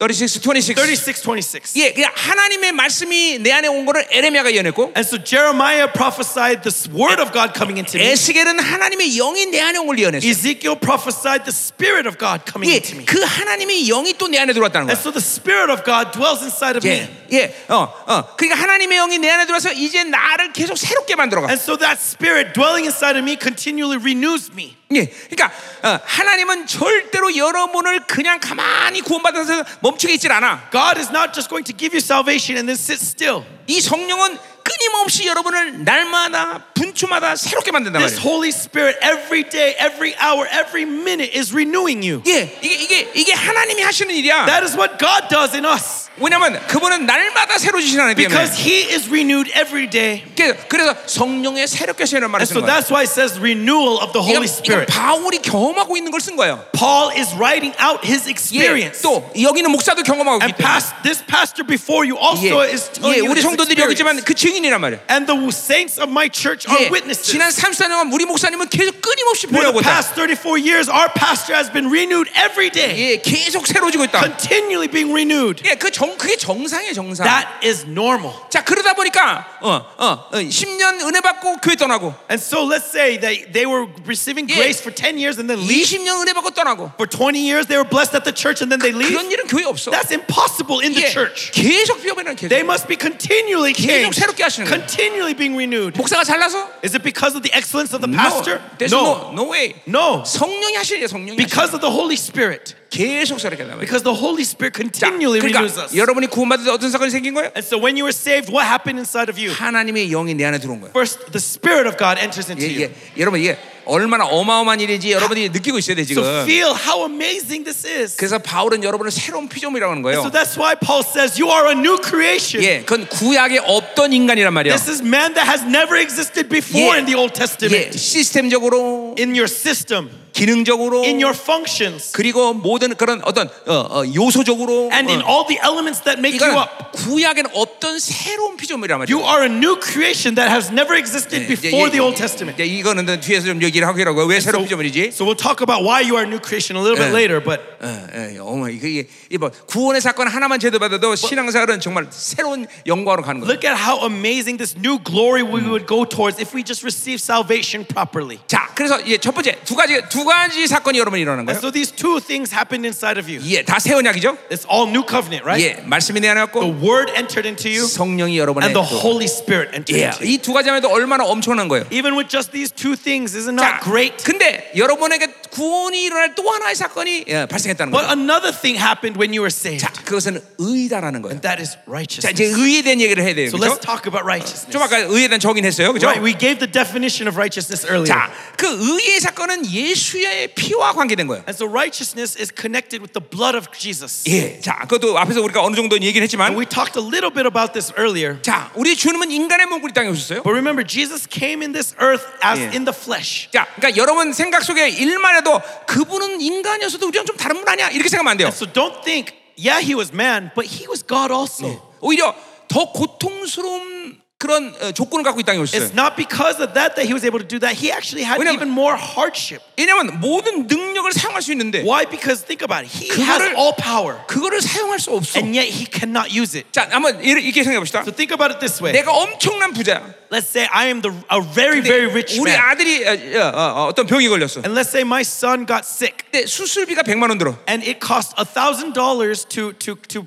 [SPEAKER 1] 36 26.
[SPEAKER 2] 36 26.
[SPEAKER 1] 예, 그냥 하나님의 말씀이 내 안에 온 거를 에레미야가 예언했고
[SPEAKER 2] And so Jeremiah prophesied this word of God coming into me.
[SPEAKER 1] 에스겔은 하나님의 영이 내 안에 온 걸 예언했어요.
[SPEAKER 2] Ezekiel prophesied the spirit of God coming
[SPEAKER 1] 예,
[SPEAKER 2] into me.
[SPEAKER 1] 그 하나님의 영이 또 내 안에 들어왔다는
[SPEAKER 2] And
[SPEAKER 1] 거야.
[SPEAKER 2] so the spirit of God dwells inside of me.
[SPEAKER 1] 예, 예, 어, 어. 그러니까 하나님의 영이 내 안에 들어와서 이제 나를 계속 새롭게 만들어가.
[SPEAKER 2] And so that spirit dwelling inside of me continually renews me.
[SPEAKER 1] 예, 그러니까 어, 하나님은 절대로 여러분을 그냥 가만히 구원받아서 멈추게 있질 않아.
[SPEAKER 2] God is not just going to give you salvation and then sit still.
[SPEAKER 1] 이 성령은 끊임없이 여러분을 날마다 분초마다 새롭게 만든단
[SPEAKER 2] This
[SPEAKER 1] 말이야.
[SPEAKER 2] Holy Spirit, every day, every hour, every minute, is renewing you.
[SPEAKER 1] 예, 이게 이게 이게 하나님이 하시는 일이야.
[SPEAKER 2] That is what God does in us.
[SPEAKER 1] 왜냐면 그분은 날마다 새로 주시는 하나님 때문에.
[SPEAKER 2] Because he is renewed every day.
[SPEAKER 1] 그래서- 그래서 성령의 새롭게 하시는 말을
[SPEAKER 2] And so
[SPEAKER 1] 쓰는 거예요.
[SPEAKER 2] that's why it says renewal of the
[SPEAKER 1] 이건,
[SPEAKER 2] Holy
[SPEAKER 1] 이건
[SPEAKER 2] Spirit.
[SPEAKER 1] 바울이 경험하고 있는 걸 쓴 거예요.
[SPEAKER 2] Paul is writing out his
[SPEAKER 1] 예,
[SPEAKER 2] experience.
[SPEAKER 1] 또 여기는 목사도 경험하고
[SPEAKER 2] And
[SPEAKER 1] 있기 때문에.
[SPEAKER 2] past, this pastor before you also is
[SPEAKER 1] 예, 예,
[SPEAKER 2] telling you
[SPEAKER 1] 우리
[SPEAKER 2] his
[SPEAKER 1] 성도들이 여기지만
[SPEAKER 2] experience.
[SPEAKER 1] 그 증인이란 말이에요.
[SPEAKER 2] And the saints of my church are
[SPEAKER 1] 예,
[SPEAKER 2] witnesses.
[SPEAKER 1] 지난 34년간 우리 목사님은 계속 끊임없이
[SPEAKER 2] For
[SPEAKER 1] 보려고 있다.
[SPEAKER 2] the past 34 years, our pastor has been renewed every
[SPEAKER 1] 예,
[SPEAKER 2] day,
[SPEAKER 1] 계속 새로지고 있다.
[SPEAKER 2] continually being renewed.
[SPEAKER 1] 예, 그 정, 그게 정상이에요, 정상.
[SPEAKER 2] That is normal.
[SPEAKER 1] 자, 그러다 보니까 어, 어, 어, 10년 은혜 받고 교회 떠나고
[SPEAKER 2] And so let's say that they were receiving
[SPEAKER 1] Yeah.
[SPEAKER 2] grace for 10 years and then leave.
[SPEAKER 1] 20년 은혜 받고 떠나고
[SPEAKER 2] For 20 years, they were blessed at the church and then they leave.
[SPEAKER 1] 그런 일은 교회 없어.
[SPEAKER 2] That's impossible in the
[SPEAKER 1] 예,
[SPEAKER 2] church.
[SPEAKER 1] 계속 비워버리는 계속.
[SPEAKER 2] They must be continually
[SPEAKER 1] 계속
[SPEAKER 2] changed,
[SPEAKER 1] 새롭게 하시는 거예요.
[SPEAKER 2] continually being renewed.
[SPEAKER 1] 목사가 잘나서?
[SPEAKER 2] Is it because of the excellence of the pastor?
[SPEAKER 1] there's no, no way.
[SPEAKER 2] No.
[SPEAKER 1] 성령이 하시는 일 성령이 하시는
[SPEAKER 2] Because of the Holy Spirit.
[SPEAKER 1] 일. 계속 새롭게 나와요.
[SPEAKER 2] Because the Holy Spirit
[SPEAKER 1] 자,
[SPEAKER 2] continually renews
[SPEAKER 1] 그러니까
[SPEAKER 2] us.
[SPEAKER 1] 여러분이 구원받을 때 어떤 사건이 생긴 거예요?
[SPEAKER 2] And so when you were saved, what happened inside of you?
[SPEAKER 1] 하나님의 영이 내 안에 들어온 거예요.
[SPEAKER 2] First, the Spirit of God enters
[SPEAKER 1] 예,
[SPEAKER 2] into you.
[SPEAKER 1] 예. 여러분 이게 얼마나 어마어마한 일인지 여러분이 느끼고 있어야 돼 지금.
[SPEAKER 2] So feel how amazing this is.
[SPEAKER 1] 그래서 바울은 여러분을 새로운 피조물이라고 하는
[SPEAKER 2] So
[SPEAKER 1] 거예요.
[SPEAKER 2] that's why Paul says you are a new creation.
[SPEAKER 1] 예, 그건 구약에 없던 인간이란 말이에요.
[SPEAKER 2] This is man that has never existed before
[SPEAKER 1] Yeah.
[SPEAKER 2] in the Old
[SPEAKER 1] 예,
[SPEAKER 2] Testament.
[SPEAKER 1] 시스템적으로,
[SPEAKER 2] In your system,
[SPEAKER 1] 기능적으로,
[SPEAKER 2] in your functions,
[SPEAKER 1] 그리고 모든 그런 어떤 어, 어, 요소적으로
[SPEAKER 2] and in
[SPEAKER 1] 어,
[SPEAKER 2] all the elements that make you
[SPEAKER 1] 이건
[SPEAKER 2] up.
[SPEAKER 1] 구약에는 없던 새로운 피조물이란
[SPEAKER 2] You
[SPEAKER 1] 말이에요.
[SPEAKER 2] are a new creation that has never existed before the Old Testament.
[SPEAKER 1] 예, 이제 이거는 뒤에서 좀 얘기를 하기라고 왜 새로운 피조물이지?
[SPEAKER 2] So we'll talk about why you are a new creation a little
[SPEAKER 1] Yeah.
[SPEAKER 2] bit later, but
[SPEAKER 1] 어, 예, 어머 이게 이뭐 구원의 사건 하나만 제도받아도 신앙생활은 정말 새로운 영광으로 가는 거예요.
[SPEAKER 2] look at how amazing this new glory we would go towards if we just receive salvation properly.
[SPEAKER 1] 자, 그래서 이제 첫 번째 두 가지 두 가지 사건이 여러분이 일어나는
[SPEAKER 2] And
[SPEAKER 1] 거예요.
[SPEAKER 2] so these two things happened inside of you.
[SPEAKER 1] 예, 다새 언약이죠.
[SPEAKER 2] It's all new covenant, right?
[SPEAKER 1] 예, 말씀이 내 안에
[SPEAKER 2] The
[SPEAKER 1] 왔고
[SPEAKER 2] word entered into you,
[SPEAKER 1] 성령이 여러분의
[SPEAKER 2] and the
[SPEAKER 1] 또-
[SPEAKER 2] Holy Spirit entered
[SPEAKER 1] 예,
[SPEAKER 2] into you.
[SPEAKER 1] 이두 가지만 해도 얼마나 엄청난 거예요.
[SPEAKER 2] Even with just these two things, isn't
[SPEAKER 1] 자,
[SPEAKER 2] that great?
[SPEAKER 1] 근데 여러분에게 구원이 일어날 또 하나의 사건이 예, 발생했다는 거예요.
[SPEAKER 2] But another thing happened when you were saved.
[SPEAKER 1] 자, 그것은 의다라는 거예요.
[SPEAKER 2] That is
[SPEAKER 1] 자, 이제
[SPEAKER 2] righteousness.
[SPEAKER 1] 의에 대한 얘기를 해야 돼요.
[SPEAKER 2] So
[SPEAKER 1] 그렇죠?
[SPEAKER 2] let's talk about righteousness.
[SPEAKER 1] 좀 아까 의에 대한 정의했어요. 그죠?
[SPEAKER 2] Right, we gave the definition of righteousness earlier.
[SPEAKER 1] 자, 그 의의 사건은 예수의 피와 관계된 거예요.
[SPEAKER 2] And so righteousness is connected with the blood of Jesus.
[SPEAKER 1] 예. 자, 그것도 앞에서 우리가 어느 정도 얘기를
[SPEAKER 2] And
[SPEAKER 1] 했지만
[SPEAKER 2] we talked a little bit about this earlier.
[SPEAKER 1] 자, 우리 주님은 인간의 몸으로 이 땅에 오셨어요.
[SPEAKER 2] But remember, Jesus came in this earth as
[SPEAKER 1] Yeah.
[SPEAKER 2] in the flesh.
[SPEAKER 1] 자, 그러니까 여러분 생각 속에 일만 해도 그분은 인간이었어도 우리랑 좀 다른 분 아니야? 이렇게 생각하면 안 돼요.
[SPEAKER 2] So don't think, yeah, he was man, but he was God also.
[SPEAKER 1] 오히려 더 고통스러운 그런 어, 조건을 갖고 이 땅에 오셨어요.
[SPEAKER 2] It's not because of that that he was able to do that. He actually had
[SPEAKER 1] 왜냐면-
[SPEAKER 2] even more hardship.
[SPEAKER 1] 왜냐하면 모든 능력을 사용할 수 있는데
[SPEAKER 2] Why? Because think about it. He
[SPEAKER 1] 그거를-
[SPEAKER 2] has all power,
[SPEAKER 1] 그거를 사용할 수 없어.
[SPEAKER 2] and yet he cannot use it.
[SPEAKER 1] 자, 한번 이렇- 이렇게 생각해 봅시다.
[SPEAKER 2] So 네. think about it this way.
[SPEAKER 1] 내가 엄청난 부자야.
[SPEAKER 2] Let's say I am the, a very, very rich
[SPEAKER 1] 우리
[SPEAKER 2] man.
[SPEAKER 1] 아들이 어, 어, 어, 떤 병이 걸렸어.
[SPEAKER 2] And let's say my son got sick,
[SPEAKER 1] 근데 수술비가 100만 원 들어.
[SPEAKER 2] and it cost $1,000 to, to, to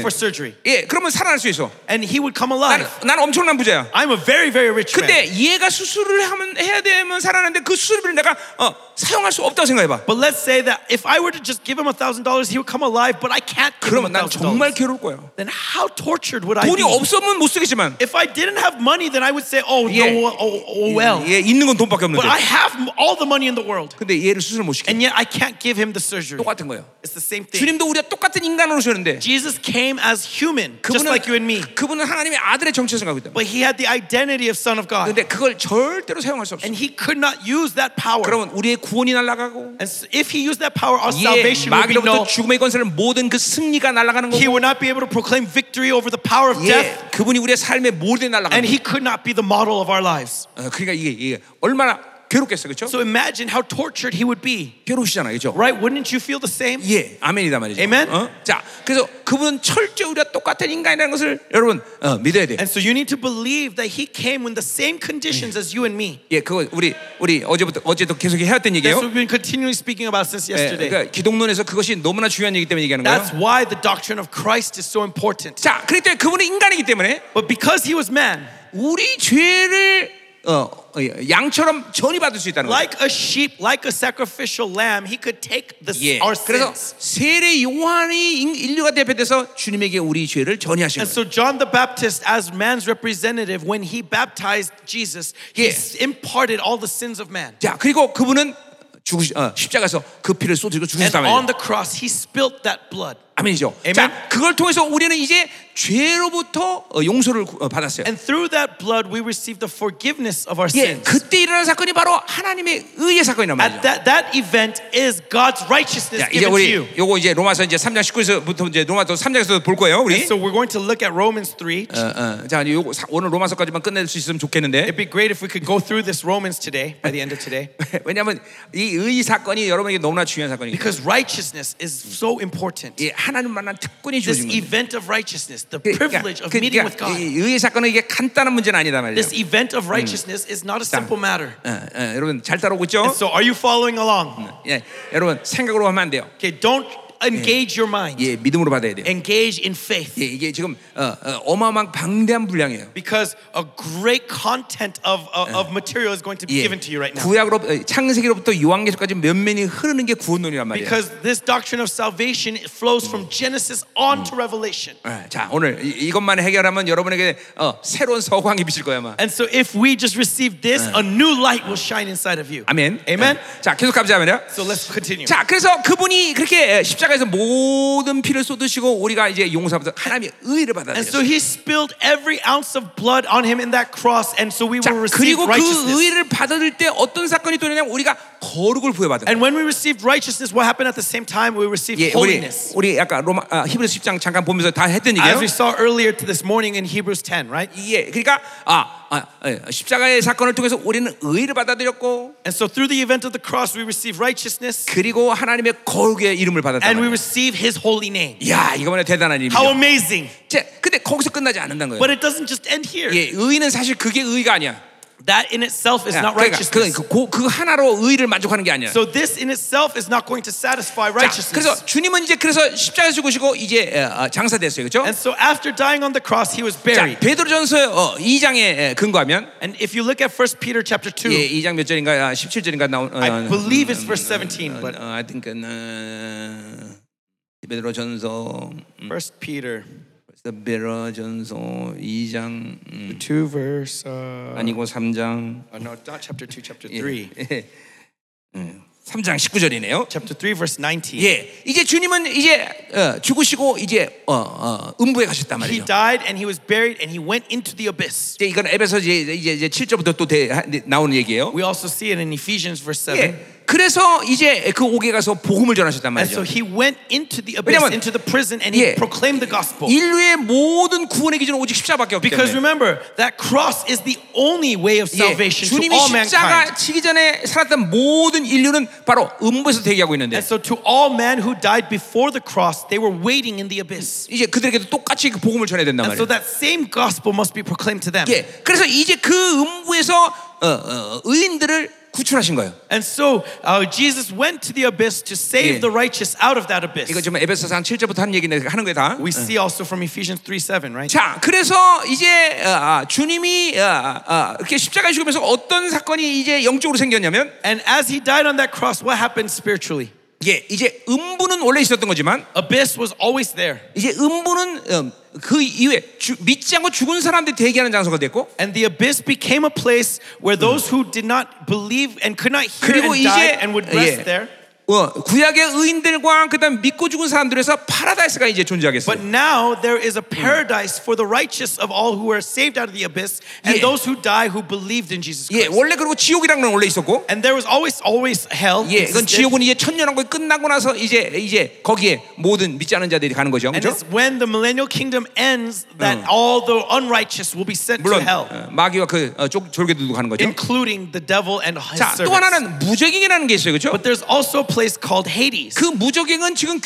[SPEAKER 1] Yeah.
[SPEAKER 2] for surgery.
[SPEAKER 1] 예, 그러면 살아날 수 있어.
[SPEAKER 2] And he would
[SPEAKER 1] 난,
[SPEAKER 2] come alive.
[SPEAKER 1] 난 엄청난 부자야.
[SPEAKER 2] I'm a very, very rich man.
[SPEAKER 1] 근데 얘가 수술을 하면 해야 되면 살아나는데 그 수술비를 내가 어, 사용할 수 없다고 생각해 봐.
[SPEAKER 2] But let's say that if I were to just give him $1,000, he would come alive, but I can't give him
[SPEAKER 1] 그러면 난 정말
[SPEAKER 2] $1,000.
[SPEAKER 1] 괴로울 거야.
[SPEAKER 2] Then how tortured would I
[SPEAKER 1] 돈이
[SPEAKER 2] be?
[SPEAKER 1] 없으면 못 쓰겠지만
[SPEAKER 2] If I didn't have money, then I would say, oh,
[SPEAKER 1] Yeah.
[SPEAKER 2] no, oh, oh, oh, well. 뭐,
[SPEAKER 1] 예, 있는 건 돈밖에 없는데.
[SPEAKER 2] But I have m- all the money in the world,
[SPEAKER 1] 근데 얘를 수술 못 시켜.
[SPEAKER 2] and yet I can't give him the surgery.
[SPEAKER 1] 똑같은 거예요.
[SPEAKER 2] It's the same thing.
[SPEAKER 1] 주님도 우리가 똑같은 인간으로 오셨는데
[SPEAKER 2] Jesus came as human, just like you and me. 뭐.
[SPEAKER 1] 그분은 그분은 하나님의 아들의 정체성을 갖고 있다.
[SPEAKER 2] But he had the identity of Son of God.
[SPEAKER 1] 근데 그걸 절대로 사용할 수 없어.
[SPEAKER 2] And he could not use that power.
[SPEAKER 1] 그러면 우리의 구원이 날아가고
[SPEAKER 2] And so if he used that power, our
[SPEAKER 1] 예,
[SPEAKER 2] salvation would be
[SPEAKER 1] 마귀로부터
[SPEAKER 2] null.
[SPEAKER 1] 죽음의 권세를 모든 그 승리가 날아가는
[SPEAKER 2] He
[SPEAKER 1] 거고
[SPEAKER 2] would not be able to proclaim victory over the power of
[SPEAKER 1] 예,
[SPEAKER 2] death.
[SPEAKER 1] 그분이 우리의 삶에 모든
[SPEAKER 2] And
[SPEAKER 1] 날아가는
[SPEAKER 2] he could not be the model of our lives.
[SPEAKER 1] 거. 어, 그러니까 이게, 이게 얼마나 괴롭겠어요. 그렇죠?
[SPEAKER 2] So imagine how tortured he would be,
[SPEAKER 1] 괴로우시잖아요. 그렇죠?
[SPEAKER 2] right? Wouldn't you feel the same?
[SPEAKER 1] 예, 아멘이다 말이죠.
[SPEAKER 2] Amen.
[SPEAKER 1] 어? 자, 그래서 그분은 철저히 우리가 똑같은 인간이라는 것을 여러분 어, 믿어야 돼요.
[SPEAKER 2] And so you need to believe that he came in the same conditions as you and me.
[SPEAKER 1] 예, 그거 우리 우리 어제부터 어제도 계속 해왔던
[SPEAKER 2] That's what
[SPEAKER 1] 얘기예요.
[SPEAKER 2] we've been continually speaking about since
[SPEAKER 1] 예,
[SPEAKER 2] yesterday.
[SPEAKER 1] 그러니까 기독론에서 그것이 너무나 중요한 얘기 때문에 얘기하는
[SPEAKER 2] That's
[SPEAKER 1] 거예요.
[SPEAKER 2] why the doctrine of Christ is so important.
[SPEAKER 1] 자, 그렇기 때문에 그분은 인간이기 때문에
[SPEAKER 2] But because he was man,
[SPEAKER 1] 우리 죄를 어, 어, 양처럼 전이받을 수 있다는 거예요.
[SPEAKER 2] like a sheep, like a sacrificial lamb, he could take the,
[SPEAKER 1] 예.
[SPEAKER 2] our
[SPEAKER 1] 그래서
[SPEAKER 2] sins.
[SPEAKER 1] 세례 요한이 인- 인류가 대표돼서 주님에게 우리 죄를 전이하신
[SPEAKER 2] And
[SPEAKER 1] 거예요.
[SPEAKER 2] so John the Baptist, as man's representative, when he baptized Jesus, he
[SPEAKER 1] Yeah.
[SPEAKER 2] s- imparted all the sins of man.
[SPEAKER 1] 자, 그리고 그분은 죽으시, 어, 십자가에서 그 피를 쏟으시고
[SPEAKER 2] And
[SPEAKER 1] 죽으셨다면
[SPEAKER 2] on the cross, he spilt that blood.
[SPEAKER 1] 아멘이죠.
[SPEAKER 2] 아멘.
[SPEAKER 1] 자, 그걸 통해서 우리는 이제 죄로부터 어, 용서를 구- 어, 받았어요.
[SPEAKER 2] And through that blood, we receive the forgiveness of our
[SPEAKER 1] 예,
[SPEAKER 2] sins.
[SPEAKER 1] 그때 일어난 사건이 바로 하나님의 의의 사건이란 말이죠.
[SPEAKER 2] At that, that event is God's righteousness
[SPEAKER 1] 자, 이제
[SPEAKER 2] given to you.
[SPEAKER 1] 우리 요거 이제 로마서 이제 3장 19에서부터 이제 로마서 3장에서 볼 거예요, 우리.
[SPEAKER 2] So we're going to look at Romans 3.
[SPEAKER 1] 어, 어, 자, 요거 사- 오늘 로마서까지만 끝낼 수 있으면 좋겠는데.
[SPEAKER 2] It'd be great if we could go through this Romans today, by the end of today,
[SPEAKER 1] 왜냐하면 이 의 사건이 여러분에게 너무나 중요한 사건이에요.
[SPEAKER 2] because righteousness is so important.
[SPEAKER 1] 예, 하나님 만난 특권이
[SPEAKER 2] This
[SPEAKER 1] 주어진 거예요.
[SPEAKER 2] event of righteousness, the
[SPEAKER 1] 그러니까,
[SPEAKER 2] privilege of
[SPEAKER 1] 그-
[SPEAKER 2] meeting
[SPEAKER 1] 그러니까
[SPEAKER 2] with God.
[SPEAKER 1] 이 의의 사건은 이게 간단한 문제는 아니다 말이죠.
[SPEAKER 2] This event of righteousness is not a simple matter.
[SPEAKER 1] 어, 어, 여러분 잘 따라오고 있죠?
[SPEAKER 2] And so, are you following along?
[SPEAKER 1] 예, 여러분 생각으로 하면 안 돼요.
[SPEAKER 2] Okay, don't engage your mind,
[SPEAKER 1] 예, 믿음으로 받아야 돼요.
[SPEAKER 2] engage in faith.
[SPEAKER 1] 예, 이게 지금 어, 마어마한 방대한 분량이에요.
[SPEAKER 2] Because a great content of, uh, of, of material is going to be
[SPEAKER 1] 예,
[SPEAKER 2] given to you right now.
[SPEAKER 1] 구약으로 어, 창세기로부터 요한계시까지 몇면이 흐르는 게 구원론이란 말이에요.
[SPEAKER 2] Because this doctrine of salvation it flows from Genesis on to Revelation.
[SPEAKER 1] 예, 자, 오늘 이, 것만 해결하면 여러분에게 어, 새로운 서광이 비칠 거야 아마.
[SPEAKER 2] And so if we just receive this, a new light will shine inside of you.
[SPEAKER 1] 아멘.
[SPEAKER 2] Mm. Amen.
[SPEAKER 1] 예. 자, 계속 감사합니다.
[SPEAKER 2] So let's continue.
[SPEAKER 1] 자, 그래서 그분이 그렇게 어, 십자가에서 모든 피를 쏟으시고 우리가 이제 용서받아 하나님의 의를 받아들였어요.
[SPEAKER 2] And so he spilled every ounce of blood on him in that cross, and so we
[SPEAKER 1] 자,
[SPEAKER 2] will receive
[SPEAKER 1] 그리고 그
[SPEAKER 2] righteousness.
[SPEAKER 1] 의를 받아들일 때 어떤 사건이 또냐면 우리가 거룩을 부여받은 거예요.
[SPEAKER 2] And when we received righteousness, what happened at the same time? We received
[SPEAKER 1] 예, 우리
[SPEAKER 2] holiness.
[SPEAKER 1] 우리 아까 로마 아, 히브리서 10장 잠깐 보면서 다 했던 얘기예요.
[SPEAKER 2] As we saw earlier to this morning in Hebrews 10, right?
[SPEAKER 1] 예, 그러니까 아, 아 예, 십자가의 사건을 통해서 우리는 의를 받아들였고
[SPEAKER 2] And so through the event of the cross, we receive righteousness
[SPEAKER 1] 그리고 하나님의 거룩의 이름을 받았다.
[SPEAKER 2] and we receive his holy name.
[SPEAKER 1] 야, 이거만 해도 대단한 일이죠.
[SPEAKER 2] How amazing!
[SPEAKER 1] 자, 근데 거기서 끝나지 않는다는
[SPEAKER 2] But
[SPEAKER 1] 거예요.
[SPEAKER 2] it doesn't just end here.
[SPEAKER 1] 예, 의는 사실 그게 의가 아니야.
[SPEAKER 2] That in itself is
[SPEAKER 1] 야,
[SPEAKER 2] not
[SPEAKER 1] 그러니까 그,
[SPEAKER 2] righteousness.
[SPEAKER 1] 그, 고- 그 하나로 의를 만족하는 게 아니야.
[SPEAKER 2] So this in itself is not going to satisfy
[SPEAKER 1] 자,
[SPEAKER 2] righteousness.
[SPEAKER 1] 그래서 주님은 이제 그래서 십자가 죽으시고 이제 어, 어, 장사됐어요, 그렇죠?
[SPEAKER 2] And so after dying on the cross, he was
[SPEAKER 1] 자,
[SPEAKER 2] buried.
[SPEAKER 1] 베드로전서 어, 2장에 근거하면
[SPEAKER 2] And if you look at 1 Peter chapter 2,
[SPEAKER 1] 예, 2장 몇 절인가 아, 17절인가 나온 어,
[SPEAKER 2] I believe it's verse
[SPEAKER 1] 어,
[SPEAKER 2] 17, but
[SPEAKER 1] 어, I think 어, 베드로전서 음,
[SPEAKER 2] 1 Peter
[SPEAKER 1] 베드로전서 2장 음,
[SPEAKER 2] 2 verse uh,
[SPEAKER 1] 아니고 3장
[SPEAKER 2] oh, no, not chapter 2, chapter
[SPEAKER 1] 예,
[SPEAKER 2] 3.
[SPEAKER 1] 예. 음, 3장 19절이네요.
[SPEAKER 2] Chapter 3 verse 19.
[SPEAKER 1] 예, 이제 주님은 이제 어, 죽으시고 이제 어, 어, 음부에 가셨단
[SPEAKER 2] He
[SPEAKER 1] 말이죠.
[SPEAKER 2] died and he was buried and he went into the abyss.
[SPEAKER 1] 이제 이건 에베소 이제 이제, 이제 7절부터 또 대- 하- 나오는 얘기예요.
[SPEAKER 2] We also see it in Ephesians verse 7.
[SPEAKER 1] 예. 그래서 이제 그 옥에 가서 복음을 전하셨단
[SPEAKER 2] And so
[SPEAKER 1] 말이죠.
[SPEAKER 2] he went into the abyss,
[SPEAKER 1] 왜냐면-
[SPEAKER 2] into the prison, and
[SPEAKER 1] 예.
[SPEAKER 2] he proclaimed the gospel.
[SPEAKER 1] 인류의 모든 구원의 기준은 오직 십자밖에 없기
[SPEAKER 2] Because
[SPEAKER 1] 때문에.
[SPEAKER 2] remember, that cross is the only way of
[SPEAKER 1] 예,
[SPEAKER 2] salvation to
[SPEAKER 1] 주님이
[SPEAKER 2] all mankind.
[SPEAKER 1] 십자가 치기 전에 살았던 모든 인류는 바로 음부에서 대기하고 있는데
[SPEAKER 2] And so to all men who died before the cross, they were waiting in the abyss.
[SPEAKER 1] 이제 그들에게도 똑같이 그 복음을 전해야 된단
[SPEAKER 2] And so
[SPEAKER 1] 말이에요.
[SPEAKER 2] that same gospel must be proclaimed to them.
[SPEAKER 1] 예, 그래서 이제 그 음부에서 어, 어, 의인들을 구출하신 거예요.
[SPEAKER 2] And so uh, Jesus went to the abyss to save
[SPEAKER 1] 예.
[SPEAKER 2] the righteous out of that
[SPEAKER 1] 이거
[SPEAKER 2] abyss.
[SPEAKER 1] 지금 에베소서 한 7절부터 하는 얘기인데 하는 거예요 다.
[SPEAKER 2] We see also from Ephesians 3 7, right?
[SPEAKER 1] 자, 그래서 이제 어, 아, 주님이 어, 아, 이렇게 십자가에 죽으면서 어떤 사건이 이제 영적으로 생겼냐면
[SPEAKER 2] And as he died on that cross, what happened spiritually?
[SPEAKER 1] 예, 이제 음부는 원래 있었던 거지만
[SPEAKER 2] Abyss was always there.
[SPEAKER 1] 이제 음부는 음, 그 이후에 주- 믿지 않고 죽은 사람들 대기하는 장소가 됐고
[SPEAKER 2] And the abyss became a place where those who did not believe and could not hear
[SPEAKER 1] 그리고
[SPEAKER 2] and died
[SPEAKER 1] 이제
[SPEAKER 2] and would rest
[SPEAKER 1] 예.
[SPEAKER 2] there.
[SPEAKER 1] 어, 구약의 의인들과 그다음 믿고 죽은 사람들에서 파라다이스가 이제
[SPEAKER 2] But
[SPEAKER 1] 존재하겠어요.
[SPEAKER 2] now there is a paradise for the righteous of all who are saved out of the abyss
[SPEAKER 1] 예.
[SPEAKER 2] and those who die who believed in Jesus
[SPEAKER 1] 예,
[SPEAKER 2] Christ.
[SPEAKER 1] 원래 그리고 지옥이란 건 원래 있었고
[SPEAKER 2] And there was always, always hell.
[SPEAKER 1] 예, 이건
[SPEAKER 2] existed.
[SPEAKER 1] 지옥은 이제 천년왕국이 끝나고 나서 이제 이제 거기에 모든 믿지 않은 자들이 가는 거죠.
[SPEAKER 2] And
[SPEAKER 1] 그렇죠?
[SPEAKER 2] it's when the millennial kingdom ends that all the unrighteous will be sent to
[SPEAKER 1] 물론
[SPEAKER 2] hell,
[SPEAKER 1] 어, 마귀와 그 어, 쫄- 졸개들도 가는 거죠.
[SPEAKER 2] including the devil and his
[SPEAKER 1] 자, 또
[SPEAKER 2] servants.
[SPEAKER 1] 하나는 무적행이라는 게 있어요. 그렇죠?
[SPEAKER 2] But there's also a place called Hades.
[SPEAKER 1] 그 무적행은 지금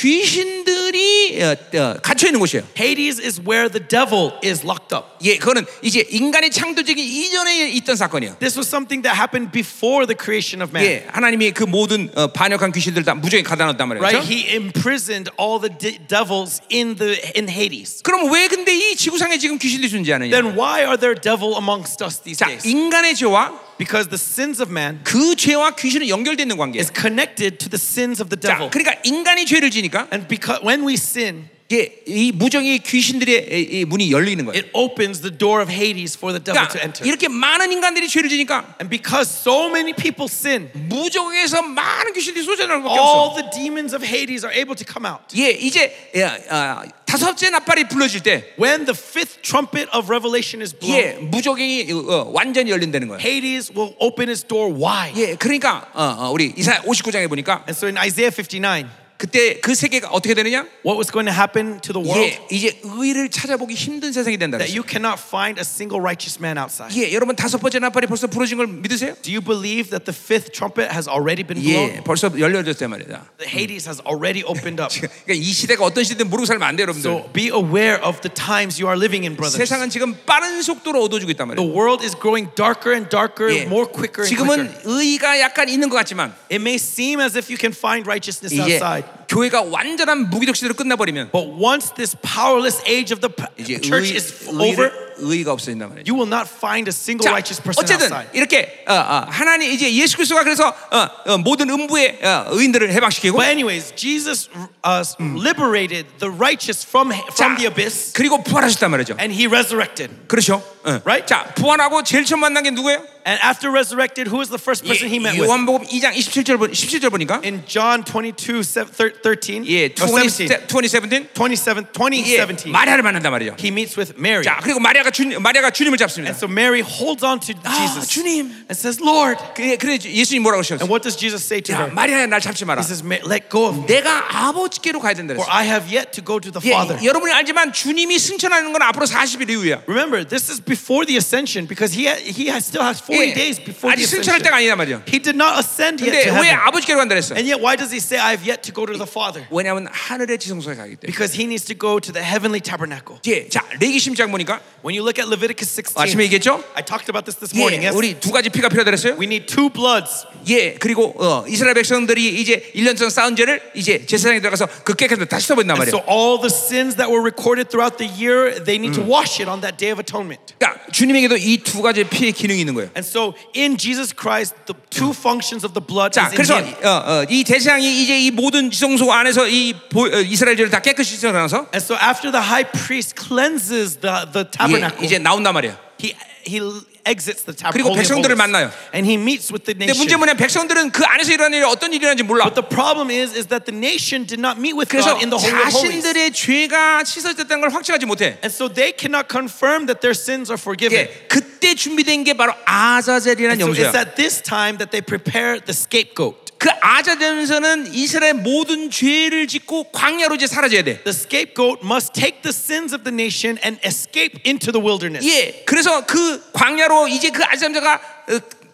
[SPEAKER 1] 귀신들이 어, 어, 갇혀 있는 곳이에요.
[SPEAKER 2] Hades is where the devil is locked up.
[SPEAKER 1] 예, 그거는 이제 인간의 창조적인 이전에 있던 사건이에요.
[SPEAKER 2] This was something that happened before the creation of man.
[SPEAKER 1] 예, 하나님이 그 모든 어, 반역한 귀신들 다 무정에 가다놨단 말이에요.
[SPEAKER 2] Right?
[SPEAKER 1] 그렇죠?
[SPEAKER 2] He imprisoned all the de- devils in the in Hades.
[SPEAKER 1] 그럼 왜 근데 이 지구상에 지금 귀신들이 존재하느냐?
[SPEAKER 2] Then why are there devil amongst us these
[SPEAKER 1] 자,
[SPEAKER 2] days?
[SPEAKER 1] 인간의 죄와
[SPEAKER 2] Because the sins of man
[SPEAKER 1] 그 죄와 귀신은 연결돼 있는 관계예요.
[SPEAKER 2] is connected to the sins of the
[SPEAKER 1] 자,
[SPEAKER 2] devil.
[SPEAKER 1] 그러니까 인간이 죄를 지니까
[SPEAKER 2] And because when we sin,
[SPEAKER 1] 이게 이 무정의 귀신들의 이 문이 열리는 거예요.
[SPEAKER 2] It opens the door of Hades for the devil to
[SPEAKER 1] 그러니까
[SPEAKER 2] enter.
[SPEAKER 1] 이렇게 많은 인간들이 죄를 지니까
[SPEAKER 2] And because so many people sin,
[SPEAKER 1] 무정에서 많은 귀신들이 쏟아나올 밖에 없어.
[SPEAKER 2] all the demons of Hades are able to come out.
[SPEAKER 1] 예, 이제 예, 아, 다섯째 나팔이 불러질 때
[SPEAKER 2] When the fifth trumpet of Revelation is blown,
[SPEAKER 1] 예, 무적행이 어, 어, 완전히 열린다는 거예요.
[SPEAKER 2] Hades will open its door wide.
[SPEAKER 1] 예, 그러니까 어, 어, 우리 이사야 59장에 보니까
[SPEAKER 2] And so in Isaiah 59,
[SPEAKER 1] 그때 그 세계가 어떻게 되느냐?
[SPEAKER 2] what was going to happen to the world?
[SPEAKER 1] 예, 이제 의를 찾아보기 힘든 세상이 된다.
[SPEAKER 2] That
[SPEAKER 1] 그랬어요.
[SPEAKER 2] you cannot find a single righteous man outside.
[SPEAKER 1] 예, 여러분 다섯 번째 나팔이 벌써 부러진 걸 믿으세요?
[SPEAKER 2] Do you believe that the fifth trumpet has already been blown?
[SPEAKER 1] 예, 벌써 열려졌단 말이다.
[SPEAKER 2] That Hades has already opened up.
[SPEAKER 1] 그러니까 이 시대가 어떤 시대든 모르고 살면 안 돼요, 여러분들.
[SPEAKER 2] So be aware of the times you are living in, brothers.
[SPEAKER 1] 세상은 지금 빠른 속도로 어두워지고 있단
[SPEAKER 2] The
[SPEAKER 1] 말이에요.
[SPEAKER 2] world is growing darker and darker,
[SPEAKER 1] 예.
[SPEAKER 2] more quicker and
[SPEAKER 1] 지금은
[SPEAKER 2] quicker.
[SPEAKER 1] 의가 약간 있는 것 같지만
[SPEAKER 2] It may seem as if you can find righteousness
[SPEAKER 1] 이제
[SPEAKER 2] outside,
[SPEAKER 1] 교회가 완전한 무기력 시대로 끝나버리면
[SPEAKER 2] but once this powerless age of the p-
[SPEAKER 1] 이제
[SPEAKER 2] church
[SPEAKER 1] 의,
[SPEAKER 2] is f-
[SPEAKER 1] 의를,
[SPEAKER 2] over,
[SPEAKER 1] 의가 없어진단 말이에요.
[SPEAKER 2] you will not find a single
[SPEAKER 1] 자,
[SPEAKER 2] righteous person
[SPEAKER 1] 어쨌든
[SPEAKER 2] outside.
[SPEAKER 1] 이렇게 어, 어, 하나님 이제 예수 그리스도가 그래서 어, 어, 모든 음부의 어, 의인들을 해방시키고
[SPEAKER 2] But anyways, Jesus uh, liberated the righteous from from the abyss,
[SPEAKER 1] 그리고 부활하셨단 말이죠.
[SPEAKER 2] and He resurrected.
[SPEAKER 1] 그렇죠. 응.
[SPEAKER 2] Right?
[SPEAKER 1] 자, 부활하고 제일 처음 만난 게 누구예요?
[SPEAKER 2] And after resurrected, who was the first person He met
[SPEAKER 1] 예,
[SPEAKER 2] with?
[SPEAKER 1] 요한복음 2장 27절 보- 17절 보니까
[SPEAKER 2] In John 22, sev- thir- 13,
[SPEAKER 1] 예, 20,
[SPEAKER 2] or 17,
[SPEAKER 1] 2017
[SPEAKER 2] 27,
[SPEAKER 1] 예,
[SPEAKER 2] 2017,
[SPEAKER 1] 마리아를 만난단 말이죠.
[SPEAKER 2] He meets with Mary.
[SPEAKER 1] 자, 그리고 마리아가 주 마리아가 주님을 잡습니다.
[SPEAKER 2] And so Mary holds on to
[SPEAKER 1] 아,
[SPEAKER 2] Jesus
[SPEAKER 1] 주님.
[SPEAKER 2] and says, Lord.
[SPEAKER 1] 그래, 그래 예수님 뭐라고 하셨어요?
[SPEAKER 2] And what does Jesus say to
[SPEAKER 1] 야,
[SPEAKER 2] her?
[SPEAKER 1] 마리아야 날 잡지 마라.
[SPEAKER 2] He says, "Ma- Let go of me,
[SPEAKER 1] 내가 아버지께로 가야 된다
[SPEAKER 2] for
[SPEAKER 1] 그랬어요.
[SPEAKER 2] I have yet to go to the
[SPEAKER 1] 예,
[SPEAKER 2] Father.
[SPEAKER 1] 여러분이 알지만 주님이 승천하는 건 앞으로 40일 이후야.
[SPEAKER 2] Remember, this is before the ascension because he, ha- he has still has 40
[SPEAKER 1] 예,
[SPEAKER 2] days before the
[SPEAKER 1] 아직 승천할 때가
[SPEAKER 2] ascension.
[SPEAKER 1] 아니란 말이야.
[SPEAKER 2] He did not ascend yet
[SPEAKER 1] 근데
[SPEAKER 2] to
[SPEAKER 1] 왜
[SPEAKER 2] heaven.
[SPEAKER 1] 아버지께로 간다 그랬어요?
[SPEAKER 2] And yet, why does he say, I have yet to go to the Father?
[SPEAKER 1] 왜냐하면 하늘의 지성소에 가기 때문에.
[SPEAKER 2] Because he needs to go to the heavenly tabernacle.
[SPEAKER 1] 예, 자 레기 심장 보니까
[SPEAKER 2] When you look at Leviticus
[SPEAKER 1] 아침에
[SPEAKER 2] 16,
[SPEAKER 1] 얘기했죠?
[SPEAKER 2] I talked about this this morning.
[SPEAKER 1] 예,
[SPEAKER 2] Yes?
[SPEAKER 1] 우리 두 가지 피가 필요하다 그랬어요?
[SPEAKER 2] We need two bloods.
[SPEAKER 1] 예, 그리고 어, 이스라엘 백성들이 이제 1년 전 싸운 죄를 이제 제사장에 들어가서 그 깨끗을 다시 써버린단
[SPEAKER 2] And
[SPEAKER 1] 말이에요.
[SPEAKER 2] so, all the sins that were recorded throughout the year, they need to
[SPEAKER 1] Mm.
[SPEAKER 2] wash it on that day of atonement.
[SPEAKER 1] 그러니까 주님에게도 이 두 가지 피의 기능이 있는 거예요.
[SPEAKER 2] And so, in Jesus Christ, the two
[SPEAKER 1] Mm.
[SPEAKER 2] functions of the blood
[SPEAKER 1] 자,
[SPEAKER 2] is in
[SPEAKER 1] 그래서
[SPEAKER 2] him.
[SPEAKER 1] 어, 어, 이 대장이 이제 이 모든 지성소 안에서 이 보, 어, 이스라엘 죄를 다 깨끗이 씻어놔서
[SPEAKER 2] And so after the high priest cleanses the, the
[SPEAKER 1] 예,
[SPEAKER 2] tabernacle,
[SPEAKER 1] 이제 나온단 말이에요.
[SPEAKER 2] he, he exits the
[SPEAKER 1] 그리고
[SPEAKER 2] tabernacle.
[SPEAKER 1] 백성들을 만나요.
[SPEAKER 2] And he meets with the
[SPEAKER 1] 근데 문제
[SPEAKER 2] nation.
[SPEAKER 1] 뭐냐 백성들은 그 안에서 일어난 일이 어떤 일이 일어난지 몰라.
[SPEAKER 2] But the problem is, is that the nation did not meet with
[SPEAKER 1] 그래서
[SPEAKER 2] God in the Holy of Holies.
[SPEAKER 1] 자신들의 죄가 씻어졌다는 걸 확증하지 못해.
[SPEAKER 2] And so they cannot confirm that their sins are
[SPEAKER 1] 예,
[SPEAKER 2] forgiven.
[SPEAKER 1] 그때 준비된 게 바로 아자젤이라는
[SPEAKER 2] And so
[SPEAKER 1] 염소야.
[SPEAKER 2] it's at this time that they prepare the scapegoat.
[SPEAKER 1] 그 아자젤에서는 이스라엘 모든 죄를 짓고 광야로 이제 사라져야 돼.
[SPEAKER 2] The scapegoat must take the sins of the nation and escape into the wilderness.
[SPEAKER 1] 예, 그래서 그 광야로 이제 그 아자젤자가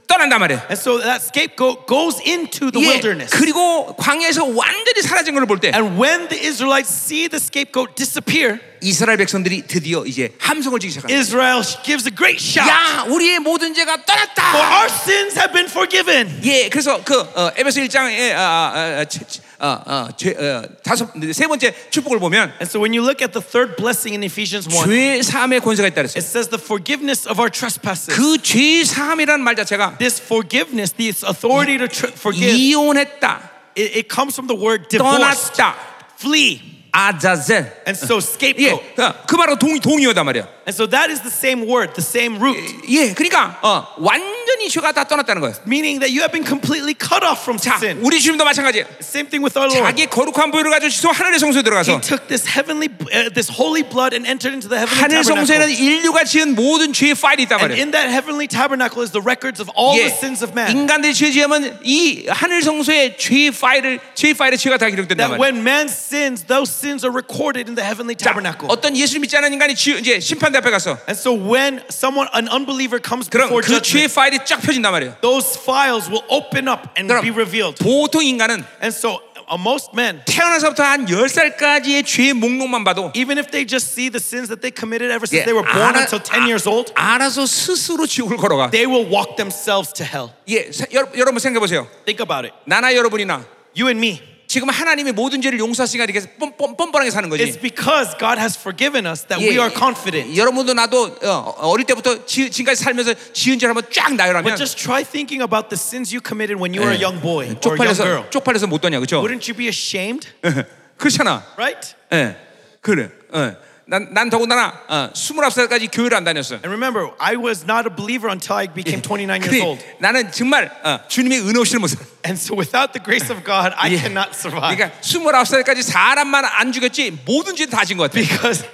[SPEAKER 1] 떠난단 말이야.
[SPEAKER 2] And so that scapegoat goes into the
[SPEAKER 1] 예,
[SPEAKER 2] wilderness.
[SPEAKER 1] 그리고 광야에서 완전히 사라진 걸 볼 때
[SPEAKER 2] And when the Israelites see the scapegoat disappear,
[SPEAKER 1] 이스라엘 백성들이 드디어 이제 함성을 지기 시작합니다.
[SPEAKER 2] Israel gives a great shout.
[SPEAKER 1] 야, 우리의 모든 죄가
[SPEAKER 2] For
[SPEAKER 1] 떠났다.
[SPEAKER 2] our sins have been forgiven.
[SPEAKER 1] 예, 그래서 그 어, 에베소 1장의 아, 아, 아, 치- 치- 어, 어, 죄, 어, 다섯 세 번째 축복을 보면
[SPEAKER 2] And so when you look at the third blessing in Ephesians 1,
[SPEAKER 1] 죄 사함의 권세가 있다
[SPEAKER 2] it
[SPEAKER 1] 그랬어요.
[SPEAKER 2] says the forgiveness of our trespasses.
[SPEAKER 1] 그 죄 사함이라는 말 자체가
[SPEAKER 2] This forgiveness, this authority to tr- forgive,
[SPEAKER 1] 이혼했다,
[SPEAKER 2] it, it comes from the word divorce,
[SPEAKER 1] 떠났다,
[SPEAKER 2] flee.
[SPEAKER 1] 아자젤.
[SPEAKER 2] And so
[SPEAKER 1] 예,
[SPEAKER 2] scapegoat.
[SPEAKER 1] 어, 그 말은 동 동의어다 말이야.
[SPEAKER 2] And so that is the same word, the same root,
[SPEAKER 1] 예, 그러니까 어, 완전히 죄가 다 떠났다는 거예요.
[SPEAKER 2] meaning that you have been completely cut off from
[SPEAKER 1] 자,
[SPEAKER 2] sin.
[SPEAKER 1] 우리 주님도 마찬가지예요.
[SPEAKER 2] Same thing with our Lord.
[SPEAKER 1] 자기 거룩한 부위를 가지고 지소 하늘의 성소에
[SPEAKER 2] He
[SPEAKER 1] 들어가서
[SPEAKER 2] took this heavenly, uh, this holy blood and entered into the heavenly
[SPEAKER 1] 하늘 성소에는
[SPEAKER 2] tabernacle.
[SPEAKER 1] 인류가 지은 모든 죄의 파일이 있단
[SPEAKER 2] And
[SPEAKER 1] 말이에요.
[SPEAKER 2] in that heavenly tabernacle is the records of all
[SPEAKER 1] 예,
[SPEAKER 2] the sins of man.
[SPEAKER 1] 인간들이 죄지으면 이 하늘 성소에 죄 파일을 죄 파일에 죄가 다 기록된단
[SPEAKER 2] that
[SPEAKER 1] 말이에요.
[SPEAKER 2] when man sins, those sins are recorded in the heavenly
[SPEAKER 1] 자,
[SPEAKER 2] tabernacle.
[SPEAKER 1] 어떤 예수 믿지 않은 인간이 지, 이제 심판대 앞에 가서
[SPEAKER 2] And so when someone, an unbeliever comes
[SPEAKER 1] 그럼
[SPEAKER 2] before
[SPEAKER 1] 그 죄의
[SPEAKER 2] judgment,
[SPEAKER 1] 파일이 쫙 펴진단 말이에요.
[SPEAKER 2] those files will open up and
[SPEAKER 1] 그럼
[SPEAKER 2] be revealed.
[SPEAKER 1] 보통 인간은
[SPEAKER 2] And so uh, most men,
[SPEAKER 1] 태어나서부터 한 10살까지의 죄의 목록만 봐도
[SPEAKER 2] even if they just see the sins that they committed ever since
[SPEAKER 1] 예,
[SPEAKER 2] they were born
[SPEAKER 1] 알아-
[SPEAKER 2] until 10 years old, 네.
[SPEAKER 1] 아, 알아서 스스로 지옥을 걸어가.
[SPEAKER 2] they will walk themselves to hell.
[SPEAKER 1] 예, 사- 여러- 여러분 생각해 보세요.
[SPEAKER 2] Think about it.
[SPEAKER 1] 나나 여러분이나
[SPEAKER 2] You and me.
[SPEAKER 1] 지금 하나님의 모든 죄를 용서하시니까 이렇게 뻔, 뻔, 뻔뻔하게 사는 거지. 예.
[SPEAKER 2] It's because God has forgiven us that we are confident.
[SPEAKER 1] 여러분도 나도 어, 어릴 때부터 지, 지금까지 살면서 지은 죄를 한번 쫙 나열하면
[SPEAKER 2] But just try thinking about the sins you committed when you were a
[SPEAKER 1] 예.
[SPEAKER 2] young boy or a young girl.
[SPEAKER 1] 쪽팔려서 쪽팔려서 못 떠냐 그죠?
[SPEAKER 2] Wouldn't you be ashamed?
[SPEAKER 1] 그렇잖아.
[SPEAKER 2] Right?
[SPEAKER 1] 예. 그래. 어. 난, 난 더군다나 어, 29살까지 교회를 안 다녔어.
[SPEAKER 2] And remember, I was not a believer until I became 29 years old.
[SPEAKER 1] 근데 나는 정말 어, 주님의 은혜 없이는 못 살아.
[SPEAKER 2] And so without the grace of God, I cannot survive.
[SPEAKER 1] 그러니까 29살까지 사람만 안 죽였지 모든 죄 다진 것 같아.
[SPEAKER 2] Because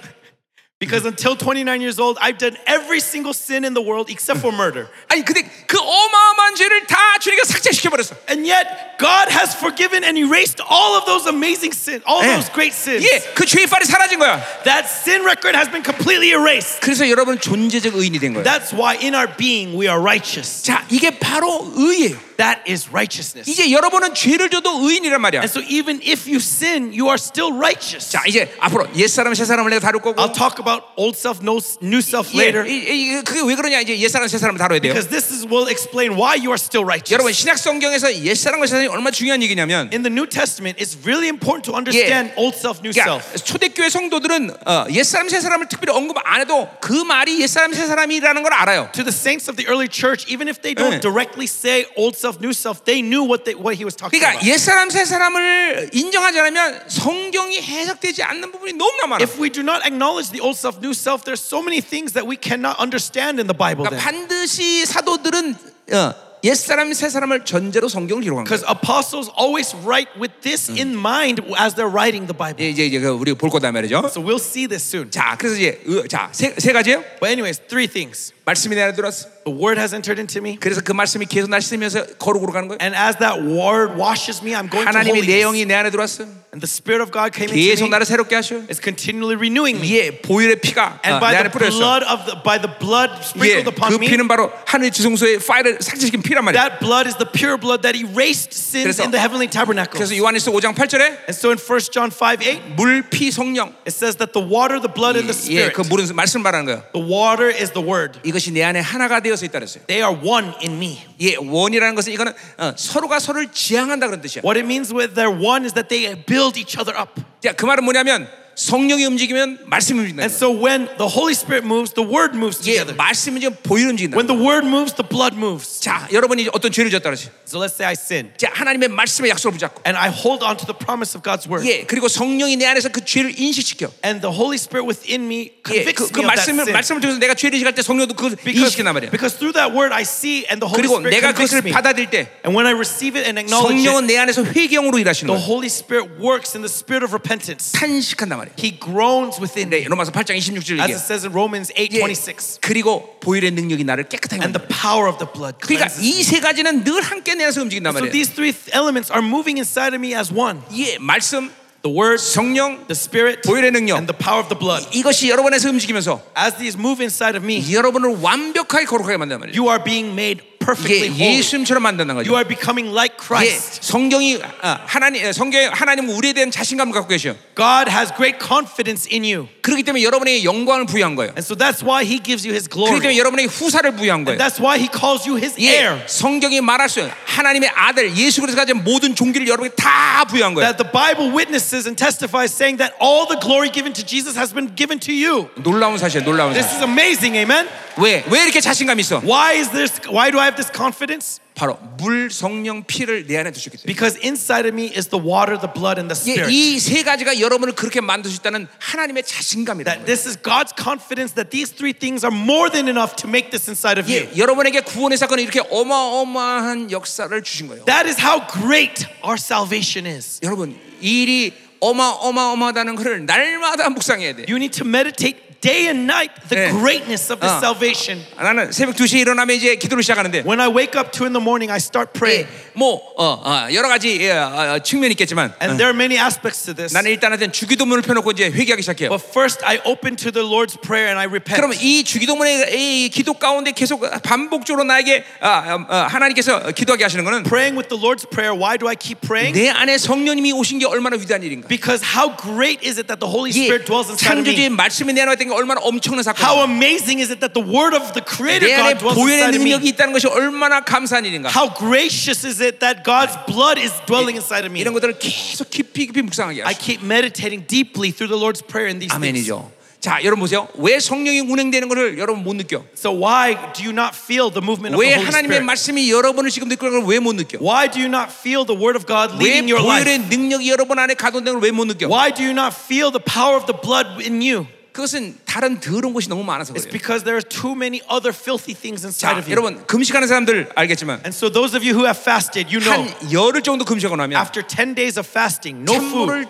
[SPEAKER 2] because until 29 years old, I've done every single sin in the world except for murder.
[SPEAKER 1] 아니 근데 그 어마어마한 죄를 다 주님께서 삭제시켜 버렸어.
[SPEAKER 2] And yet, God has forgiven and erased all of those amazing sins, all those great sins.
[SPEAKER 1] 예, 그 죄의 빨이 사라진 거야.
[SPEAKER 2] That sin record has been completely erased.
[SPEAKER 1] 그래서 여러분 존재적 의인이 된 거예요.
[SPEAKER 2] That's why in our being we are righteous.
[SPEAKER 1] 자, 이게 바로 의예요.
[SPEAKER 2] That is righteousness.
[SPEAKER 1] 이제 여러분은 죄를 줘도 의인이란 말이야.
[SPEAKER 2] And so even if you sin, you are still righteous.
[SPEAKER 1] 자, 이제 앞으로 옛 사람, 새 사람을 내가 다룰 거고.
[SPEAKER 2] I'll talk about old self, no- new self
[SPEAKER 1] 아, 예,
[SPEAKER 2] later.
[SPEAKER 1] 이- 이- 그게 왜 그러냐? 이제 옛 사람, 새 사람을 다뤄야 돼요.
[SPEAKER 2] Because this is, will explain why you are still
[SPEAKER 1] 여러분
[SPEAKER 2] righteous.
[SPEAKER 1] 신약 성경에서 옛 사람과 새 사람이 얼마나 중요한 얘기냐면,
[SPEAKER 2] In the New Testament, it's really important to understand old self, new
[SPEAKER 1] 그러니까
[SPEAKER 2] self.
[SPEAKER 1] 초대교회 성도들은 어, 옛 사람, 새 사람을 특별히 언급 안 해도 그 말이 옛 사람, 새 사람이라는 걸 알아요.
[SPEAKER 2] To the saints of the early church, even if they don't
[SPEAKER 1] 예.
[SPEAKER 2] directly say old self, new self, they knew what they, what he was talking
[SPEAKER 1] 그러니까
[SPEAKER 2] about.
[SPEAKER 1] 옛 사람, 새 사람을 인정하지 않으면 성경이 해석되지 않는 부분이 너무나 많아.
[SPEAKER 2] If we do not acknowledge the old self, new self, there's so many things that we cannot understand in the Bible.
[SPEAKER 1] 그러니까 반드시 사도들은 어, 옛 사람, 새 사람을 전제로 성경을 기록한 거예요.
[SPEAKER 2] Because apostles always write with this
[SPEAKER 1] Mm.
[SPEAKER 2] in mind as they're writing the Bible.
[SPEAKER 1] 예, 이제 이제 그 우리 볼 거다 말이죠.
[SPEAKER 2] So we'll see this soon.
[SPEAKER 1] 자, 그래서 이제 의- 자, 세, 세 가지예요.
[SPEAKER 2] But anyways, three things.
[SPEAKER 1] 말씀이 내 안에 들어왔어.
[SPEAKER 2] The word has entered into me,
[SPEAKER 1] 그래서 그 말씀이 계속 날 씻으면서 거룩으로 가는 거예요.
[SPEAKER 2] and as that word washes me, I'm going to
[SPEAKER 1] 하나님의
[SPEAKER 2] holiness.
[SPEAKER 1] 내용이 내 안에 들어왔어.
[SPEAKER 2] And the Spirit of God came into
[SPEAKER 1] 계속
[SPEAKER 2] me.
[SPEAKER 1] 나를 새롭게 하셔.
[SPEAKER 2] It's continually renewing me.
[SPEAKER 1] 예, 보혈의 피가 어, 내
[SPEAKER 2] And by the
[SPEAKER 1] 안에 뿌렸어.
[SPEAKER 2] blood of the by the blood
[SPEAKER 1] 예,
[SPEAKER 2] sprinkled
[SPEAKER 1] 그
[SPEAKER 2] upon me,
[SPEAKER 1] 피는 바로 하늘 지성소의 파일을 삭제시킨 피란 말이야.
[SPEAKER 2] that blood is the pure blood that erased sins
[SPEAKER 1] 그래서-
[SPEAKER 2] in the heavenly tabernacle.
[SPEAKER 1] 그래서 요한일서 5장 8절에
[SPEAKER 2] And so in 1 John 5 8,
[SPEAKER 1] 물, 피, 성령.
[SPEAKER 2] it says that the water, the blood, and the
[SPEAKER 1] 예,
[SPEAKER 2] spirit.
[SPEAKER 1] 그 물은 말씀 말하는 거예요.
[SPEAKER 2] The water is the word.
[SPEAKER 1] 이것이 내 안에 하나가 되어서 있다 그랬어요.
[SPEAKER 2] They are one in me.
[SPEAKER 1] 예, 원이라는 것은 이거는 어, 서로가 서로를 지향한다 그런 뜻이야.
[SPEAKER 2] What it means with they're one is that they build each other up.
[SPEAKER 1] 자, 그 말은 뭐냐면 성령이 움직이면 말씀이 움직인다.
[SPEAKER 2] And so when the Holy Spirit moves, the word moves
[SPEAKER 1] 예,
[SPEAKER 2] together.
[SPEAKER 1] 말씀이 지금 보이는 움직인다.
[SPEAKER 2] When the word moves, the blood moves.
[SPEAKER 1] 자, 여러분이 이제 어떤 죄를 졌다 그러지.
[SPEAKER 2] So let's say I sin
[SPEAKER 1] 자, 하나님의 말씀의 약속을 붙잡고.
[SPEAKER 2] and I hold on to the promise of God's word.
[SPEAKER 1] 예, 그리고 성령이 내 안에서 그 죄를 인식시켜.
[SPEAKER 2] And the Holy Spirit within me
[SPEAKER 1] 예,
[SPEAKER 2] convicts
[SPEAKER 1] 그, 그
[SPEAKER 2] me of that sin.
[SPEAKER 1] 말씀을 말씀을 통해서 내가 죄를 인식할 때 성령도 그걸 인식시킨단 말이야.
[SPEAKER 2] because through that word I see and the Holy
[SPEAKER 1] 그리고
[SPEAKER 2] Spirit
[SPEAKER 1] 내가
[SPEAKER 2] convicts
[SPEAKER 1] 그것을
[SPEAKER 2] me.
[SPEAKER 1] 받아들일 때
[SPEAKER 2] And when I receive it and acknowledge
[SPEAKER 1] 성령은
[SPEAKER 2] it,
[SPEAKER 1] 내 안에서 회개형으로 일하시는 거야.
[SPEAKER 2] the Holy Spirit works in the spirit of repentance.
[SPEAKER 1] 탄식한단 말이야.
[SPEAKER 2] He groans within
[SPEAKER 1] 네,
[SPEAKER 2] me,
[SPEAKER 1] 로마서 8장 26절
[SPEAKER 2] as it
[SPEAKER 1] 얘기해.
[SPEAKER 2] says in Romans eight
[SPEAKER 1] 예,
[SPEAKER 2] twenty six.
[SPEAKER 1] 그리고 보일의 능력이 나를 깨끗하게
[SPEAKER 2] And the
[SPEAKER 1] 만든다.
[SPEAKER 2] power of the blood
[SPEAKER 1] 그러니까
[SPEAKER 2] cleanses.
[SPEAKER 1] 이 세 가지는 늘 함께 내 안에서 움직인단
[SPEAKER 2] So
[SPEAKER 1] 말이야.
[SPEAKER 2] these three th- elements are moving inside of me as one.
[SPEAKER 1] 예, 말씀,
[SPEAKER 2] The word,
[SPEAKER 1] 성령,
[SPEAKER 2] the spirit,
[SPEAKER 1] 보혈의 능력.
[SPEAKER 2] and the power of the blood.
[SPEAKER 1] 이것이 여러분에서 움직이면서
[SPEAKER 2] As these move inside of me,
[SPEAKER 1] 여러분을 완벽하게 거룩하게 만든단 말이에요.
[SPEAKER 2] you are being made perfectly
[SPEAKER 1] 예,
[SPEAKER 2] holy.
[SPEAKER 1] 예수님처럼 만드는
[SPEAKER 2] You
[SPEAKER 1] 거죠.
[SPEAKER 2] are becoming
[SPEAKER 1] 예,
[SPEAKER 2] like Christ.
[SPEAKER 1] 성경이 아, 하나님 성경 하나님 우리에 대한 자신감을 갖고 계셔.
[SPEAKER 2] God has great confidence in you.
[SPEAKER 1] 그렇기 때문에 여러분에게 영광을 부여한 거예요.
[SPEAKER 2] And so that's why he gives you his
[SPEAKER 1] 그렇기 때문에
[SPEAKER 2] glory.
[SPEAKER 1] 여러분에게 후사를 부여한 거예요.
[SPEAKER 2] That's why he calls you his
[SPEAKER 1] 예,
[SPEAKER 2] heir.
[SPEAKER 1] 성경이 말할 수 있는 하나님의 아들 예수 그리스도 가진 모든 종기를 여러분에게 다 부여한 거예요.
[SPEAKER 2] That the Bible witnesses and testifies saying that all the glory given to Jesus has been given to you.
[SPEAKER 1] 놀라운 사실, 놀라운
[SPEAKER 2] This
[SPEAKER 1] 사실.
[SPEAKER 2] is amazing, amen.
[SPEAKER 1] 왜? 왜 이렇게 자신감 이 있어?
[SPEAKER 2] Why is this why do I have this confidence?
[SPEAKER 1] 바로 물, 성령, 피를 내 안에 두셨기 때문에.
[SPEAKER 2] Because inside of me is the water, the blood, and the
[SPEAKER 1] 예,
[SPEAKER 2] spirit.
[SPEAKER 1] 이세 가지가 여러분을 그렇게 만들 수 있다는 하나님의 자신감이라는
[SPEAKER 2] That
[SPEAKER 1] 거예요.
[SPEAKER 2] this is God's confidence that these three things are more than enough to make this inside of you.
[SPEAKER 1] 예, 여러분에게 구원의 사건은 이렇게 어마어마한 역사를 주신 거예요.
[SPEAKER 2] That is how great our salvation is.
[SPEAKER 1] 여러분, 이 일이 어마어마어마하다는 것을 날마다 묵상해야 돼.
[SPEAKER 2] You need to meditate day and night the
[SPEAKER 1] Yeah.
[SPEAKER 2] greatness of this
[SPEAKER 1] Uh.
[SPEAKER 2] salvation.
[SPEAKER 1] 나는 새벽 2시에 일어나면 이제 기도를 시작하는데
[SPEAKER 2] When I wake up two in the morning, I start praying.
[SPEAKER 1] 예, 뭐 어, 어, 여러 가지 예, 어, 어, 측면이 있겠지만
[SPEAKER 2] And there are many aspects to this.
[SPEAKER 1] 나는 일단은 주기도문을 펴놓고 이제 회개하기 시작해요.
[SPEAKER 2] But first, I open to the Lord's Prayer and I repent.
[SPEAKER 1] 그럼 이 주기도문의 이 기도 가운데 계속 반복적으로 나에게 아, 아, 아, 하나님께서 기도하게 하시는 것은
[SPEAKER 2] Praying with the Lord's Prayer, why do I keep praying?
[SPEAKER 1] 내 안에 성령님이 오신 게 얼마나 위대한 일인가.
[SPEAKER 2] Because how great is it that the Holy
[SPEAKER 1] 예,
[SPEAKER 2] Spirit dwells inside of
[SPEAKER 1] 창조주의
[SPEAKER 2] me?
[SPEAKER 1] 말씀이 내 안에 있던 게 얼마나 엄청난 사건.
[SPEAKER 2] How amazing is it that the Word of the
[SPEAKER 1] 내
[SPEAKER 2] Creator
[SPEAKER 1] 안에
[SPEAKER 2] God dwells
[SPEAKER 1] 보혈의
[SPEAKER 2] inside of
[SPEAKER 1] 능력이
[SPEAKER 2] me?
[SPEAKER 1] 있다는 것이 얼마나 감사한 일인가.
[SPEAKER 2] How gracious is it that God's blood is dwelling inside of me?
[SPEAKER 1] 이런 것들을 계속 깊이 깊이 묵상하게
[SPEAKER 2] I
[SPEAKER 1] 하시죠.
[SPEAKER 2] keep meditating deeply through the Lord's Prayer in these things.
[SPEAKER 1] 아멘이죠. 자, 여러분 보세요. 왜 성령이 운행되는 것을 여러분 못 느껴?
[SPEAKER 2] So why do you not feel the movement of
[SPEAKER 1] 왜
[SPEAKER 2] the Holy
[SPEAKER 1] 하나님의
[SPEAKER 2] Spirit?
[SPEAKER 1] 말씀이 여러분을 지금 느끼는 걸 왜 못 느껴?
[SPEAKER 2] Why do you not feel the word of God
[SPEAKER 1] 왜
[SPEAKER 2] leading your life?
[SPEAKER 1] 보혈의 능력이 여러분 안에 가동되는 걸 왜 못 느껴?
[SPEAKER 2] Why do you not feel the power of the blood in you?
[SPEAKER 1] 그것은 다른 더러운 것이 너무 많아서
[SPEAKER 2] It's
[SPEAKER 1] 그래요.
[SPEAKER 2] because there are too many other filthy things
[SPEAKER 1] 자,
[SPEAKER 2] inside of you.
[SPEAKER 1] 여러분 금식하는 사람들 알겠지만
[SPEAKER 2] And so those of you who have fasted, you know
[SPEAKER 1] 한 열흘 정도 금식하고 나면
[SPEAKER 2] after 10 days of fasting, no food,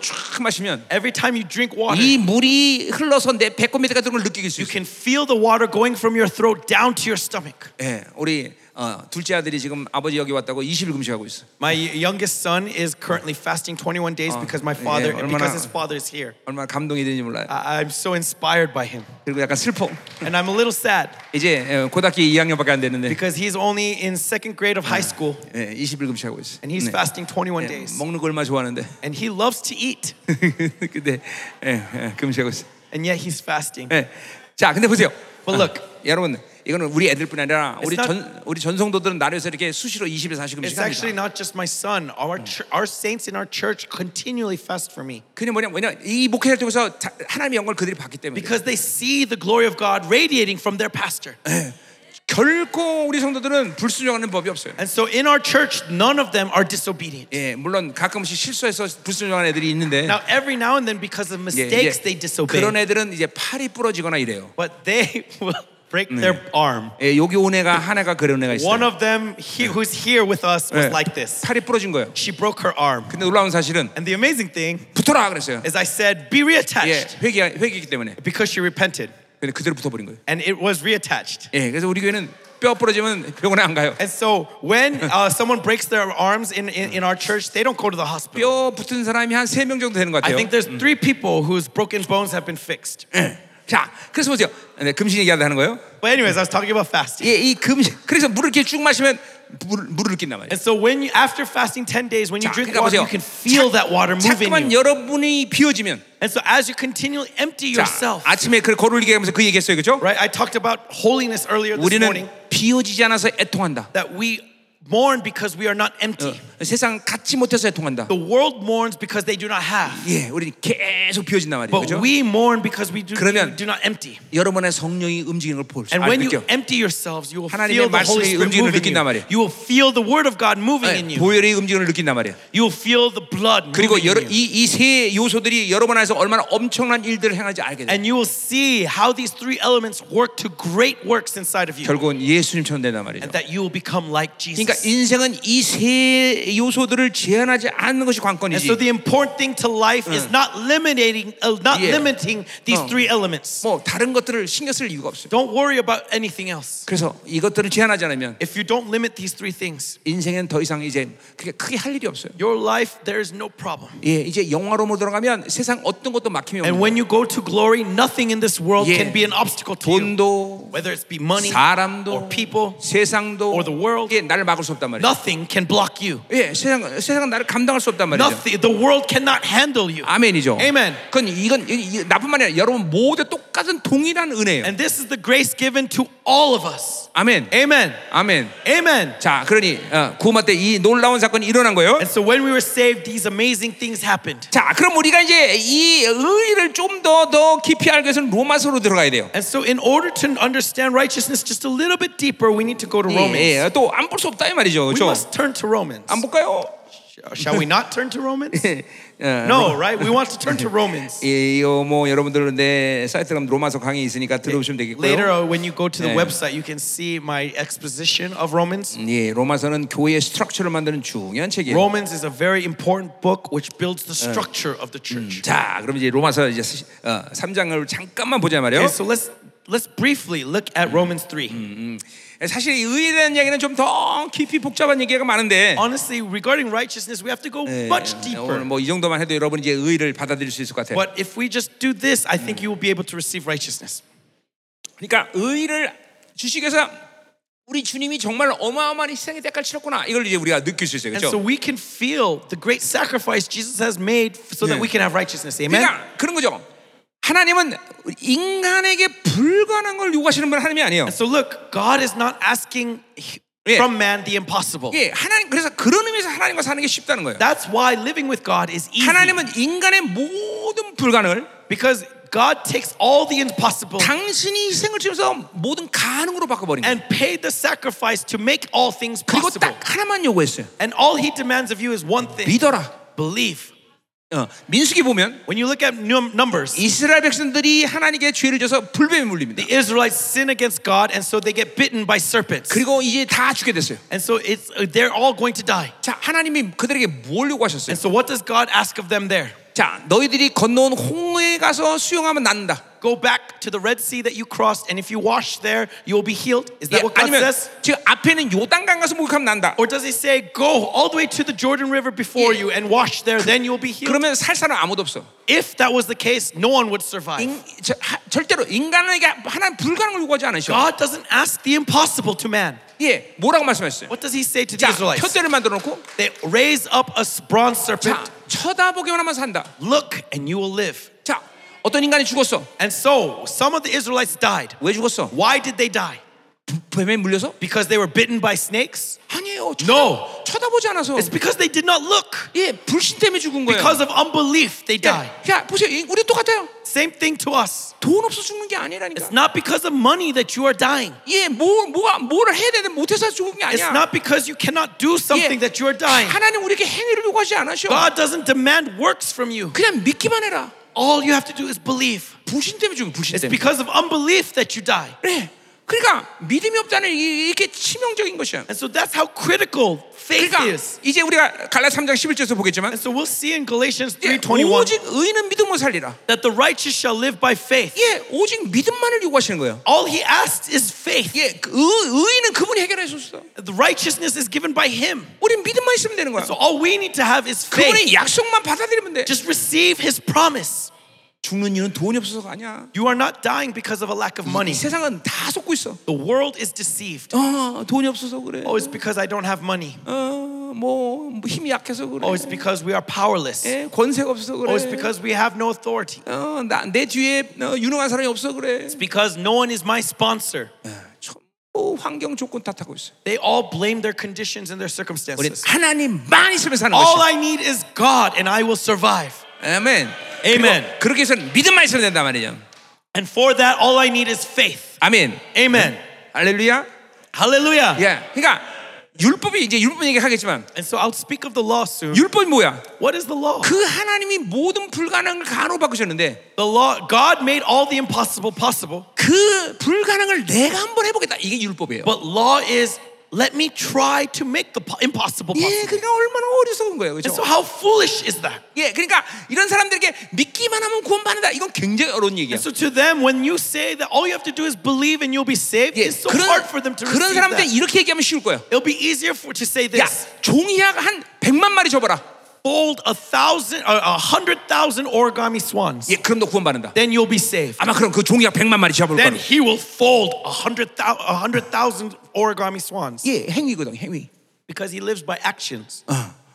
[SPEAKER 1] 찬물을 쫙 마시면
[SPEAKER 2] every time you drink water,
[SPEAKER 1] 이 물이 흘러서 내 배꼽 밑에까지 들어오는 걸 느끼게 수
[SPEAKER 2] you
[SPEAKER 1] 있어요.
[SPEAKER 2] can feel the water going from your throat down to your stomach.
[SPEAKER 1] 예, 우리 어, 둘째 아들이 지금 아버지 여기 왔다고 20일 금식하고 있어.
[SPEAKER 2] My youngest son is currently fasting 21 days because my
[SPEAKER 1] yeah,
[SPEAKER 2] father
[SPEAKER 1] 얼마나-
[SPEAKER 2] because his father is here.
[SPEAKER 1] 얼마나 감동이 되는지 몰라요.
[SPEAKER 2] I, I'm so inspired by him.
[SPEAKER 1] 그리고 약간 슬퍼.
[SPEAKER 2] And I'm a little sad
[SPEAKER 1] 이제 어, 고등학교 2학년밖에 안 됐는데
[SPEAKER 2] because he's only in second grade of high school
[SPEAKER 1] 예, 20일 금식하고 있어.
[SPEAKER 2] and he's
[SPEAKER 1] 네.
[SPEAKER 2] fasting 21
[SPEAKER 1] 예,
[SPEAKER 2] days.
[SPEAKER 1] 먹는 거 얼마 좋아하는데.
[SPEAKER 2] And he loves to eat,
[SPEAKER 1] 근데 예, 예, 금식하고 있어.
[SPEAKER 2] and yet he's fasting.
[SPEAKER 1] 예. 자, 근데 보세요.
[SPEAKER 2] But look.
[SPEAKER 1] 아, 여러분, 이거는 우리 애들뿐 아니라 우리
[SPEAKER 2] not-
[SPEAKER 1] 전 우리 전성도들은 나라에서 이렇게 수시로 20일 40일
[SPEAKER 2] It's
[SPEAKER 1] 금식합니다.
[SPEAKER 2] actually not just my son. Our, chur- our saints in our church continually fast for me
[SPEAKER 1] 그냥 뭐냐, 뭐냐 이 목회자 쪽에서 자- 하나님의 영광을 그들이 봤기 때문에
[SPEAKER 2] because they see the glory of God radiating from their pastor.
[SPEAKER 1] 결코 우리 성도들은 불순종하는 법이 없어요.
[SPEAKER 2] And so in our church, none of them are disobedient.
[SPEAKER 1] 예, 물론 가끔씩 실수해서 불순종하는 애들이 있는데
[SPEAKER 2] Now, every now and then, because of
[SPEAKER 1] 예,
[SPEAKER 2] mistakes,
[SPEAKER 1] 이제
[SPEAKER 2] they
[SPEAKER 1] 그런
[SPEAKER 2] disobey.
[SPEAKER 1] 애들은 이제 팔이 부러지거나 이래요.
[SPEAKER 2] But they will break their arm.
[SPEAKER 1] 예, 여기 온 애가 한 애가 그런 애가
[SPEAKER 2] One
[SPEAKER 1] 있어요.
[SPEAKER 2] of them he, who's here with us was
[SPEAKER 1] 예,
[SPEAKER 2] like this.
[SPEAKER 1] 팔이 부러진 거예요.
[SPEAKER 2] She broke her arm.
[SPEAKER 1] 근데 놀라운 사실은
[SPEAKER 2] And the amazing thing
[SPEAKER 1] 붙어라 그랬어요.
[SPEAKER 2] is, I said, be
[SPEAKER 1] 예,
[SPEAKER 2] reattached
[SPEAKER 1] 회개 회개이기 때문에
[SPEAKER 2] because she repented.
[SPEAKER 1] 근데 그대로 붙어버린 거예요.
[SPEAKER 2] And it was reattached.
[SPEAKER 1] 예, 그래서 우리 교회는 뼈 부러지면 병원에 안 가요.
[SPEAKER 2] And so when uh, someone breaks their arms in, in, in our church, they don't go to the
[SPEAKER 1] 뼈
[SPEAKER 2] hospital.
[SPEAKER 1] 붙은 사람이 한 세 명 정도 되는 것
[SPEAKER 2] I
[SPEAKER 1] 같아요.
[SPEAKER 2] think there's three people whose broken bones have been fixed.
[SPEAKER 1] 자, 그래서 보세요. 네, 금식 얘기하다 하는 거예요.
[SPEAKER 2] But anyways, I was talking about fasting.
[SPEAKER 1] 예, 이 금식. 그래서 물을 이렇게 쭉 마시면 물, 물을 느낀단 말이에요.
[SPEAKER 2] And so when you, after fasting 10 days, when you
[SPEAKER 1] 자,
[SPEAKER 2] drink
[SPEAKER 1] 그러니까
[SPEAKER 2] water,
[SPEAKER 1] 보세요.
[SPEAKER 2] you can feel that water move in
[SPEAKER 1] 자꾸만
[SPEAKER 2] you.
[SPEAKER 1] 여러분이 비워지면
[SPEAKER 2] And so as you continually empty
[SPEAKER 1] 자,
[SPEAKER 2] yourself,
[SPEAKER 1] 아침에 그 거를 얘기하면서 그 얘기했어요. 그죠?
[SPEAKER 2] right? I talked about holiness earlier this morning,
[SPEAKER 1] 우리는 비워지지 않아서 애통한다.
[SPEAKER 2] that we mourn because we are not empty.
[SPEAKER 1] 세상 갖지 못해서 애통한다.
[SPEAKER 2] The world mourns because they do not have.
[SPEAKER 1] 예, 우리는 계속 비워진단 말이에요.
[SPEAKER 2] But
[SPEAKER 1] 그죠?
[SPEAKER 2] we mourn because we do,
[SPEAKER 1] 그러면-
[SPEAKER 2] we do not empty.
[SPEAKER 1] 여러분의 성령이 움직이는 걸 볼 수
[SPEAKER 2] And when
[SPEAKER 1] 있죠.
[SPEAKER 2] you empty yourselves, you will
[SPEAKER 1] 하나님의
[SPEAKER 2] feel the Holy
[SPEAKER 1] 말씀의
[SPEAKER 2] Spirit
[SPEAKER 1] 움직임을
[SPEAKER 2] moving
[SPEAKER 1] 느낀단
[SPEAKER 2] you.
[SPEAKER 1] 말이에요.
[SPEAKER 2] You will feel the Word of God moving in
[SPEAKER 1] 예,
[SPEAKER 2] you.
[SPEAKER 1] 보혈의 움직임을 느낀단 말이에요.
[SPEAKER 2] You will feel the blood
[SPEAKER 1] 그리고
[SPEAKER 2] moving
[SPEAKER 1] 여러,
[SPEAKER 2] in you.
[SPEAKER 1] 이, 이 세 요소들이 여러분 안에서 얼마나 엄청난 일들을 행하는지 알게 돼요.
[SPEAKER 2] And you will see how these three elements work to great works inside of you.
[SPEAKER 1] 결국은 예수님처럼 된단 말이죠.
[SPEAKER 2] And that you will become like Jesus.
[SPEAKER 1] 그러니까 인생은 이 세 요소들을 제한하지 않는 것이
[SPEAKER 2] and so
[SPEAKER 1] 관건이지.
[SPEAKER 2] the important thing to life is not limiting, uh, not
[SPEAKER 1] Yeah.
[SPEAKER 2] limiting these
[SPEAKER 1] 어.
[SPEAKER 2] three elements.
[SPEAKER 1] 뭐 다른 것들을 신경 쓸 이유가 없어요.
[SPEAKER 2] Don't worry about anything else.
[SPEAKER 1] 그래서 이것들을 제한하지 않으면
[SPEAKER 2] If you don't limit these three things,
[SPEAKER 1] 인생엔 더 이상 이제 그게 크게 할 일이 없어요.
[SPEAKER 2] your life there is no problem.
[SPEAKER 1] 예, 이제 영화로으로 들어가면 세상 어떤 것도 막힘이
[SPEAKER 2] And
[SPEAKER 1] 없는
[SPEAKER 2] when you go to glory, nothing in this world
[SPEAKER 1] Yeah.
[SPEAKER 2] can be an obstacle to you.
[SPEAKER 1] 돈도
[SPEAKER 2] whether it's be money or
[SPEAKER 1] 사람도
[SPEAKER 2] people,
[SPEAKER 1] 세상도
[SPEAKER 2] or the world.
[SPEAKER 1] 예, 나를 막을 수 없단 말이에요.
[SPEAKER 2] nothing can block you.
[SPEAKER 1] 예, 세상 세상은 나를 감당할 수 없단 말이죠.
[SPEAKER 2] Nothing, the world cannot handle you.
[SPEAKER 1] 아멘이죠.
[SPEAKER 2] Amen.
[SPEAKER 1] 그건 이건 이- 이- 나뿐만 아니라 여러분 모두 똑같은 동일한 은혜예요.
[SPEAKER 2] And this is the grace given to all of us.
[SPEAKER 1] 아멘.
[SPEAKER 2] Amen.
[SPEAKER 1] 아멘.
[SPEAKER 2] Amen.
[SPEAKER 1] 자, 그러니 어, 구마 때 이 놀라운 사건이 일어난 거예요.
[SPEAKER 2] And so when we were saved, these amazing things happened.
[SPEAKER 1] 자, 그럼 우리가 이제 이 의를 좀 더 더 깊이 알기 위해서는 로마서로 들어가야 돼요.
[SPEAKER 2] And so in order to understand righteousness just a little bit deeper, we need to go to Romans.
[SPEAKER 1] 예, 또 안 볼 수 없다 이 말이죠.
[SPEAKER 2] We
[SPEAKER 1] 그렇죠?
[SPEAKER 2] must turn to Romans.
[SPEAKER 1] 안 볼까요?
[SPEAKER 2] Shall we not turn to Romans?
[SPEAKER 1] 어,
[SPEAKER 2] 네. No, right? We want to turn to Romans.
[SPEAKER 1] 예, 이거 뭐 여러분들 내 사이트 가면 로마서 강의 있으니까 들어오시면
[SPEAKER 2] 네. Later,
[SPEAKER 1] 되겠고요.
[SPEAKER 2] uh, when you go to the
[SPEAKER 1] Yeah.
[SPEAKER 2] website, you can see my exposition of Romans.
[SPEAKER 1] 예, 로마서는 교회의 스트럭처를 만드는 중요한 책이에요.
[SPEAKER 2] Romans is a very important book which builds
[SPEAKER 1] Uh.
[SPEAKER 2] the structure of the church.
[SPEAKER 1] 자, 그럼 이제 로마서 이제 시- 어, 3장을 잠깐만 보자 말이에요.
[SPEAKER 2] Okay, so let's let's briefly look
[SPEAKER 1] Mm.
[SPEAKER 2] at Romans 3.
[SPEAKER 1] 예, 사실 이 의에 대한 이야기는 좀 더 깊이 복잡한 얘기가 많은데
[SPEAKER 2] Honestly, regarding righteousness, we have to go much
[SPEAKER 1] 오늘
[SPEAKER 2] deeper.
[SPEAKER 1] 뭐 이 정도만 해도 여러분 이제 의를 받아들일 수 있을 것 같아요.
[SPEAKER 2] But if we just do this, I
[SPEAKER 1] Mm.
[SPEAKER 2] think you will be able to receive righteousness.
[SPEAKER 1] 그러니까 의를 주시기에서 우리 주님이 정말 어마어마한 희생의 대가를 치렀구나 이걸 이제 우리가 느낄 수 있어요,
[SPEAKER 2] And so
[SPEAKER 1] 그렇죠?
[SPEAKER 2] we can feel the great sacrifice Jesus has made so
[SPEAKER 1] Yeah.
[SPEAKER 2] that we can have righteousness. Amen.
[SPEAKER 1] 그러니까 그런 거죠. 하나님은 인간에게 불가능한 걸 요구하시는 분 하나님이 아니에요.
[SPEAKER 2] So look, God is not asking h-
[SPEAKER 1] Yeah.
[SPEAKER 2] from man the impossible.
[SPEAKER 1] 예, 하나님 그래서 그런 의미에서 하나님과 사는 게 쉽다는 거예요.
[SPEAKER 2] That's why living with God is easy.
[SPEAKER 1] 하나님은 인간의 모든 불가능을
[SPEAKER 2] Because God takes all the impossible
[SPEAKER 1] 당신이 희생을 치면서 모든 가능으로 바꿔버린 거예요.
[SPEAKER 2] and paid the sacrifice to make all things
[SPEAKER 1] 그리고
[SPEAKER 2] possible.
[SPEAKER 1] 딱 하나만 요구했어요.
[SPEAKER 2] And all he demands of you is one thing
[SPEAKER 1] 믿어라.
[SPEAKER 2] belief.
[SPEAKER 1] 어, 민수기 보면
[SPEAKER 2] When you look at num- Numbers,
[SPEAKER 1] 이스라엘 백성들이 하나님께 죄를 져서 불뱀에 물립니다.
[SPEAKER 2] the Israelites sin against God, and so they get bitten by serpents.
[SPEAKER 1] 그리고 이제 다 죽게 됐어요.
[SPEAKER 2] And so it's, uh, they're all going to die.
[SPEAKER 1] 자, 하나님이 그들에게 뭘 요구하셨어요?
[SPEAKER 2] And so, what does God ask of them there?
[SPEAKER 1] 자, 너희들이 건너온 홍해에 가서 수영하면 난다.
[SPEAKER 2] Go back to the Red Sea that you crossed, and if you wash there, you will be healed. Is
[SPEAKER 1] 예,
[SPEAKER 2] that what God
[SPEAKER 1] 아니면
[SPEAKER 2] says? 어,
[SPEAKER 1] 지금 앞에는 요단강 가서 목욕하면 난다.
[SPEAKER 2] Or does He say, go all the way to the Jordan River before
[SPEAKER 1] 예.
[SPEAKER 2] you and wash there, then you'll be healed?
[SPEAKER 1] 그러면 살 사람 아무도 없어.
[SPEAKER 2] If that was the case, no one would survive.
[SPEAKER 1] 인, 저, 하, 절대로 인간에게 하나님 불가능을 요구하지 않으셔.
[SPEAKER 2] God doesn't ask the impossible to man.
[SPEAKER 1] 예, 뭐라고 말씀하셨어요?
[SPEAKER 2] What does He say to the
[SPEAKER 1] 자,
[SPEAKER 2] Israelites?
[SPEAKER 1] 혓대를 만들어 놓고
[SPEAKER 2] They raise up a bronze
[SPEAKER 1] 자,
[SPEAKER 2] serpent.
[SPEAKER 1] 쳐다보기만하면 산다.
[SPEAKER 2] Look, and you will live.
[SPEAKER 1] 자, 어떤 인간이 죽었어.
[SPEAKER 2] And so, some of the Israelites died.
[SPEAKER 1] 왜 죽었어?
[SPEAKER 2] Why did they die?
[SPEAKER 1] 뱀에 물려서?
[SPEAKER 2] Because they were bitten by snakes?
[SPEAKER 1] 아니에요. 쳐다,
[SPEAKER 2] No.
[SPEAKER 1] 쳐다보지 않아서.
[SPEAKER 2] It's because they did not look.
[SPEAKER 1] 예, 불신 때문에 죽은 거예요.
[SPEAKER 2] Because of unbelief, they die.
[SPEAKER 1] 야, 야, 보세요. 이- 우리 똑같아요.
[SPEAKER 2] Same thing to us.
[SPEAKER 1] 돈 없어 죽는 게 아니라니까.
[SPEAKER 2] It's not because of money that you are dying.
[SPEAKER 1] 예, 뭐 뭐가 뭐를 해야 되는데 못해서 죽은 게
[SPEAKER 2] It's
[SPEAKER 1] 아니야. 예,
[SPEAKER 2] not because you cannot do something that you are dying.
[SPEAKER 1] 하나님 우리에게 행위를 요구하지 않으셔.
[SPEAKER 2] God doesn't demand works from you.
[SPEAKER 1] 그냥 믿기만 해라.
[SPEAKER 2] All you have to do is believe.
[SPEAKER 1] 불신 때문에 죽은 불신
[SPEAKER 2] It's
[SPEAKER 1] 때문에.
[SPEAKER 2] because of unbelief that you die.
[SPEAKER 1] 그래. 그러니까 믿음이 없다는 이- 이게 치명적인 것이야.
[SPEAKER 2] And so that's how critical faith
[SPEAKER 1] 그러니까
[SPEAKER 2] is.
[SPEAKER 1] 이제 우리가 갈라 3장 11절에서 보겠지만
[SPEAKER 2] And so we'll see in Galatians
[SPEAKER 1] 예,
[SPEAKER 2] 3:21
[SPEAKER 1] 오직 의인은 믿음으로 살리라.
[SPEAKER 2] that the righteous shall live by faith.
[SPEAKER 1] 예, 오직 믿음만을 요구하시는 거예요.
[SPEAKER 2] All he asks is faith.
[SPEAKER 1] 예, 그 의, 의인은 그분이 해결해 주셨어.
[SPEAKER 2] The righteousness is given by him.
[SPEAKER 1] 우리 믿음만 있으면 되는 거야.
[SPEAKER 2] So all we need to have is faith.
[SPEAKER 1] 그분의 약속만 받아들이면 돼.
[SPEAKER 2] Just receive his promise.
[SPEAKER 1] 죽는 이유는 돈이 없어서가 아니야.
[SPEAKER 2] You are not dying because of a lack of money.
[SPEAKER 1] 이 세상은 다 속고 있어.
[SPEAKER 2] The world is deceived.
[SPEAKER 1] 어, 돈이 없어서 그래.
[SPEAKER 2] Oh, it's because I don't have money.
[SPEAKER 1] 어, 뭐, 뭐 힘이 약해서 그래.
[SPEAKER 2] Oh, it's because we are powerless.
[SPEAKER 1] 예, 권세가 없어서 그래.
[SPEAKER 2] Oh, it's because we have no authority.
[SPEAKER 1] 어, 나, 내 뒤에 어, 유능한 사람이 없어 그래.
[SPEAKER 2] Because no one is my sponsor.
[SPEAKER 1] 전부 환경 조건 탓하고 있어.
[SPEAKER 2] They all blame their conditions and their
[SPEAKER 1] 우리
[SPEAKER 2] circumstances.
[SPEAKER 1] 하나님만 있으면 사는
[SPEAKER 2] All
[SPEAKER 1] 것이야.
[SPEAKER 2] I need is God and I will survive.
[SPEAKER 1] 아멘.
[SPEAKER 2] Amen.
[SPEAKER 1] 그리고 그렇게 해서는 믿음만 있으면 된단 말이죠.
[SPEAKER 2] And for that, all I need is faith.
[SPEAKER 1] 아멘.
[SPEAKER 2] Amen.
[SPEAKER 1] 할렐루야.
[SPEAKER 2] Hallelujah.
[SPEAKER 1] 예. 그러니까 율법이 이제 율법 얘기하겠지만
[SPEAKER 2] And so I'll speak of the law soon.
[SPEAKER 1] 율법이 뭐야?
[SPEAKER 2] What is the law?
[SPEAKER 1] 그 하나님이 모든 불가능을 가능으로 바꾸셨는데
[SPEAKER 2] The law, God made all the impossible possible.
[SPEAKER 1] 그 불가능을 내가 한번 해보겠다. 이게 율법이에요.
[SPEAKER 2] But law is let me try to make the po- impossible
[SPEAKER 1] 예,
[SPEAKER 2] possible.
[SPEAKER 1] 그러니까 얼마나 어리석은 거예요,
[SPEAKER 2] And
[SPEAKER 1] 그렇죠?
[SPEAKER 2] so how foolish is that?
[SPEAKER 1] 예, 그러니까 이런 사람들에게 믿기만 하면 구원받는다. 이건 굉장히 어려운 얘기야.
[SPEAKER 2] And so to them, when you say that all you have to do is believe and you'll be saved,
[SPEAKER 1] 예,
[SPEAKER 2] it's so
[SPEAKER 1] 그런
[SPEAKER 2] hard for them to
[SPEAKER 1] 그런
[SPEAKER 2] receive
[SPEAKER 1] 사람들
[SPEAKER 2] that.
[SPEAKER 1] 이렇게 얘기하면 쉬울 거예요.
[SPEAKER 2] It'll be easier for to say
[SPEAKER 1] 야,
[SPEAKER 2] this:
[SPEAKER 1] 종이약 한 백만 마리 접어라.
[SPEAKER 2] fold a thousand, uh, a hundred thousand origami swans,
[SPEAKER 1] 예, 그럼 너 구원받는다.
[SPEAKER 2] then you'll be saved.
[SPEAKER 1] 아마 그럼 그 종이약 백만 마리 접을
[SPEAKER 2] Then
[SPEAKER 1] 거예요.
[SPEAKER 2] he will fold a hundred thou- a hundred thousand origami swans
[SPEAKER 1] 예, 행위거든, 행위.
[SPEAKER 2] because he lives by actions.
[SPEAKER 1] 어,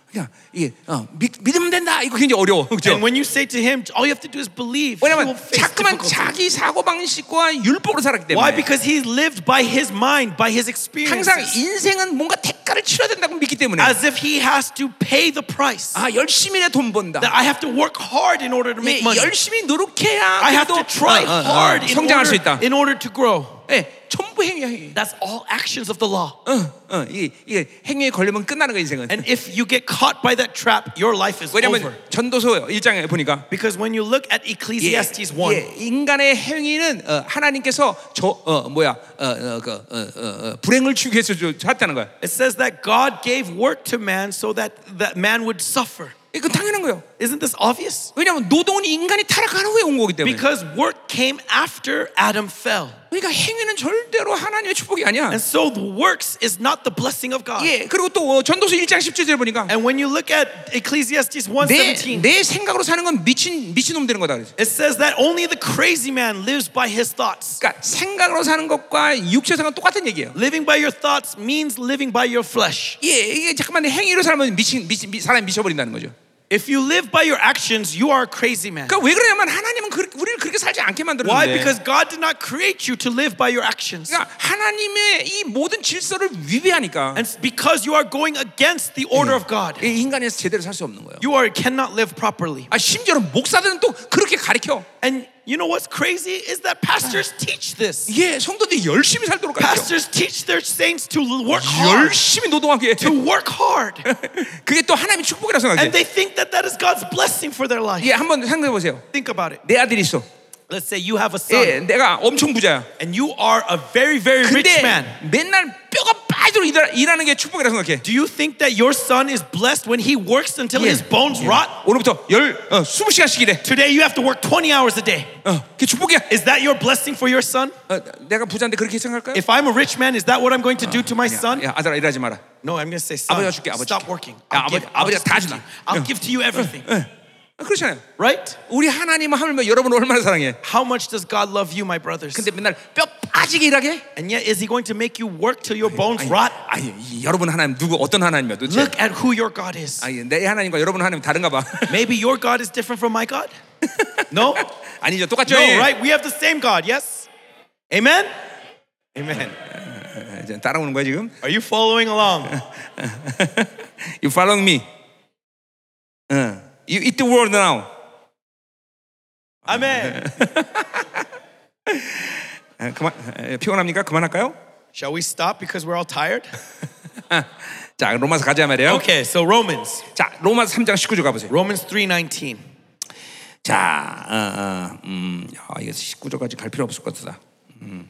[SPEAKER 1] 그냥 이게 어, 믿, 믿으면 된다. 이거 굉장히 어려워, 그렇죠?
[SPEAKER 2] And when you say to him, all you have to do is believe, he will
[SPEAKER 1] 왜냐면
[SPEAKER 2] face
[SPEAKER 1] 자꾸만
[SPEAKER 2] difficulty.
[SPEAKER 1] 자기 사고 방식과 율법으로 살았기 때문에
[SPEAKER 2] Why? Because he lived by his mind, by his experience.
[SPEAKER 1] 항상 인생은 뭔가 대가를 치러야 된다고 믿기 때문에
[SPEAKER 2] As if he has to pay the price.
[SPEAKER 1] 아 열심히 내 돈 번다.
[SPEAKER 2] That I have to work hard in order to
[SPEAKER 1] 예,
[SPEAKER 2] make money.
[SPEAKER 1] 열심히 노력해야
[SPEAKER 2] I have to
[SPEAKER 1] 그래도
[SPEAKER 2] try
[SPEAKER 1] 어, 어, 어,
[SPEAKER 2] hard in,
[SPEAKER 1] 성장할 수 있다.
[SPEAKER 2] order, in order to grow.
[SPEAKER 1] 예, 전부 행위야 행위.
[SPEAKER 2] That's all actions of the law.
[SPEAKER 1] 어, 어, 이게, 이게 행위에 걸리면 끝나는 거 인생은.
[SPEAKER 2] And if you get caught by that trap, your life is over.
[SPEAKER 1] 왜냐면 전도서 1장에 보니까
[SPEAKER 2] Because when you look at Ecclesiastes 1,
[SPEAKER 1] 예, 인간의 행위는 어, 하나님께서 저 어, 뭐야 어, 어, 그, 어, 어, 어, 불행을 주기 위해서 줬다는 거야.
[SPEAKER 2] it says that God gave work to man so that, that man would suffer.
[SPEAKER 1] 이건 당연한 거예요.
[SPEAKER 2] Isn't this obvious?
[SPEAKER 1] 왜냐면 노동은 인간이 타락한 후에 온 거기 때문에.
[SPEAKER 2] Because work came after Adam fell.
[SPEAKER 1] 그러니까 행위는 절대로 하나님의 축복이 아니야.
[SPEAKER 2] And so the works is not the blessing of God.
[SPEAKER 1] 예, 그리고 또 어, 전도서 1장 17절 보니까
[SPEAKER 2] And when you look at Ecclesiastes 1
[SPEAKER 1] 내, 내 생각으로 사는 건 미친 미친 놈 되는 거다 그랬어.
[SPEAKER 2] it says that only the crazy man lives by his thoughts.
[SPEAKER 1] 그러니까 생각으로 사는 것과 육체상은 똑같은 얘기예요.
[SPEAKER 2] Living by your thoughts means living by your flesh.
[SPEAKER 1] 예, 이게 잠깐만 행위로 살면 미친 미친 미, 사람이 미쳐버린다는 거죠.
[SPEAKER 2] If you live by your actions, you are a crazy man.
[SPEAKER 1] 그러니까 왜 그러냐면 하나님은 그, 우리를 그렇게 살지 않게 만들었는데.
[SPEAKER 2] Why? Because God did not create you to live by your actions.
[SPEAKER 1] 그러니까 하나님의 이 모든 질서를 위배하니까
[SPEAKER 2] And it's because you are going against the order of God,
[SPEAKER 1] 이 인간에서 제대로 살 수 없는 거예요.
[SPEAKER 2] you are cannot live properly.
[SPEAKER 1] 아 심지어는 목사들은 또 그렇게 가르쳐.
[SPEAKER 2] And you know what's crazy is that pastors teach this.
[SPEAKER 1] 예, 성도들이 열심히 살도록 가르쳐. 아,
[SPEAKER 2] Pastors teach their saints to work hard,
[SPEAKER 1] 열심히 노동하게.
[SPEAKER 2] to work hard,
[SPEAKER 1] 그게 또 하나님의 축복이라
[SPEAKER 2] and
[SPEAKER 1] 생각해.
[SPEAKER 2] they think that that is God's blessing for their life.
[SPEAKER 1] 예, 한번 생각해 보세요.
[SPEAKER 2] Think about it.
[SPEAKER 1] 내 아들이 있어.
[SPEAKER 2] Let's say you have a son,
[SPEAKER 1] 예, 내가 엄청 부자야.
[SPEAKER 2] and you are a very, very rich man.
[SPEAKER 1] 근데 맨날 뼈가 빠지도록 일하, 일하는 게 축복이라 생각해.
[SPEAKER 2] Do you think that your son is blessed when he works until his bones rot?
[SPEAKER 1] 예. 오늘부터 열 어, 20시간씩 일해.
[SPEAKER 2] Today you have to work 20 hours a day.
[SPEAKER 1] 어, 그게 축복이야.
[SPEAKER 2] Is that your blessing for your son?
[SPEAKER 1] 어, 내가 부자인데 그렇게 생각할까요?
[SPEAKER 2] If I'm a rich man, is that what I'm going to do to my son?
[SPEAKER 1] 야, 아들아 일하지 마라.
[SPEAKER 2] No, I'm going to say, son,
[SPEAKER 1] 아버지가 줄게, 아버지.
[SPEAKER 2] stop working.
[SPEAKER 1] 야,
[SPEAKER 2] I'll,
[SPEAKER 1] 아버지,
[SPEAKER 2] give, I'll,
[SPEAKER 1] 아버지가
[SPEAKER 2] just
[SPEAKER 1] 다
[SPEAKER 2] give
[SPEAKER 1] 준다.
[SPEAKER 2] you. I'll
[SPEAKER 1] 응.
[SPEAKER 2] give to you everything.
[SPEAKER 1] 아, 그렇잖아요.
[SPEAKER 2] Right?
[SPEAKER 1] 우리 하나님을 하물며 여러분을 얼마나 사랑해.
[SPEAKER 2] How much does God love you, my brothers?
[SPEAKER 1] 근데 맨날 뼈 빠지게 일하게?
[SPEAKER 2] And yet, is He going to make you work till your bones
[SPEAKER 1] 아니,
[SPEAKER 2] rot?
[SPEAKER 1] 아니 이 여러분 하나님 누구 어떤 하나님이야 도대체?
[SPEAKER 2] Look at who your God is.
[SPEAKER 1] 아니 내 하나님과 여러분 하나님 다른가 봐.
[SPEAKER 2] Maybe your God is different from my God? No?
[SPEAKER 1] 아니죠 똑같죠?
[SPEAKER 2] No,
[SPEAKER 1] 예.
[SPEAKER 2] right? We have the same God, yes? Amen? Amen.
[SPEAKER 1] 아, 이제 따라오는 거야 지금?
[SPEAKER 2] Are you following along?
[SPEAKER 1] You follow me. 응. You eat the world now.
[SPEAKER 2] Amen.
[SPEAKER 1] 아, 그만 아, 피곤합니까? 그만할까요?
[SPEAKER 2] Shall we stop because we're all tired?
[SPEAKER 1] 자 로마서 가자 말이에요.
[SPEAKER 2] Okay, so Romans.
[SPEAKER 1] 자 로마서 3장 19절 가보세요.
[SPEAKER 2] Romans 3:19.
[SPEAKER 1] 자, 어, 어, 음, 아, 이게 19절까지 갈 필요 없을 것 같다. 음.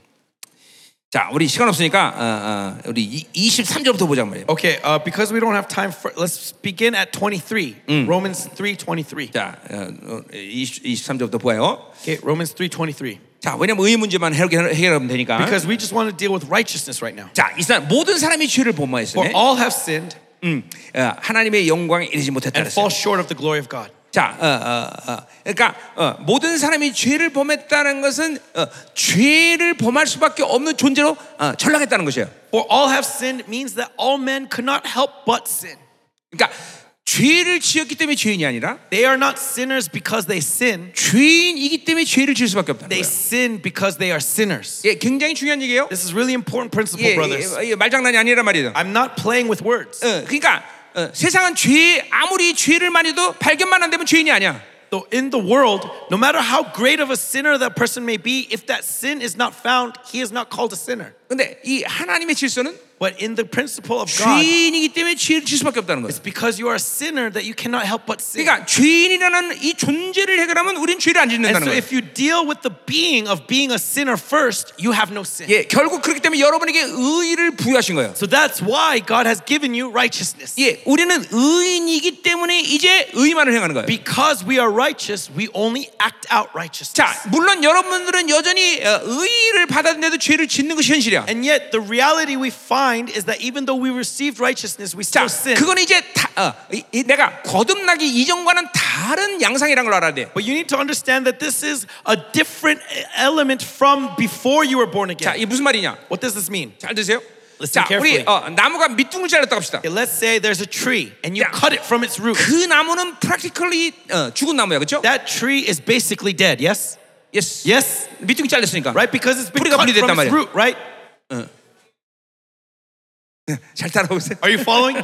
[SPEAKER 1] 자, 우리 시간 없으니까 어, 어, 우리 이, 23절부터 보자 어, 말이에요.
[SPEAKER 2] Okay, uh, because we don't have time for let's begin at 23. Romans 3:23.
[SPEAKER 1] 자, 어, 어, 20, 23절부터 보아요.
[SPEAKER 2] Okay, Romans 3:23.
[SPEAKER 1] 자, 왜냐면 의의 문제만 해결, 해결하면 되니까.
[SPEAKER 2] Because we just want to deal with righteousness right now.
[SPEAKER 1] 자, 이스라엘 모든 사람이 죄를
[SPEAKER 2] For
[SPEAKER 1] 범하였으니
[SPEAKER 2] all have sinned
[SPEAKER 1] 음, 어, 하나님의 영광에 이르지 못했다
[SPEAKER 2] and
[SPEAKER 1] 그랬어요.
[SPEAKER 2] fall short of the glory of God.
[SPEAKER 1] 자, 어, 어, 어, 그러니까 어, 모든 사람이 죄를 범했다는 것은 어, 죄를 범할 수밖에 없는 존재로 어, 전락했다는 것이에요.
[SPEAKER 2] For all have sinned means that all men could not help but sin.
[SPEAKER 1] 그러니까 죄를 지었기 때문에 죄인이 아니라
[SPEAKER 2] They are not sinners because they sin.
[SPEAKER 1] 죄인이기 때문에 죄를 지을 수밖에 없다는
[SPEAKER 2] They
[SPEAKER 1] 거예요.
[SPEAKER 2] sin because they are sinners.
[SPEAKER 1] 예, 굉장히 중요한 얘기예요.
[SPEAKER 2] This is really important principle,
[SPEAKER 1] 예,
[SPEAKER 2] brothers.
[SPEAKER 1] 예, 예, 말장난이 아니란 말이죠.
[SPEAKER 2] I'm not playing with words.
[SPEAKER 1] 어, 그러니까 어, 세상은 죄 아무리 죄를 많이 해도 발견만 안 되면 죄인이 아니야.
[SPEAKER 2] So in the world, no matter how great of a sinner that person may be, if that sin is not found, he is not called a sinner.
[SPEAKER 1] 근데 이 하나님의 질서는
[SPEAKER 2] But in the principle of God,
[SPEAKER 1] 죄인이기 때문에 죄를 지을 수밖에 없다는 거예요.
[SPEAKER 2] it's because you are a sinner that you cannot help but sin.
[SPEAKER 1] 그러니까 죄인이라는 이 존재를 해결하면 우린 죄를 안
[SPEAKER 2] And
[SPEAKER 1] 짓는다는
[SPEAKER 2] so
[SPEAKER 1] 거예요.
[SPEAKER 2] if you deal with the being of being a sinner first, you have no sin.
[SPEAKER 1] 예, 결국 그렇기 때문에 여러분에게 의를 부여하신 거예요.
[SPEAKER 2] So that's why God has given you righteousness.
[SPEAKER 1] 예, 우리는 의인이기 때문에 이제 의만을 행하는 거예요.
[SPEAKER 2] Because we are righteous, we only act out
[SPEAKER 1] 자,
[SPEAKER 2] righteousness.
[SPEAKER 1] 물론 여러분들은 여전히 어, 의를 받았는데도 죄를 짓는 것이 현실이야.
[SPEAKER 2] And yet the reality we find is that even though we received righteousness, we
[SPEAKER 1] 자,
[SPEAKER 2] still sin.
[SPEAKER 1] 그건 이제 다, 어, 이, 이 내가 거듭나기 이전과는 다른 양상이라는 걸 알아야 돼.
[SPEAKER 2] But you need to understand that this is a different element from before you were born
[SPEAKER 1] 자,
[SPEAKER 2] again.
[SPEAKER 1] 이게 무슨 말이냐?
[SPEAKER 2] What does this mean?
[SPEAKER 1] 잘 드세요. 자,
[SPEAKER 2] Listen
[SPEAKER 1] 우리
[SPEAKER 2] carefully.
[SPEAKER 1] 어, 나무가 밑둥을 잘랐다 합시다.
[SPEAKER 2] Okay, let's say there's a tree and you
[SPEAKER 1] Yeah.
[SPEAKER 2] cut it from its root.
[SPEAKER 1] 그 나무는 practically 어, 죽은 나무야, 그렇죠?
[SPEAKER 2] That tree is basically dead, yes?
[SPEAKER 1] Yes.
[SPEAKER 2] Yes?
[SPEAKER 1] 밑둥이 잘렸으니까.
[SPEAKER 2] Right? Because it's been
[SPEAKER 1] 뿌리가
[SPEAKER 2] cut
[SPEAKER 1] 분리됐단
[SPEAKER 2] from
[SPEAKER 1] 말이야.
[SPEAKER 2] its root, right?
[SPEAKER 1] 잘 따라오세요.
[SPEAKER 2] Are you following?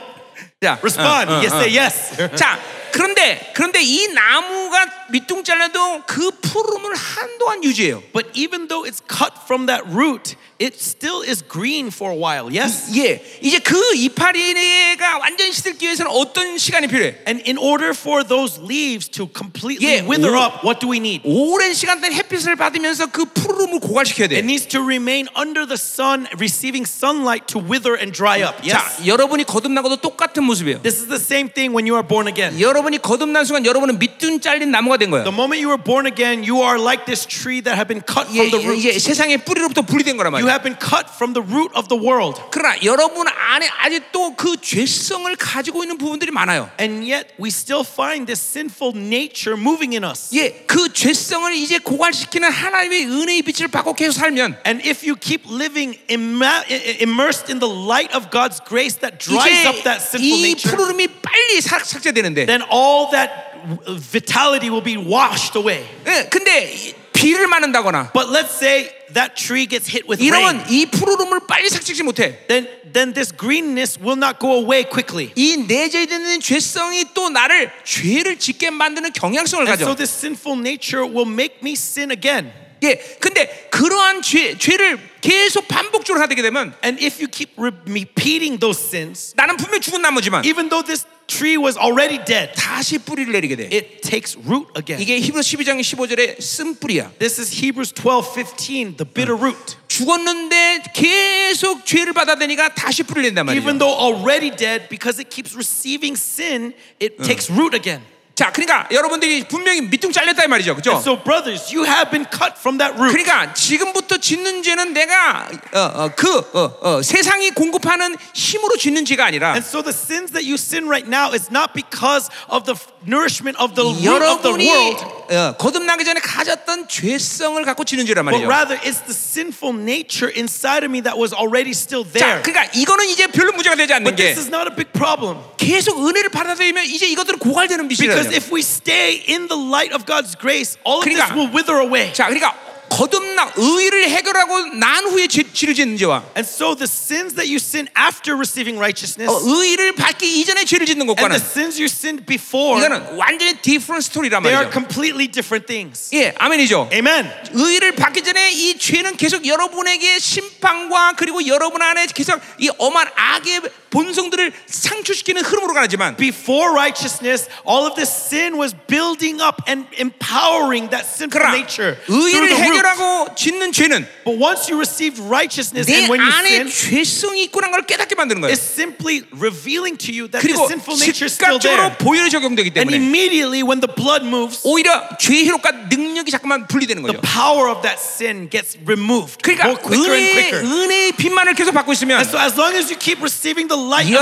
[SPEAKER 1] 자,
[SPEAKER 2] Respond.
[SPEAKER 1] 어, 어,
[SPEAKER 2] yes,
[SPEAKER 1] 어.
[SPEAKER 2] say yes.
[SPEAKER 1] 자, 그런데 그런데 이 나무가 밑둥 잘라도 그 푸름을 한동안 유지해요.
[SPEAKER 2] But even though it's cut from that root, it still is green for a while, yes?
[SPEAKER 1] 예, 이제 그 이파리가 완전히 시들기 위해서는 어떤 시간이 필요해?
[SPEAKER 2] And in order for those leaves to completely
[SPEAKER 1] Yeah.
[SPEAKER 2] wither up, what do we need?
[SPEAKER 1] 오랜 시간 동안 햇빛을 받으면서 그 푸르름을 고갈시켜야 돼.
[SPEAKER 2] It needs to remain under the sun, receiving sunlight to wither and dry up. Yes.
[SPEAKER 1] 자, 여러분이 거듭나고도 똑같은 모습이에요.
[SPEAKER 2] This is the same thing when you are born again.
[SPEAKER 1] 여러분이 거듭난 순간 여러분은 밑둥 잘린 나무가 된 거예요.
[SPEAKER 2] The moment you were born again, you are like this tree that have been cut
[SPEAKER 1] 예,
[SPEAKER 2] from the
[SPEAKER 1] 예,
[SPEAKER 2] root.
[SPEAKER 1] 예, 세상의 뿌리로부터 분리된 거란
[SPEAKER 2] You
[SPEAKER 1] 말이에요.
[SPEAKER 2] have been cut from the root of the world.
[SPEAKER 1] 그러나 여러분 안에 아직도 그 죄성을 가지고 있는 부분들이 많아요.
[SPEAKER 2] And yet we still find this sinful nature moving in us.
[SPEAKER 1] 예, 그 죄성을 이제 고갈시키는 하나님의 은혜의 빛을 받고 계속 살면
[SPEAKER 2] And if you keep living imma- i- i- immersed in the light of God's grace that dries up that
[SPEAKER 1] 이제
[SPEAKER 2] sinful
[SPEAKER 1] 이
[SPEAKER 2] nature,
[SPEAKER 1] 푸르름이 빨리 삭- 삭제되는데
[SPEAKER 2] then all that w- vitality will be washed away.
[SPEAKER 1] 예, 근데 이- 비를 맞는다거나
[SPEAKER 2] But let's say that tree gets hit with rain.
[SPEAKER 1] 이러면 이 푸르름을 빨리 삭제하지 못해.
[SPEAKER 2] Then, then this greenness will not go away quickly.
[SPEAKER 1] 이 내재되어 있는 죄성이 또 나를 죄를 짓게 만드는 경향성을
[SPEAKER 2] And so
[SPEAKER 1] 가져.
[SPEAKER 2] this sinful nature will make me sin again.
[SPEAKER 1] 예, 근데 그러한 죄, 죄를 계속 반복적으로 하게 되면
[SPEAKER 2] And if you keep re- repeating those sins,
[SPEAKER 1] 나는 분명 죽은 나무지만
[SPEAKER 2] even though this tree was already dead,
[SPEAKER 1] 다시 뿌리를 내리게 돼.
[SPEAKER 2] it takes root again.
[SPEAKER 1] 이게 히브리 12장 15절에 쓴 뿌리야.
[SPEAKER 2] This is Hebrews 12:15, the bitter root.
[SPEAKER 1] 죽었는데 계속 죄를 받아대니까 다시 뿌리를 낸단 말이야.
[SPEAKER 2] Even though already dead, because it keeps receiving sin, it takes root again.
[SPEAKER 1] 자, 그러니까 여러분들이 분명히 밑둥 잘렸다 이 말이죠. 그죠?
[SPEAKER 2] So, brothers, you have been cut from that root.
[SPEAKER 1] 그러니까 지금부터 짓는 죄는 내가 어, 어, 그 어, 어, 세상이 공급하는 힘으로 짓는 죄가 아니라
[SPEAKER 2] And so the sins that you sin right now is not because of the f- nourishment of the root of the
[SPEAKER 1] 여러분이
[SPEAKER 2] world,
[SPEAKER 1] 어, 거듭나기 전에 가졌던 죄성을 갖고 짓는 죄란
[SPEAKER 2] but
[SPEAKER 1] 말이죠.
[SPEAKER 2] rather it's the sinful nature inside of me that was already still
[SPEAKER 1] 자,
[SPEAKER 2] there.
[SPEAKER 1] 그러니까 이거는 이제 별로 문제가 되지 않는
[SPEAKER 2] But
[SPEAKER 1] 게
[SPEAKER 2] this is not a big problem
[SPEAKER 1] 계속 은혜를 받아들이면 이제 이것들은 고갈되는 빛이라요.
[SPEAKER 2] because if we stay in the light of God's grace, all of this
[SPEAKER 1] 그러니까-
[SPEAKER 2] will wither away.
[SPEAKER 1] 자, 그러니까 거듭나 의를 해결하고 난 후에 죄- 죄를 짓는 죄와
[SPEAKER 2] And so the sins that you sin after receiving righteousness
[SPEAKER 1] 어, 의를 받기 이전에 죄를 짓는
[SPEAKER 2] and
[SPEAKER 1] 것과는
[SPEAKER 2] the sins you sinned before,
[SPEAKER 1] 이거는 완전히 different 스토리란
[SPEAKER 2] they are
[SPEAKER 1] 말이죠.
[SPEAKER 2] completely different things.
[SPEAKER 1] 예, 아멘이죠.
[SPEAKER 2] Amen.
[SPEAKER 1] 의를 받기 전에 이 죄는 계속 여러분에게 심판과 그리고 여러분 안에 계속 이 엄한 악의 본성들을 상추시키는 흐름으로 가지만
[SPEAKER 2] Before righteousness, all of this sin was building up and empowering that sinful
[SPEAKER 1] 그러나
[SPEAKER 2] nature. through
[SPEAKER 1] 의를
[SPEAKER 2] the root.
[SPEAKER 1] 해결하고 짓는 죄는
[SPEAKER 2] But once you received righteousness
[SPEAKER 1] 내
[SPEAKER 2] and when you
[SPEAKER 1] 안에
[SPEAKER 2] sin,
[SPEAKER 1] 죄성이 있구나 걸 깨닫게 만드는 거예요.
[SPEAKER 2] it's simply revealing to you that the
[SPEAKER 1] 그리고
[SPEAKER 2] sinful nature is still
[SPEAKER 1] 즉각적으로
[SPEAKER 2] there.
[SPEAKER 1] 보혈이 적용되기
[SPEAKER 2] And
[SPEAKER 1] 때문에
[SPEAKER 2] immediately when the blood
[SPEAKER 1] Oh,
[SPEAKER 2] moves,
[SPEAKER 1] 오히려 죄의 효과 능력이 자꾸만 분리되는 거죠.
[SPEAKER 2] the power of that sin gets removed more
[SPEAKER 1] 그러니까
[SPEAKER 2] quicker and
[SPEAKER 1] 은혜,
[SPEAKER 2] quicker.
[SPEAKER 1] 은혜의 빛만을 계속 받고 있으면
[SPEAKER 2] And so as long as you keep receiving the light of grace,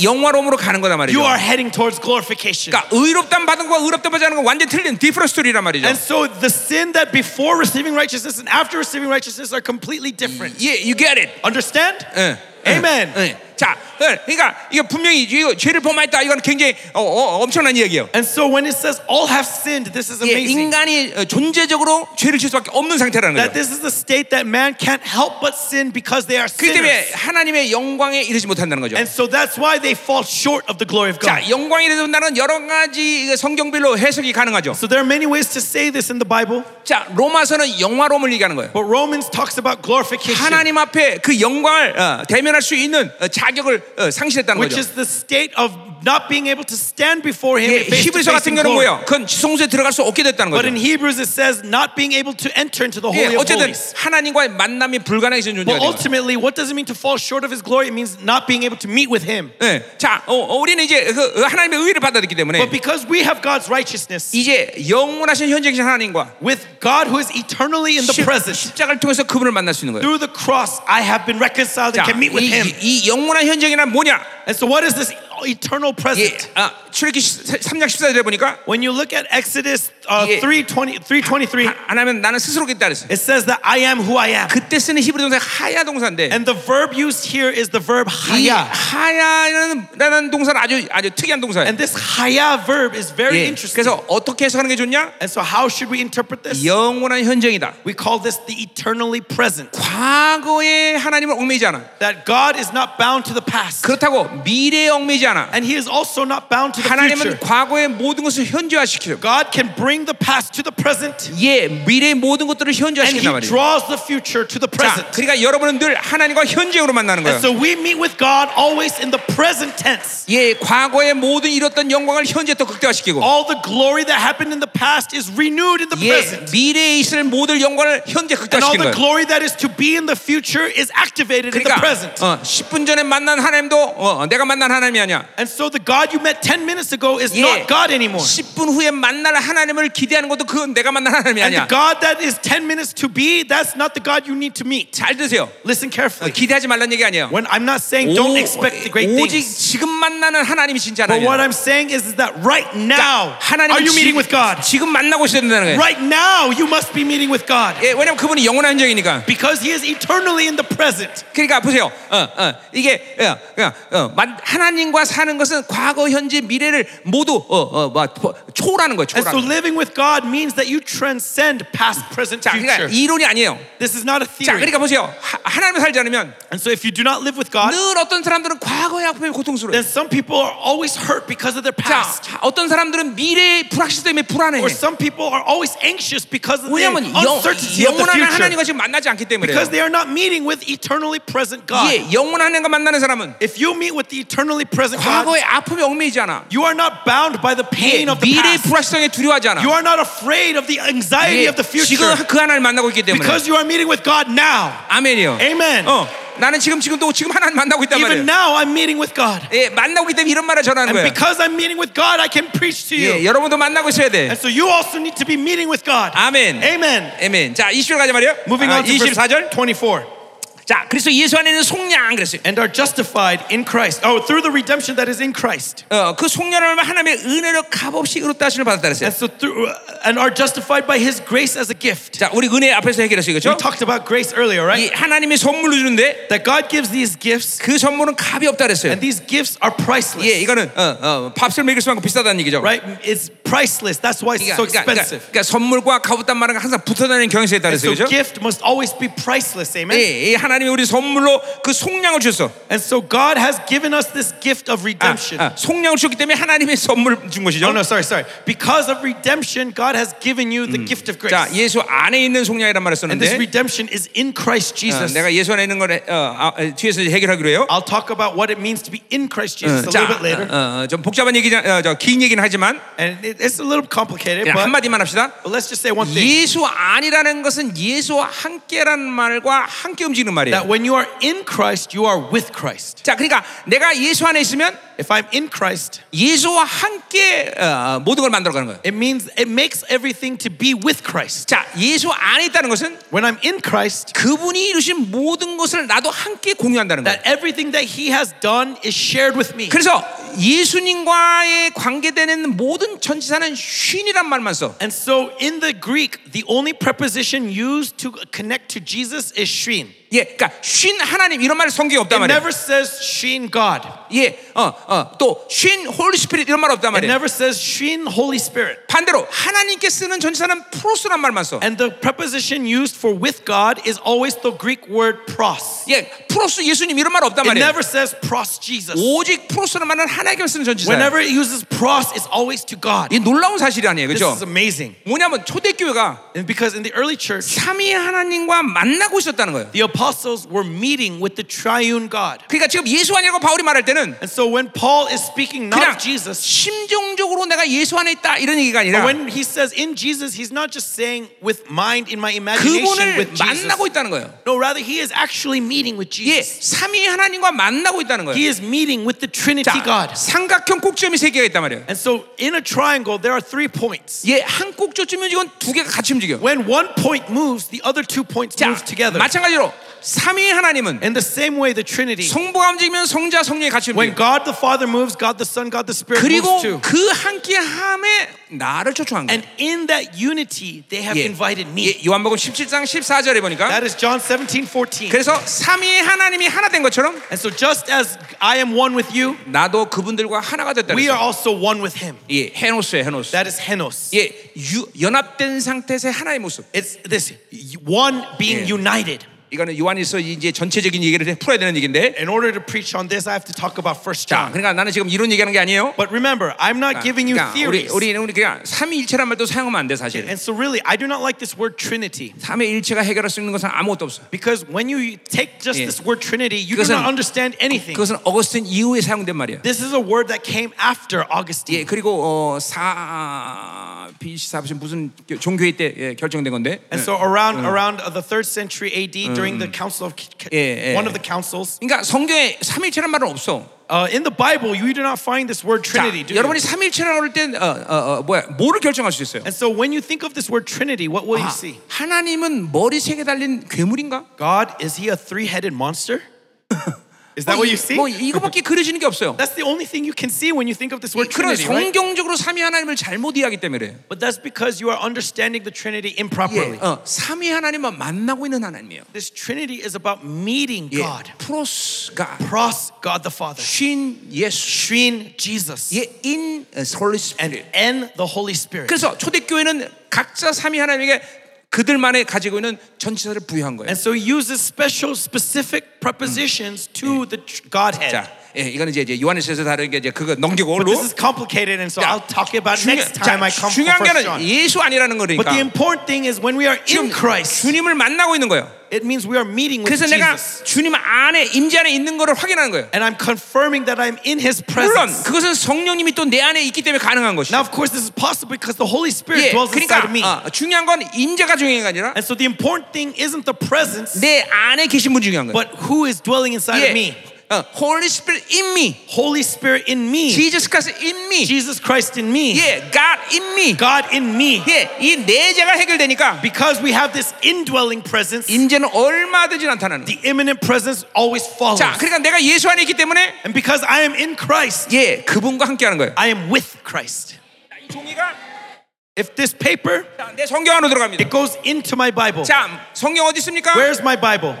[SPEAKER 1] 여러분의 영화로움으로 가는 거다 말이죠.
[SPEAKER 2] you are heading towards glorification.
[SPEAKER 1] 그러니까 의롭단 받은 거와 의롭다 받지 않은 건 완전 히 틀린 디퍼런 스토리란 말이죠.
[SPEAKER 2] And so the sin that before receiving righteousness and after receiving righteousness are completely different.
[SPEAKER 1] 예, you get it.
[SPEAKER 2] Understand?
[SPEAKER 1] 예.
[SPEAKER 2] Amen.
[SPEAKER 1] 예, 예. 자, 예, 그러니까 이거 분명히 이거 죄를 범했다. 이건 굉장히 어, 어, 엄청난 이야기예요.
[SPEAKER 2] And so when it says all have sinned, this is
[SPEAKER 1] 예,
[SPEAKER 2] amazing.
[SPEAKER 1] 인간이 어, 존재적으로 죄를 질 수밖에 없는 상태라는
[SPEAKER 2] That
[SPEAKER 1] 거죠.
[SPEAKER 2] this is the state that man can't help but sin because they are
[SPEAKER 1] 그렇기 때문에
[SPEAKER 2] sinners.
[SPEAKER 1] 하나님의 영광에 이르지 못한다는 거죠.
[SPEAKER 2] And so that's why they fall short of the glory of God.
[SPEAKER 1] 자, 영광에 이르지 못한다는 여러 가지 성경별로 해석이 가능하죠.
[SPEAKER 2] So there are many ways to say this in the Bible,
[SPEAKER 1] 자, 로마서는 영화로움을 얘기하는 거예요.
[SPEAKER 2] but Romans talks about glorification,
[SPEAKER 1] 하나님 앞에 그 영광을 어, 대면할 수 있는 어, 자격을 어, 상실했다는
[SPEAKER 2] which
[SPEAKER 1] 거죠.
[SPEAKER 2] is the state of not being able to stand before Him
[SPEAKER 1] 예,
[SPEAKER 2] face to
[SPEAKER 1] 히브리서
[SPEAKER 2] face
[SPEAKER 1] 같은
[SPEAKER 2] in
[SPEAKER 1] 경우는
[SPEAKER 2] glory.
[SPEAKER 1] 뭐예요? 그건 지성소에 들어갈 수 없게 됐다는
[SPEAKER 2] But
[SPEAKER 1] 거죠.
[SPEAKER 2] in Hebrews it says not being able to enter into the
[SPEAKER 1] 예,
[SPEAKER 2] holy of
[SPEAKER 1] 어쨌든
[SPEAKER 2] holies. 뭐
[SPEAKER 1] 하나님과의 만남이 불가능해진 존재가 되는 거예요.
[SPEAKER 2] But ultimately, what does it mean to fall short of His glory? It means not being able to meet with Him.
[SPEAKER 1] 예, 자, 어, 어, 우리는 이제 그 하나님의 의를 받아들였기 때문에
[SPEAKER 2] But because we have God's righteousness,
[SPEAKER 1] 이제 영원하신 현재이신 하나님과
[SPEAKER 2] with God who is eternally in the
[SPEAKER 1] 십-
[SPEAKER 2] present,
[SPEAKER 1] 십자가를 통해서 그분을 만날 수 있는 거예요.
[SPEAKER 2] through the cross, I have been reconciled
[SPEAKER 1] 자,
[SPEAKER 2] and can meet with
[SPEAKER 1] 이,
[SPEAKER 2] Him.
[SPEAKER 1] 이- 이 영원한 현재이란 뭐냐?
[SPEAKER 2] And so, what is this
[SPEAKER 1] 예,
[SPEAKER 2] eternal present?
[SPEAKER 1] 아, 출애기 3장 14절에 보니까
[SPEAKER 2] When you look at Exodus uh,
[SPEAKER 1] Yeah.
[SPEAKER 2] 320, 323,
[SPEAKER 1] 아, 안 하면 나는 스스로 겠다 그랬어.
[SPEAKER 2] it says that I am who I am.
[SPEAKER 1] 그때 쓰는 히브리 동사 하야 동사인데
[SPEAKER 2] And the verb used here is the verb
[SPEAKER 1] 이
[SPEAKER 2] haya.
[SPEAKER 1] 하야라는 동사는 아주 아주 특이한 동사예요.
[SPEAKER 2] And this haya verb is very
[SPEAKER 1] 예,
[SPEAKER 2] interesting.
[SPEAKER 1] 그래서 어떻게 해석하는 게 좋냐?
[SPEAKER 2] And so, how should we interpret this?
[SPEAKER 1] 영원한 현장이다.
[SPEAKER 2] We call this the eternally present.
[SPEAKER 1] 과거에 하나님을 얽매이지 않아.
[SPEAKER 2] That God is not bound to the past,
[SPEAKER 1] 그렇다고 미래에 얽매이지 않아.
[SPEAKER 2] and He is also not bound to the
[SPEAKER 1] 하나님은
[SPEAKER 2] future.
[SPEAKER 1] 과거의 모든 것을 현재화시키죠.
[SPEAKER 2] God can bring the past to the present,
[SPEAKER 1] 예, 미래의 모든 것들을
[SPEAKER 2] and
[SPEAKER 1] 현재화시킨단
[SPEAKER 2] He
[SPEAKER 1] 말이에요.
[SPEAKER 2] draws the future to the
[SPEAKER 1] 자,
[SPEAKER 2] present.
[SPEAKER 1] 그러니까 여러분은 늘 하나님과 현재로 만나는 거예요.
[SPEAKER 2] And so we meet with God always in the present tense.
[SPEAKER 1] 예, 과거의 모든 이뤘던 영광을 현재 또 극대화시키고
[SPEAKER 2] All the glory that happened in the past is renewed in the
[SPEAKER 1] 예,
[SPEAKER 2] present.
[SPEAKER 1] 미래에 있을 모든 영광을 현재
[SPEAKER 2] And all
[SPEAKER 1] 극대화시키는
[SPEAKER 2] the
[SPEAKER 1] 거예요.
[SPEAKER 2] glory that is to be in the future is activated in the
[SPEAKER 1] 그러니까
[SPEAKER 2] present.
[SPEAKER 1] 어, 10분 전에 만난 하나님도 어, 내가 만난 하나님이 아니야.
[SPEAKER 2] And so the God you met 10 minutes ago is
[SPEAKER 1] 예,
[SPEAKER 2] not God anymore.
[SPEAKER 1] 10분 후에 만날 하나님을 기대하는 것도 그건 내가 만난 하나님이
[SPEAKER 2] And the
[SPEAKER 1] 아니야.
[SPEAKER 2] God that is 10 minutes to be, that's not the God you need to meet.
[SPEAKER 1] 잘 드세요.
[SPEAKER 2] Listen
[SPEAKER 1] 어,
[SPEAKER 2] carefully.
[SPEAKER 1] 기대하지 말라는 얘기 아니에요.
[SPEAKER 2] When I'm not saying don't expect the great
[SPEAKER 1] 오직
[SPEAKER 2] things,
[SPEAKER 1] 지금 만나는 하나님이 진짜
[SPEAKER 2] but what
[SPEAKER 1] 하나님이야.
[SPEAKER 2] I'm saying is, is that right now, are
[SPEAKER 1] 하나님은
[SPEAKER 2] you meeting with God?
[SPEAKER 1] 지금 만나고 있어야 된다는 거예요.
[SPEAKER 2] Right now, you must be meeting with God
[SPEAKER 1] 예, 왜냐면 그분이 영원한 현정이니까.
[SPEAKER 2] because He is eternally in the present.
[SPEAKER 1] 그러니까 보세요. 어, 어, 이게 어, 그냥, 어, 만- 하나님과 우리가 사는 것은 과거, 현재, 미래를 모두 어, 어, 막 포- 초월하는 거예요.
[SPEAKER 2] And so
[SPEAKER 1] 초월하는 거예요.
[SPEAKER 2] living with God means that you transcend past, present,
[SPEAKER 1] 자, 그러니까
[SPEAKER 2] future.
[SPEAKER 1] 이론이 아니에요.
[SPEAKER 2] This is not a
[SPEAKER 1] 자,
[SPEAKER 2] theory.
[SPEAKER 1] 그러니까 보세요. 하, 하나님을 살지 않으면
[SPEAKER 2] And so if you do not live with God,
[SPEAKER 1] 늘 어떤 사람들은 과거의 아픔에 고통스러워요.
[SPEAKER 2] then some people are always hurt because of their
[SPEAKER 1] 자,
[SPEAKER 2] past.
[SPEAKER 1] 어떤 사람들은 미래의 불확실성 때문에 불안해요.
[SPEAKER 2] Or some people are always anxious because of the
[SPEAKER 1] 왜냐하면 영,
[SPEAKER 2] uncertainty of the
[SPEAKER 1] 영원한
[SPEAKER 2] future.
[SPEAKER 1] 하나님과 지금 만나지 않기 때문에
[SPEAKER 2] Because they are not meeting with eternally present God.
[SPEAKER 1] 예, 영원한 하나님과 만나는 사람은
[SPEAKER 2] If you meet with the eternally present God,
[SPEAKER 1] 과거의 아픔에 얽매이지 않아.
[SPEAKER 2] you are not bound by the
[SPEAKER 1] 예,
[SPEAKER 2] pain of the
[SPEAKER 1] 미래의
[SPEAKER 2] past.
[SPEAKER 1] 불확실성에 두려워하지 않아.
[SPEAKER 2] You are not afraid of the anxiety
[SPEAKER 1] 예,
[SPEAKER 2] of the
[SPEAKER 1] 지금
[SPEAKER 2] future
[SPEAKER 1] 그 하나님을 만나고 있기 때문에.
[SPEAKER 2] because you are meeting with God now.
[SPEAKER 1] 아멘이요.
[SPEAKER 2] Amen.
[SPEAKER 1] 어, 나는 지금 지금 또 지금 하나님 만나고 있단 말이에요.
[SPEAKER 2] Even now, I'm meeting with God.
[SPEAKER 1] 예, 만나고 있기 때문에 이런 말을 전하는
[SPEAKER 2] And
[SPEAKER 1] 거예요.
[SPEAKER 2] because I'm meeting with God, I can preach to
[SPEAKER 1] 예,
[SPEAKER 2] you.
[SPEAKER 1] 여러분도 만나고 있어야 돼.
[SPEAKER 2] And so you also need to be meeting with God.
[SPEAKER 1] 아멘.
[SPEAKER 2] Amen.
[SPEAKER 1] 아멘. 자, 20절 가자 말이에요.
[SPEAKER 2] Moving
[SPEAKER 1] 아,
[SPEAKER 2] on to verse
[SPEAKER 1] 24절.
[SPEAKER 2] 24.
[SPEAKER 1] 자, 그래서 예수 안에는 속량 그랬어요.
[SPEAKER 2] And are justified in Christ. Oh, through the redemption that is in Christ.
[SPEAKER 1] 어, 그 속량을 하나님의 은혜로 값없이 그렇다 하심을 받았다 그랬어요.
[SPEAKER 2] And so through uh, and are justified by his grace as a gift.
[SPEAKER 1] 자, 우리 은혜 앞에서 해결했어요.
[SPEAKER 2] We
[SPEAKER 1] 그렇죠?
[SPEAKER 2] talked about grace earlier,
[SPEAKER 1] 이
[SPEAKER 2] right?
[SPEAKER 1] 하나님이 선물로 주는데
[SPEAKER 2] That God gives these gifts
[SPEAKER 1] 그 선물은 값이 없다 그랬어요.
[SPEAKER 2] and these gifts are priceless.
[SPEAKER 1] 예, 이거는 어, 어, 밥을 먹일 수만큼 비싸다는 얘기죠.
[SPEAKER 2] Right? It's priceless. That's why it's
[SPEAKER 1] 그러니까, 그러니까,
[SPEAKER 2] so
[SPEAKER 1] 그러니까,
[SPEAKER 2] expensive.
[SPEAKER 1] 그러니까 선물과 값없단 말은 항상 붙어다니는 경향성이 있다
[SPEAKER 2] And
[SPEAKER 1] 그랬어요. 그렇죠?
[SPEAKER 2] so gift must always be priceless. Amen.
[SPEAKER 1] 예, 예, 하나님이 우리 선물로 그 속량을 주셨어.
[SPEAKER 2] And so God has given us this gift of
[SPEAKER 1] 아,
[SPEAKER 2] redemption.
[SPEAKER 1] 아, 속량을 주셨기 때문에 하나님의 선물 준 것이죠.
[SPEAKER 2] Oh no, sorry, sorry. Because of redemption, God has given you the gift of grace.
[SPEAKER 1] 자, 예수 안에 있는 속량이란 말을
[SPEAKER 2] And
[SPEAKER 1] 썼는데
[SPEAKER 2] this redemption is in Christ
[SPEAKER 1] 어,
[SPEAKER 2] Jesus.
[SPEAKER 1] 내가 예수 안에 있는 걸 어, 아, 어, 뒤에서 이제 해결하기로 해요.
[SPEAKER 2] I'll talk about what it means to be in Christ
[SPEAKER 1] 어,
[SPEAKER 2] Jesus a
[SPEAKER 1] 자,
[SPEAKER 2] little bit later.
[SPEAKER 1] 어, 어, 좀 복잡한 얘기긴 어, 저긴 얘기는 하지만
[SPEAKER 2] And it, it's a little complicated,
[SPEAKER 1] 그냥
[SPEAKER 2] but, 네.
[SPEAKER 1] 한 마디만 합시다.
[SPEAKER 2] but let's just say one thing.
[SPEAKER 1] 예수 안이라는 것은 예수와 함께라는 말과 함께 움직이는 말이에요.
[SPEAKER 2] That when you are in Christ, you are with Christ.
[SPEAKER 1] 자, 그러니까 내가 예수 안에 있으면
[SPEAKER 2] If I'm in Christ,
[SPEAKER 1] 예수와 함께 어, 모든 걸 만들어가는 거예요.
[SPEAKER 2] it means it makes everything to be with Christ.
[SPEAKER 1] 자, 예수 안에 있다는 것은
[SPEAKER 2] When I'm in Christ,
[SPEAKER 1] 그분이 이루신 모든 것을 나도 함께 공유한다는 거예요.
[SPEAKER 2] that everything that He has done is shared with me.
[SPEAKER 1] 그래서 예수님과의 관계되는 모든 전치사는 쉰이란 말만 써.
[SPEAKER 2] And so in the Greek, the only preposition used to connect to Jesus is shin.
[SPEAKER 1] 예, 그러니까 쉰 하나님 이런 말 성경에 없단
[SPEAKER 2] It
[SPEAKER 1] 말이에요.
[SPEAKER 2] never says shin God.
[SPEAKER 1] 예, 어, 어, 또쉰 홀리 스피릿 이런 말 없단
[SPEAKER 2] It
[SPEAKER 1] 말이에요.
[SPEAKER 2] never says shin Holy Spirit.
[SPEAKER 1] 반대로 하나님께 쓰는 전치사는 프로스란 말만 써.
[SPEAKER 2] And the preposition used for with God is always the Greek word pros.
[SPEAKER 1] 예, 프로스 예수님 이런 말 없단
[SPEAKER 2] It
[SPEAKER 1] 말이에요.
[SPEAKER 2] never says pros Jesus.
[SPEAKER 1] 오직 프로스는 말은 하나님께 쓰는 전치사예요.
[SPEAKER 2] Whenever it uses pros, it's always to God.
[SPEAKER 1] 이 놀라운 사실이 아니에요,
[SPEAKER 2] This
[SPEAKER 1] 그렇죠?
[SPEAKER 2] is amazing.
[SPEAKER 1] 뭐냐면 초대교회가
[SPEAKER 2] And because in the early church,
[SPEAKER 1] 삼위 하나님과 만나고 있었다는 거예요.
[SPEAKER 2] the apostles were meeting with the triune God.
[SPEAKER 1] 그러니까 지금 예수 안이라고 바울이 말할 때는
[SPEAKER 2] And so when Paul is speaking not
[SPEAKER 1] 그냥
[SPEAKER 2] of Jesus,
[SPEAKER 1] 심정적으로 내가 예수 안에 있다 이런 얘기가
[SPEAKER 2] but
[SPEAKER 1] 아니라
[SPEAKER 2] when he says in Jesus, he's not just saying with mind in my imagination
[SPEAKER 1] 그분을
[SPEAKER 2] with Jesus.
[SPEAKER 1] 만나고 있다는 거예요.
[SPEAKER 2] No, rather he is actually meeting with
[SPEAKER 1] 예,
[SPEAKER 2] Jesus.
[SPEAKER 1] 삼위 하나님과 만나고 있다는 거예요.
[SPEAKER 2] He is meeting with the Trinity
[SPEAKER 1] 자,
[SPEAKER 2] God.
[SPEAKER 1] 삼각형 꼭지점이 세 개가 있단 말이에요.
[SPEAKER 2] And so in a triangle, there are three points.
[SPEAKER 1] 예, 한 꼭지점이 움직이면 두 개가 같이 움직여.
[SPEAKER 2] When one point moves, the other two points
[SPEAKER 1] 자,
[SPEAKER 2] move together.
[SPEAKER 1] 마찬가지로 삼위 하나님은
[SPEAKER 2] In the same way, the Trinity.
[SPEAKER 1] 성부가 움직이면 성자 성령이 같이
[SPEAKER 2] When
[SPEAKER 1] 움직여.
[SPEAKER 2] God the Father moves, God the Son, God the Spirit moves
[SPEAKER 1] 그리고
[SPEAKER 2] too.
[SPEAKER 1] 그 함께함에 나를 초청한 거예요.
[SPEAKER 2] And in that unity, they have
[SPEAKER 1] 예.
[SPEAKER 2] invited me.
[SPEAKER 1] 예, 요한복음 17장 14절에 보니까
[SPEAKER 2] That is John 17, 14.
[SPEAKER 1] 그래서 삼위 하나님이 하나 된 것처럼
[SPEAKER 2] And so just as I am one with you,
[SPEAKER 1] 나도 그분들과 하나가 됐다는
[SPEAKER 2] we
[SPEAKER 1] 거예요.
[SPEAKER 2] are also one with him.
[SPEAKER 1] 예, 헤노스예요, 헤노스.
[SPEAKER 2] That is Henos.
[SPEAKER 1] 예, 유, 연합된 상태에서 하나의 모습.
[SPEAKER 2] It's this one being
[SPEAKER 1] Yeah.
[SPEAKER 2] united.
[SPEAKER 1] 이거는 요한일서 이제 전체적인 얘기를 풀어야 되는 얘기인데.
[SPEAKER 2] In order to preach on this, I have to talk about First
[SPEAKER 1] 자,
[SPEAKER 2] John.
[SPEAKER 1] 그러니까 나는 지금 이론 얘기하는 게 아니에요.
[SPEAKER 2] But remember, I'm not giving you
[SPEAKER 1] 그러니까 우리
[SPEAKER 2] theories.
[SPEAKER 1] 우리 우리 그냥 삼위일체란 말도 사용하면 안 돼 사실.
[SPEAKER 2] And so really, I do not like this word Trinity.
[SPEAKER 1] 삼위일체가 해결할 수 있는 것은 아무것도 없어.
[SPEAKER 2] Because when you take just
[SPEAKER 1] Yeah.
[SPEAKER 2] this word Trinity, you do
[SPEAKER 1] 그것은-
[SPEAKER 2] not understand anything.
[SPEAKER 1] 그것은 어거스틴 이후에 사용된 말이야.
[SPEAKER 2] This is a word that came after
[SPEAKER 1] 예,
[SPEAKER 2] Augustine.
[SPEAKER 1] 그리고 어, 사 비시사 무슨 무슨 교- 종교회 때 예, 결정된 건데.
[SPEAKER 2] And so around around the third century AD, during the Council of K-
[SPEAKER 1] Yeah, yeah.
[SPEAKER 2] one of the councils,
[SPEAKER 1] 그러니까 성경에 삼위일체란 말은 없어.
[SPEAKER 2] uh, in the Bible, you do not find this word
[SPEAKER 1] 자,
[SPEAKER 2] Trinity. Do
[SPEAKER 1] 여러분이
[SPEAKER 2] you?
[SPEAKER 1] 삼위일체라고 할 때 어, 어, 어, 뭐야? 뭐를 결정할 수 있어요?
[SPEAKER 2] And so when you think of this word Trinity, what will
[SPEAKER 1] 아,
[SPEAKER 2] you see?
[SPEAKER 1] 하나님은 머리 세 개 달린 괴물인가?
[SPEAKER 2] God is he a three-headed monster? Is that
[SPEAKER 1] 뭐,
[SPEAKER 2] what you
[SPEAKER 1] 이- 뭐
[SPEAKER 2] see?
[SPEAKER 1] 이거밖에 그려지는 게 없어요.
[SPEAKER 2] That's the only thing you can see when you think of this word
[SPEAKER 1] 그런
[SPEAKER 2] Trinity, right?
[SPEAKER 1] 성경적으로 삼위 하나님을 잘못 이해하기 때문에 그래요.
[SPEAKER 2] But that's because you are understanding the Trinity
[SPEAKER 1] 예,
[SPEAKER 2] improperly.
[SPEAKER 1] 어, 삼위 하나님만 만나고 있는 하나님이에요.
[SPEAKER 2] This Trinity is about meeting
[SPEAKER 1] 예,
[SPEAKER 2] God.
[SPEAKER 1] 프로스가
[SPEAKER 2] Pros, God the Father.
[SPEAKER 1] 신 예수
[SPEAKER 2] Shreen, Jesus.
[SPEAKER 1] 예, 인 솔리스
[SPEAKER 2] And and the Holy Spirit.
[SPEAKER 1] 그래서 초대교회는 각자 삼위 하나님에게 그들만의 가지고 있는 전치사를 부여한 거예요.
[SPEAKER 2] And so he uses special, specific prepositions to the tr- Godhead.
[SPEAKER 1] 자, 예, 이거는 이제, 이제 요한일서에서 다루니까 이제 그거 넘기고 로.
[SPEAKER 2] This is complicated, and so
[SPEAKER 1] 자,
[SPEAKER 2] I'll talk about
[SPEAKER 1] 중요-
[SPEAKER 2] next time I
[SPEAKER 1] 자,
[SPEAKER 2] come
[SPEAKER 1] 중요한
[SPEAKER 2] for
[SPEAKER 1] 게는
[SPEAKER 2] First John.
[SPEAKER 1] 예수 아니라는
[SPEAKER 2] But the
[SPEAKER 1] 거니까.
[SPEAKER 2] important thing is when we are
[SPEAKER 1] 지금
[SPEAKER 2] in Christ,
[SPEAKER 1] 주님을 만나고 있는 거예요.
[SPEAKER 2] it means we are meeting with
[SPEAKER 1] 그래서 내가
[SPEAKER 2] Jesus.
[SPEAKER 1] 주님 안에 임재 안에 있는 거를 확인하는 거예요.
[SPEAKER 2] And I'm confirming that I'm in his
[SPEAKER 1] 물론
[SPEAKER 2] presence.
[SPEAKER 1] 그것은 성령님이 또 내 안에 있기 때문에 가능한 것이죠.
[SPEAKER 2] Now, of course, this is possible because the Holy
[SPEAKER 1] 예,
[SPEAKER 2] Spirit dwells inside of me.
[SPEAKER 1] 그러니까 어, 중요한 건 임재가 중요한 게 아니라
[SPEAKER 2] And so the important thing isn't the presence,
[SPEAKER 1] 내 안에 계신 분이 중요한 거예요.
[SPEAKER 2] but who is dwelling inside of me.
[SPEAKER 1] 예, 어, Holy Spirit in me,
[SPEAKER 2] Holy Spirit in me,
[SPEAKER 1] Jesus Christ in me,
[SPEAKER 2] Jesus Christ in me,
[SPEAKER 1] 예, God in me.
[SPEAKER 2] God in me.
[SPEAKER 1] 예, 이 내재가 해결되니까
[SPEAKER 2] Because we have this indwelling presence,
[SPEAKER 1] 임재는 얼마든지 나타나는 거예요.
[SPEAKER 2] the imminent presence always follows.
[SPEAKER 1] 자, 그러니까 내가 예수 안에 있기 때문에
[SPEAKER 2] And because I am in Christ,
[SPEAKER 1] 예, 그분과 함께하는 거예요.
[SPEAKER 2] I am with Christ.
[SPEAKER 1] 자, 이 종이가
[SPEAKER 2] If this paper,
[SPEAKER 1] 자, 내 성경 안으로 들어갑니다.
[SPEAKER 2] it goes into my Bible.
[SPEAKER 1] 자, 성경 어디 있습니까?
[SPEAKER 2] Where's my Bible?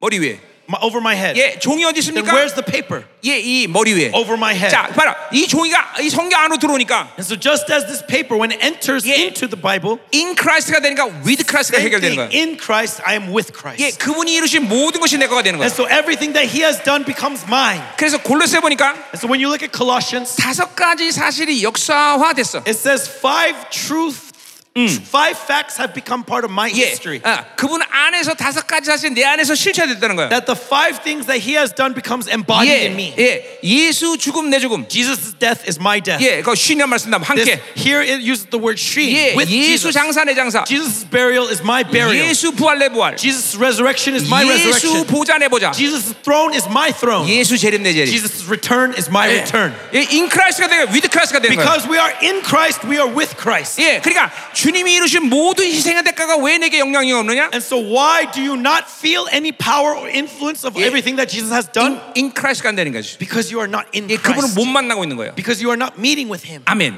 [SPEAKER 1] 머리 위에.
[SPEAKER 2] My, over my head.
[SPEAKER 1] 예, 종이 어디
[SPEAKER 2] Then
[SPEAKER 1] 있습니까?
[SPEAKER 2] where's the paper?
[SPEAKER 1] 예, 이 머리 위에.
[SPEAKER 2] Over my head.
[SPEAKER 1] 자, 봐라. 이 종이가 이 성경 안으로 들어오니까
[SPEAKER 2] And so just as this paper, when it enters
[SPEAKER 1] Yeah.
[SPEAKER 2] into the Bible,
[SPEAKER 1] in Christ가 되니까 with Christ가
[SPEAKER 2] same
[SPEAKER 1] 해결되는
[SPEAKER 2] thing.
[SPEAKER 1] 거야.
[SPEAKER 2] in Christ, I am
[SPEAKER 1] 예,
[SPEAKER 2] with Christ.
[SPEAKER 1] 그분이 이루신 모든 것이 내 거가 되는 거야.
[SPEAKER 2] And so everything that he has done becomes mine.
[SPEAKER 1] 그래서 골로새 보니까
[SPEAKER 2] And so when you look at Colossians,
[SPEAKER 1] 다섯 가지 사실이 역사화됐어.
[SPEAKER 2] it says five truth,
[SPEAKER 1] Mm.
[SPEAKER 2] five facts have become part of my
[SPEAKER 1] 예,
[SPEAKER 2] history.
[SPEAKER 1] 아, 그분 안에서 다섯 가지 사실 내 안에서 실체됐다는 거야.
[SPEAKER 2] That the five things that he has done becomes embodied in me.
[SPEAKER 1] 예, 예, 예수 죽음 내 죽음.
[SPEAKER 2] Jesus' death is my death.
[SPEAKER 1] 예, 그 쉰이란 말씀 나면
[SPEAKER 2] This-
[SPEAKER 1] 함께.
[SPEAKER 2] here it uses the word she
[SPEAKER 1] 예,
[SPEAKER 2] with
[SPEAKER 1] 예수
[SPEAKER 2] Jesus.
[SPEAKER 1] 장사 내 장사.
[SPEAKER 2] Jesus' burial is my burial.
[SPEAKER 1] 예수 부활 내 부활.
[SPEAKER 2] Jesus' resurrection is my
[SPEAKER 1] 예수
[SPEAKER 2] resurrection.
[SPEAKER 1] 보좌 내 보좌.
[SPEAKER 2] Jesus' throne is my throne.
[SPEAKER 1] 예수 재림 내 재림.
[SPEAKER 2] Jesus' return is my return.
[SPEAKER 1] 예, 인 크라이스트가 되고 위드 크라이스트가 되는 거예요.
[SPEAKER 2] Because we are in Christ, we are with Christ.
[SPEAKER 1] 예, 그러니까 주님이 이루신 모든 희생의 대가가 왜 내게 영향이 없느냐?
[SPEAKER 2] And so, why do you not feel any power or influence of
[SPEAKER 1] Yeah.
[SPEAKER 2] everything that Jesus has done?
[SPEAKER 1] 인 크라이스트가 안 되는 거지.
[SPEAKER 2] Because you are not in
[SPEAKER 1] 예, 그분을
[SPEAKER 2] Christ.
[SPEAKER 1] 못 만나고 있는 거예요.
[SPEAKER 2] Because you are not meeting with Him.
[SPEAKER 1] 아멘.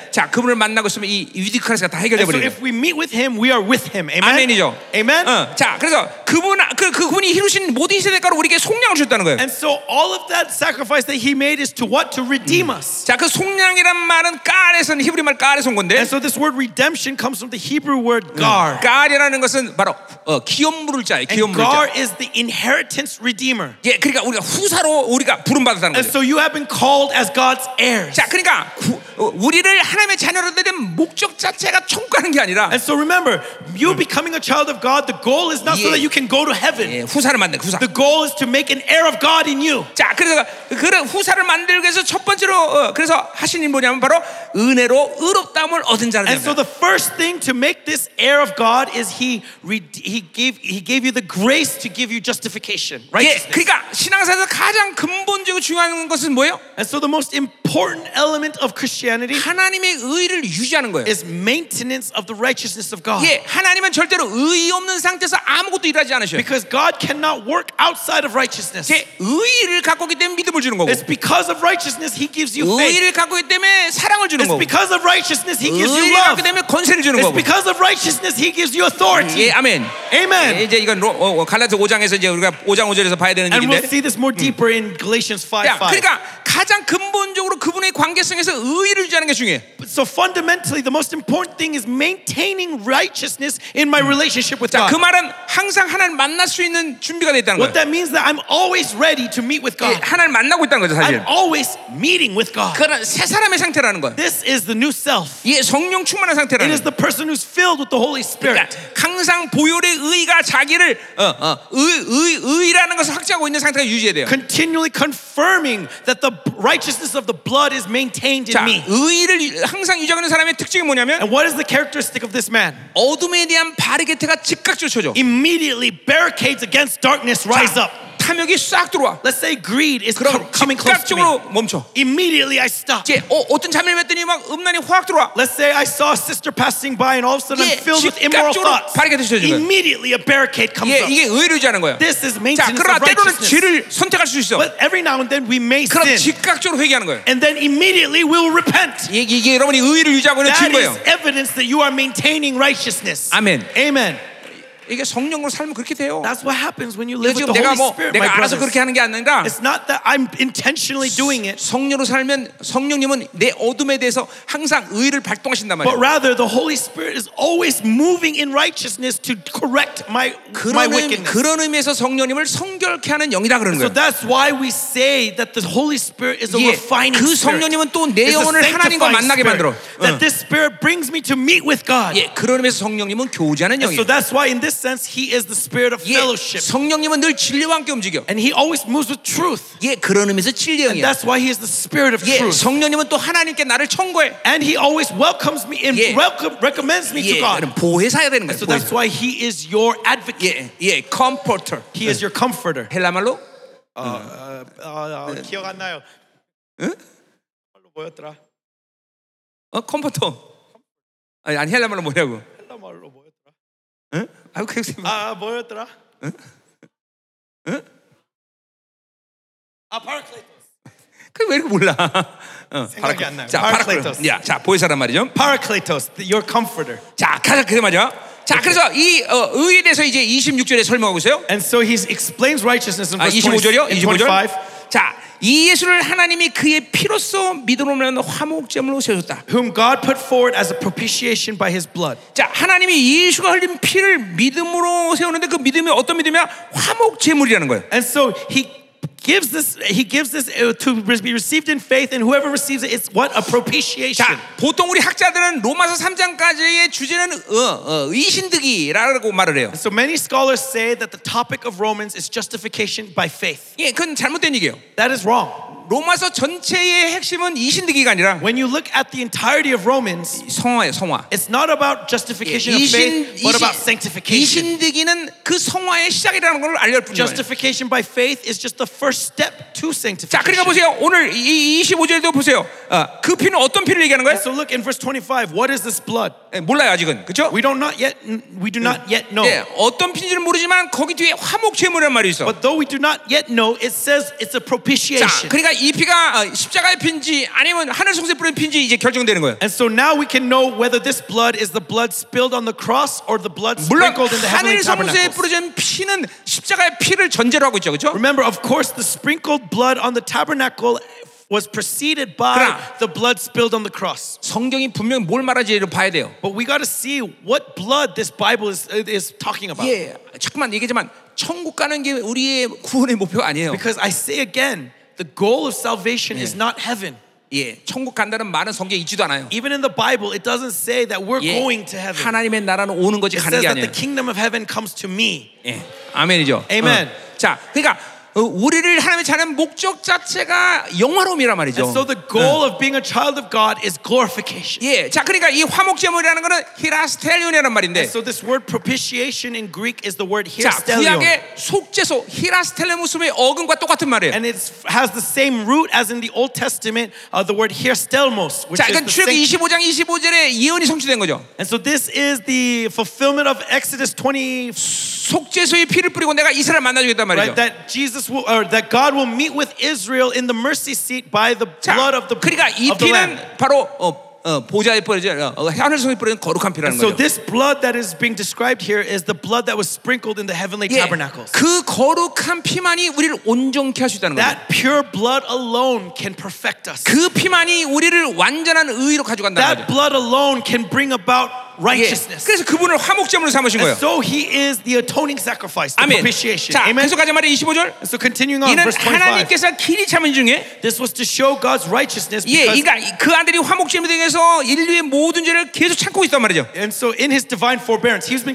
[SPEAKER 1] 예? 자, 그분을 만나고 있으면 이 위드 크라이스트가 다 해결돼
[SPEAKER 2] And
[SPEAKER 1] 버리는
[SPEAKER 2] so, if
[SPEAKER 1] 거예요.
[SPEAKER 2] we meet with Him, we are with Him. Amen.
[SPEAKER 1] 아멘이죠.
[SPEAKER 2] Amen.
[SPEAKER 1] 어, 자, 그래서 그분 그 그분이 이루신 모든 희생의 대가로 우리에게 속량을 주셨다는 거예요.
[SPEAKER 2] And so, all of that sacrifice that He made is to what? To redeem us.
[SPEAKER 1] 자, 그 속량이란 말은 까에서는 히브리 말 까에서 온 건데
[SPEAKER 2] And so, this word redemption comes from the Hebrew word gar.
[SPEAKER 1] 까리라는 것은 바로 어, 기업 물을 자예요. 기업 물을
[SPEAKER 2] And
[SPEAKER 1] 자.
[SPEAKER 2] gar is the inheritance redeemer.
[SPEAKER 1] 예, 그러니까 우리가 후사로 우리가 부름 받았다는
[SPEAKER 2] And
[SPEAKER 1] 거죠.
[SPEAKER 2] so, you have been called as God's heirs.
[SPEAKER 1] 자, 그러니까 구- 어, 우리를 하나님의 자녀로 된 목적 자체가 천국하는 게 아니라
[SPEAKER 2] And so remember, you becoming a child of God, the goal is not so
[SPEAKER 1] Yeah.
[SPEAKER 2] that you can go to heaven.
[SPEAKER 1] 예, 후사를 만든 후사.
[SPEAKER 2] The goal is to make an heir of God in you.
[SPEAKER 1] 자, 그래서 그런 후사를 만들기 위해서 첫 번째로 어, 그래서 하신 일이 뭐냐면 바로 은혜로 의롭다함을 얻은 자는
[SPEAKER 2] And so
[SPEAKER 1] 겁니다.
[SPEAKER 2] the first thing to make this heir of God is he re- he gave he gave you the grace to give you justification,
[SPEAKER 1] 예,
[SPEAKER 2] righteousness.
[SPEAKER 1] 그러니까 신앙사에서 가장 근본적이고 중요한 것은 뭐예요?
[SPEAKER 2] And so the most important element of Christianity
[SPEAKER 1] 하나님의 의를 유지하는 거예요.
[SPEAKER 2] is maintenance of the righteousness of God.
[SPEAKER 1] 예, 하나님은 절대로 의의 없는 상태에서 아무것도 일하지 않으셔요.
[SPEAKER 2] Because God cannot work outside of righteousness.
[SPEAKER 1] 제 의의를 갖고 있기 때문에 믿음을 주는 거고
[SPEAKER 2] It's because of righteousness he gives you faith.
[SPEAKER 1] 의의를 갖고 있기 때문에 사랑을 주는
[SPEAKER 2] It's
[SPEAKER 1] 거고
[SPEAKER 2] because of righteousness he gives you
[SPEAKER 1] 의의를 갖고
[SPEAKER 2] love.
[SPEAKER 1] 있기 때문에 건세를 주는
[SPEAKER 2] It's
[SPEAKER 1] 거고
[SPEAKER 2] because of righteousness he gives you
[SPEAKER 1] 예,
[SPEAKER 2] authority.
[SPEAKER 1] 아멘
[SPEAKER 2] Amen.
[SPEAKER 1] 예, 이제 이건 로, 어, 어, 갈라디아 5장에서 이제 우리가 5장 5절에서 봐야 되는
[SPEAKER 2] And we'll
[SPEAKER 1] 얘기인데
[SPEAKER 2] see this more deeper in Galatians 5
[SPEAKER 1] 야,
[SPEAKER 2] 5.
[SPEAKER 1] 그러니까 가장 근본적으로 그분의 관계성에서 의의를 유지하는 게 중요해
[SPEAKER 2] So fundamentally, the most important thing is maintaining righteousness in my relationship with
[SPEAKER 1] 자, 그
[SPEAKER 2] God.
[SPEAKER 1] 말은 항상 하나님 만날 수 있는 준비가 돼 있다는
[SPEAKER 2] What
[SPEAKER 1] 거예요
[SPEAKER 2] that means that I'm always ready to meet with
[SPEAKER 1] 예,
[SPEAKER 2] God.
[SPEAKER 1] 하나님 만나고 있다는 거죠
[SPEAKER 2] I'm
[SPEAKER 1] 사실
[SPEAKER 2] always meeting with God.
[SPEAKER 1] 어, 그거는 새 사람의 상태라는 거예요
[SPEAKER 2] This is the new self.
[SPEAKER 1] 예, 성령 충만한
[SPEAKER 2] It
[SPEAKER 1] 상태라는
[SPEAKER 2] is
[SPEAKER 1] 거예요
[SPEAKER 2] the person who's filled with the Holy
[SPEAKER 1] 그러니까
[SPEAKER 2] Spirit.
[SPEAKER 1] 항상 보혈의 의가 자기를 어, 어, 의, 의, 의라는 것을 확증하고 있는 상태가 유지해야 돼요
[SPEAKER 2] Continually confirming that the righteousness of the blood is maintained in
[SPEAKER 1] 자,
[SPEAKER 2] me.
[SPEAKER 1] 의의를 유- 항상 유지하는 사람의 특징이 뭐냐면
[SPEAKER 2] And what is the characteristic of this man?
[SPEAKER 1] 어둠에 대한 바르게트가 즉각 쫓쳐져
[SPEAKER 2] Immediately barricades against darkness rise up.
[SPEAKER 1] 탐욕이 싹 들어와.
[SPEAKER 2] Let's say greed is co-
[SPEAKER 1] 그럼
[SPEAKER 2] coming close to me.
[SPEAKER 1] 즉각적으로 멈춰.
[SPEAKER 2] Immediately I stop.
[SPEAKER 1] 이제 어, 어떤 자매를 뵀더니 막 음란이 확 들어와.
[SPEAKER 2] Let's say I saw a sister passing by and all of a sudden I'm
[SPEAKER 1] Yeah,
[SPEAKER 2] filled with
[SPEAKER 1] 즉각적으로
[SPEAKER 2] immoral thoughts.
[SPEAKER 1] 바르게 드셔지는 거예요.
[SPEAKER 2] Immediately a barricade comes
[SPEAKER 1] 이게
[SPEAKER 2] up.
[SPEAKER 1] 이게 의를 지하는 거야.
[SPEAKER 2] This
[SPEAKER 1] 자,
[SPEAKER 2] is maintenance
[SPEAKER 1] 그러나
[SPEAKER 2] of
[SPEAKER 1] 때로는
[SPEAKER 2] righteousness.
[SPEAKER 1] 죄를 선택할 수 있어.
[SPEAKER 2] But every now and then we may
[SPEAKER 1] 그럼
[SPEAKER 2] sin.
[SPEAKER 1] 즉각적으로 회개하는 거예요.
[SPEAKER 2] And then immediately we'll repent.
[SPEAKER 1] 이게, 이게 여러분이 의를 유지하고 있는
[SPEAKER 2] That
[SPEAKER 1] 증거예요.
[SPEAKER 2] is evidence that you are maintaining righteousness.
[SPEAKER 1] 아멘.
[SPEAKER 2] Amen.
[SPEAKER 1] 이게 성령으로 살면 그렇게 돼요.
[SPEAKER 2] That's what happens when you
[SPEAKER 1] 이거
[SPEAKER 2] live with
[SPEAKER 1] 지금
[SPEAKER 2] the
[SPEAKER 1] 내가
[SPEAKER 2] Holy
[SPEAKER 1] 뭐
[SPEAKER 2] Spirit, my
[SPEAKER 1] 내가 알아서
[SPEAKER 2] brothers.
[SPEAKER 1] 그렇게 하는 게 아니라
[SPEAKER 2] It's not that I'm intentionally doing it,
[SPEAKER 1] 성령으로 살면 성령님은 내 어둠에 대해서 항상 의를 발동하신단
[SPEAKER 2] but
[SPEAKER 1] 말이에요.
[SPEAKER 2] rather the Holy Spirit is always moving in righteousness to correct my, my
[SPEAKER 1] 그런, 의,
[SPEAKER 2] wickedness.
[SPEAKER 1] 그런 의미에서 성령님을 성결케 하는 영이다 그러는
[SPEAKER 2] So
[SPEAKER 1] 거예요.
[SPEAKER 2] that's why we say that the Holy Spirit is a
[SPEAKER 1] 예,
[SPEAKER 2] refining
[SPEAKER 1] 그
[SPEAKER 2] spirit.
[SPEAKER 1] 성령님은 또내
[SPEAKER 2] It's a
[SPEAKER 1] 영혼을 하나님과
[SPEAKER 2] sanctifying
[SPEAKER 1] 만나게
[SPEAKER 2] spirit.
[SPEAKER 1] 만들어. 응.
[SPEAKER 2] That this spirit brings me to meet with God.
[SPEAKER 1] 예, 그런 의미에서 성령님은 교제하는
[SPEAKER 2] So
[SPEAKER 1] 영이에요.
[SPEAKER 2] that's why in this sense he is the spirit of
[SPEAKER 1] 예,
[SPEAKER 2] fellowship.
[SPEAKER 1] 성령님은 늘 진리와 함께 움직여.
[SPEAKER 2] And he always moves with truth.
[SPEAKER 1] 예, 그런 의미에서 진리 영이야.
[SPEAKER 2] That's why he is the spirit of
[SPEAKER 1] 예,
[SPEAKER 2] truth.
[SPEAKER 1] 성령님은 또 하나님께 나를 청구해.
[SPEAKER 2] And he always welcomes me and
[SPEAKER 1] Yeah.
[SPEAKER 2] welcome, recommends me to
[SPEAKER 1] 예,
[SPEAKER 2] God.
[SPEAKER 1] 그럼 보혜사야 되는 거예요.
[SPEAKER 2] So that's
[SPEAKER 1] 보혜사.
[SPEAKER 2] why he is your advocate.
[SPEAKER 1] 예, 예, comforter.
[SPEAKER 2] He is your comforter.
[SPEAKER 1] 헬라 말로
[SPEAKER 2] 어, 어, 어, 기억 안 나요. 말로 뭐였더라?
[SPEAKER 1] 어, 컴포터. 아니, 아니 헬라 말로 뭐냐고.
[SPEAKER 2] 헬라 말로 뭐였더라?
[SPEAKER 1] 응? 아유, 그 선생님.
[SPEAKER 2] 아 뭐였더라? 응? 아 파라클레이토스.
[SPEAKER 1] 그왜 이렇게 몰라? 어,
[SPEAKER 2] 생각이
[SPEAKER 1] 바라클-
[SPEAKER 2] 안 나요.
[SPEAKER 1] 자,
[SPEAKER 2] 바라클레이터스.
[SPEAKER 1] 바라클레이터스. 야, 자, 보혜사란 말이죠.
[SPEAKER 2] Parakletos, the- your comforter.
[SPEAKER 1] 자, 가자 그래 말이야. 자, 그래서 이 어, 의에 대해서 이제 26절에 설명하고 있어요.
[SPEAKER 2] And so he explains righteousness in
[SPEAKER 1] 아,
[SPEAKER 2] verse 20,
[SPEAKER 1] 25절이요?
[SPEAKER 2] in 25.
[SPEAKER 1] 25절. 자, 이 예수를 하나님이 그의 피로써 믿음으로는 화목제물로 세우셨다.
[SPEAKER 2] Whom God put forward as a propitiation by his blood.
[SPEAKER 1] 자, 하나님이 예수가 흘린 피를 믿음으로 세우는데 그 믿음이 어떤 믿음이야? 화목제물이라는 거예요.
[SPEAKER 2] And so he gives this he gives this uh, to be received in faith and whoever receives it it's what a propitiation.
[SPEAKER 1] 자, 보통 우리 학자들은 로마서 3장까지의 주제는 어, 어, 의신득이라고 말을 해요.
[SPEAKER 2] And so many scholars say that the topic of Romans is justification by faith.
[SPEAKER 1] 예, 그건 잘못된 얘기예요.
[SPEAKER 2] That is wrong.
[SPEAKER 1] 로마서 전체의 핵심은 이신득이가 아니라
[SPEAKER 2] When you lolook at the entirety of Romans,
[SPEAKER 1] 성화예요, 성화.
[SPEAKER 2] It's not about justification of faith, but about sanctification.
[SPEAKER 1] 이신득이는 그 성화의 시작이라는 걸 알릴 뿐이에요.
[SPEAKER 2] Justification by faith is just the first step to
[SPEAKER 1] 자, 그러니까
[SPEAKER 2] sanctification.
[SPEAKER 1] 보세요. 오늘 이 25절도 보세요. 어, 그 피는 어떤 피를 얘기하는 거예요?
[SPEAKER 2] So look in verse 25, what is this blood?
[SPEAKER 1] 예, 몰라요, 아직은. 그렇죠?
[SPEAKER 2] We don't not yet we do not yet know.
[SPEAKER 1] 예, 어떤 피인지는 모르지만 거기 뒤에 화목제물이라는 말이 있어.
[SPEAKER 2] But though we do not yet know, it says it's a
[SPEAKER 1] 자,
[SPEAKER 2] propitiation.
[SPEAKER 1] 그러니까 이 피가 어, 십자가의 피인지 아니면 하늘 성세 뿌린 피인지 이제 결정되는 거예요.
[SPEAKER 2] And so now we can know whether this blood is the blood spilled on the cross or the blood
[SPEAKER 1] 물론
[SPEAKER 2] sprinkled in the
[SPEAKER 1] 하늘
[SPEAKER 2] heavenly
[SPEAKER 1] 성세에
[SPEAKER 2] tabernacle.
[SPEAKER 1] 뿌려진 피는 십자가의 피를 전제로 하고 있죠. 그렇죠?
[SPEAKER 2] Remember, of course, the sprinkled blood on the tabernacle was preceded by
[SPEAKER 1] 그러나-
[SPEAKER 2] the blood spilled on the cross.
[SPEAKER 1] 성경이 분명히 뭘 말하지를 봐야 돼요.
[SPEAKER 2] But we got to see what blood this Bible is, uh, is talking about.
[SPEAKER 1] 예, 잠깐만 얘기하지만 천국 가는 게 우리의 구원의 목표가 아니에요.
[SPEAKER 2] Because I say again, the goal of salvation is not heaven.
[SPEAKER 1] 예, 천국 간다는 말은 성경에 있지도 않아요.
[SPEAKER 2] Even in the Bible, it doesn't say that we're
[SPEAKER 1] 예,
[SPEAKER 2] going to heaven.
[SPEAKER 1] 하나님의 나라는 오는 거지
[SPEAKER 2] it
[SPEAKER 1] 가는
[SPEAKER 2] says
[SPEAKER 1] 게
[SPEAKER 2] that
[SPEAKER 1] 아니에요.
[SPEAKER 2] the kingdom of heaven comes to me.
[SPEAKER 1] 예, 아멘이죠.
[SPEAKER 2] Amen.
[SPEAKER 1] 어. 자, 그러니까 어, 우리를 하나님의 자는 목적 자체가 영화로움이란 말이죠.
[SPEAKER 2] And so the goal of being a child of God is glorification.
[SPEAKER 1] 예, 자, 그러니까 이 화목제물이라는 거는 히라스텔리온이라는 말인데,
[SPEAKER 2] So this word propitiation in Greek is the word
[SPEAKER 1] 자,
[SPEAKER 2] hierstelion.
[SPEAKER 1] 구약의 속죄소 히라스텔레무스의 어근과 똑같은 말이에요.
[SPEAKER 2] And it has the same root as in the Old Testament, uh, the word hierstelmos, which
[SPEAKER 1] 자,
[SPEAKER 2] is
[SPEAKER 1] 이건
[SPEAKER 2] the
[SPEAKER 1] 출애굽
[SPEAKER 2] sanct-
[SPEAKER 1] 25장 25절에 예언이 성취된 거죠.
[SPEAKER 2] And so this is the fulfillment of Exodus 20
[SPEAKER 1] 속죄소의 피를 뿌리고 내가 이스라엘 만나주겠단 말이죠.
[SPEAKER 2] right? That Jesus will, or that God will meet with Israel in the mercy seat by the
[SPEAKER 1] 자,
[SPEAKER 2] blood of the,
[SPEAKER 1] 그러니까 이
[SPEAKER 2] of the Lamb.
[SPEAKER 1] 피는 바로 어, 어, 보좌에 뿌려진 어, 어, 하늘성에 뿌려진 거룩한 피라는
[SPEAKER 2] So
[SPEAKER 1] 거죠.
[SPEAKER 2] this blood that is being described here is the blood that was sprinkled in the heavenly
[SPEAKER 1] 예,
[SPEAKER 2] tabernacles.
[SPEAKER 1] 그 거룩한 피만이 우리를 온전케 할 수 있다는 거죠.
[SPEAKER 2] That pure blood alone can perfect us.
[SPEAKER 1] 그 피만이 우리를 완전한 의로 가져간다는
[SPEAKER 2] That
[SPEAKER 1] 거죠.
[SPEAKER 2] blood alone can bring about
[SPEAKER 1] 예,
[SPEAKER 2] righteousness.
[SPEAKER 1] 그래서 그분을 화목제물로 삼으신
[SPEAKER 2] And
[SPEAKER 1] 거예요.
[SPEAKER 2] so he is the atoning sacrifice, the
[SPEAKER 1] 아멘.
[SPEAKER 2] propitiation.
[SPEAKER 1] 자,
[SPEAKER 2] Amen.
[SPEAKER 1] 계속 가자 말이야 25절.
[SPEAKER 2] And so continuing on,
[SPEAKER 1] 이는
[SPEAKER 2] verse 25.
[SPEAKER 1] 하나님께서 길이 참은 중에
[SPEAKER 2] This was to show God's righteousness
[SPEAKER 1] 예,
[SPEAKER 2] because
[SPEAKER 1] 그러니까 그 아들이 화목제물 등에서 인류의 모든 죄를 계속 참고 있단 말이죠.
[SPEAKER 2] and so in his divine forbearance, he's been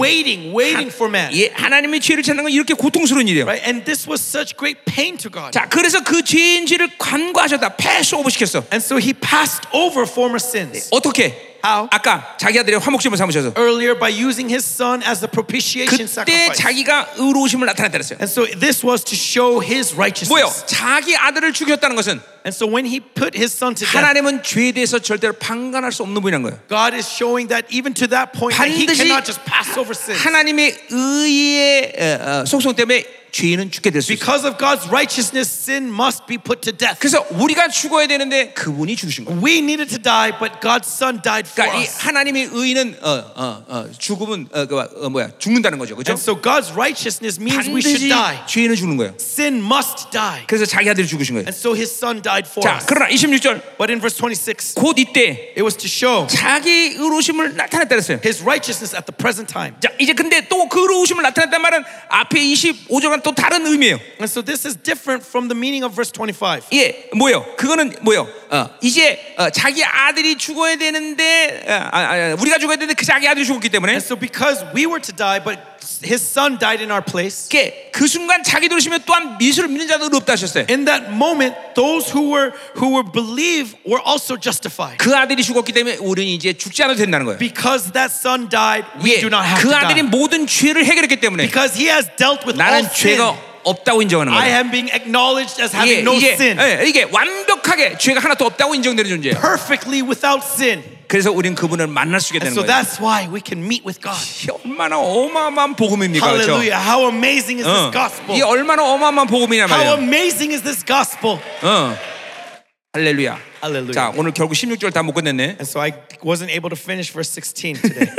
[SPEAKER 1] 예.
[SPEAKER 2] waiting, waiting for man.
[SPEAKER 1] 예, 하나님의 죄를 찾는 건 이렇게 고통스러운 일이에요.
[SPEAKER 2] Right? And this was such great pain to God.
[SPEAKER 1] 자, 그래서 그 죄인지를 간과하셨다. 패스 오버 시켰어.
[SPEAKER 2] And so he passed over former sins.
[SPEAKER 1] 어떻게?
[SPEAKER 2] How?
[SPEAKER 1] 아까 자기 아들의 화목제물 삼으셔서
[SPEAKER 2] Earlier, by using his son as the propitiation
[SPEAKER 1] 그때
[SPEAKER 2] sacrifice.
[SPEAKER 1] 자기가 의로우심을 나타냈다 그랬어요.
[SPEAKER 2] And so this was to show his
[SPEAKER 1] 뭐요?
[SPEAKER 2] righteousness.
[SPEAKER 1] 자기 아들을 죽였다는 것은
[SPEAKER 2] And so when he put his son to death,
[SPEAKER 1] 하나님은 죄에 대해서 절대로 방관할 수 없는 분이란 거예요.
[SPEAKER 2] God is showing that even to that point, that he
[SPEAKER 1] 반드시
[SPEAKER 2] cannot just pass over sin.
[SPEAKER 1] 하나님의 의의 어, 어, 속성 때문에 죄는 죽게 될 수 있어요.
[SPEAKER 2] Because of God's righteousness, sin must be put to death.
[SPEAKER 1] 그래서 우리가 죽어야 되는데 그분이 죽으신 거예요.
[SPEAKER 2] We needed to die, but God's son died for
[SPEAKER 1] 그러니까 이
[SPEAKER 2] us.
[SPEAKER 1] 하나님의 의는 어, 어, 어, 죽음은 어, 그, 어, 뭐야 죽는다는 거죠, 그렇죠?
[SPEAKER 2] And so God's righteousness means we should
[SPEAKER 1] 반드시
[SPEAKER 2] die.
[SPEAKER 1] 죄는 죽는 거예요.
[SPEAKER 2] Sin must die.
[SPEAKER 1] 그래서 자기 아들이 죽으신 거예요.
[SPEAKER 2] And so his son died for
[SPEAKER 1] 자,
[SPEAKER 2] us.
[SPEAKER 1] 그러나 26절
[SPEAKER 2] But in verse 26,
[SPEAKER 1] 곧 이때
[SPEAKER 2] it was to show
[SPEAKER 1] 자기 의로우심을 나타냈다 그랬어요.
[SPEAKER 2] his righteousness at the present time.
[SPEAKER 1] 자, 이제 근데 또 그 의로우심을 나타냈단 말은 앞에 25절과는 또 다른 의미예요.
[SPEAKER 2] And so this is different from the meaning of verse 25.
[SPEAKER 1] 예, 뭐요? 그거는 뭐요? 어, 이제 어, 자기 아들이 죽어야 되는데 어, 아, 아, 우리가 죽어야 되는데 그 자기 아들이 죽었기 때문에
[SPEAKER 2] And so because we were to die, but his son died in our place,
[SPEAKER 1] 이게 그 순간 자기 들으시면 또한 예수를 믿는 자도 의롭다 하셨어요.
[SPEAKER 2] in that moment, those who were who were believe were also justified.
[SPEAKER 1] 그 아들이 죽었기 때문에 우리는 이제 죽지 않아도 된다는 거예요.
[SPEAKER 2] Because that son died, we
[SPEAKER 1] 예,
[SPEAKER 2] do not have
[SPEAKER 1] 그
[SPEAKER 2] to
[SPEAKER 1] 아들이
[SPEAKER 2] die.
[SPEAKER 1] 모든 죄를 해결했기 때문에
[SPEAKER 2] Because he has dealt with all
[SPEAKER 1] 나는 죄가
[SPEAKER 2] sin.
[SPEAKER 1] 없다고 인정하는
[SPEAKER 2] I
[SPEAKER 1] 거예요.
[SPEAKER 2] am being acknowledged as having
[SPEAKER 1] 예,
[SPEAKER 2] no
[SPEAKER 1] 이게,
[SPEAKER 2] sin.
[SPEAKER 1] 예, 이게 완벽하게 죄가 하나도 없다고 인정되는 존재예요.
[SPEAKER 2] Perfectly without sin.
[SPEAKER 1] 그래서 우리는 그분을 만날 수 있게
[SPEAKER 2] And
[SPEAKER 1] 되는
[SPEAKER 2] so
[SPEAKER 1] 거예요.
[SPEAKER 2] that's why we can meet with God.
[SPEAKER 1] 이게 얼마나 어마어마한 복음입니까, 그렇죠?
[SPEAKER 2] Hallelujah. How amazing is
[SPEAKER 1] 어.
[SPEAKER 2] this gospel?
[SPEAKER 1] 이게 얼마나 어마어마한 복음이냐
[SPEAKER 2] How
[SPEAKER 1] 말이에요.
[SPEAKER 2] amazing is this gospel?
[SPEAKER 1] 어. 할렐루야.
[SPEAKER 2] 할렐루야.
[SPEAKER 1] 자, 오늘 결국 16절 다 못 끝냈네.
[SPEAKER 2] And so I wasn't able to finish verse 16 today.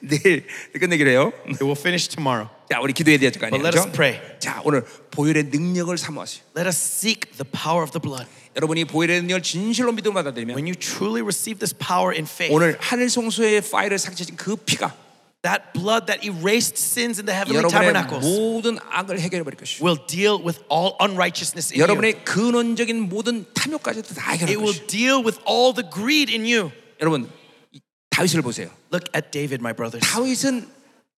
[SPEAKER 1] 내일 끝내기로 해요.
[SPEAKER 2] it will finish tomorrow.
[SPEAKER 1] 자, 우리 기도해야 될 거 아니에요.
[SPEAKER 2] But let us
[SPEAKER 1] 그죠?
[SPEAKER 2] pray.
[SPEAKER 1] 자, 오늘 보혈의 능력을 사모하세요.
[SPEAKER 2] Let us seek the power of the blood.
[SPEAKER 1] 여러분이 보혈의 능력을 진실로 믿음으로 받아들이면
[SPEAKER 2] When you truly receive this power in faith,
[SPEAKER 1] 오늘 하늘 성소의 파일을 상처진 그 피가
[SPEAKER 2] that blood that erased sins in the heavenly
[SPEAKER 1] 여러분의
[SPEAKER 2] tabernacles
[SPEAKER 1] 모든 악을 해결해 버릴 것이고
[SPEAKER 2] will deal with all unrighteousness in you.
[SPEAKER 1] 여러분의 근원적인 모든 탐욕까지도 다 해결할
[SPEAKER 2] It will
[SPEAKER 1] 것이고
[SPEAKER 2] deal with all the greed in you.
[SPEAKER 1] 여러분 이 다윗을 보세요.
[SPEAKER 2] Look at David, my brothers.
[SPEAKER 1] 다윗은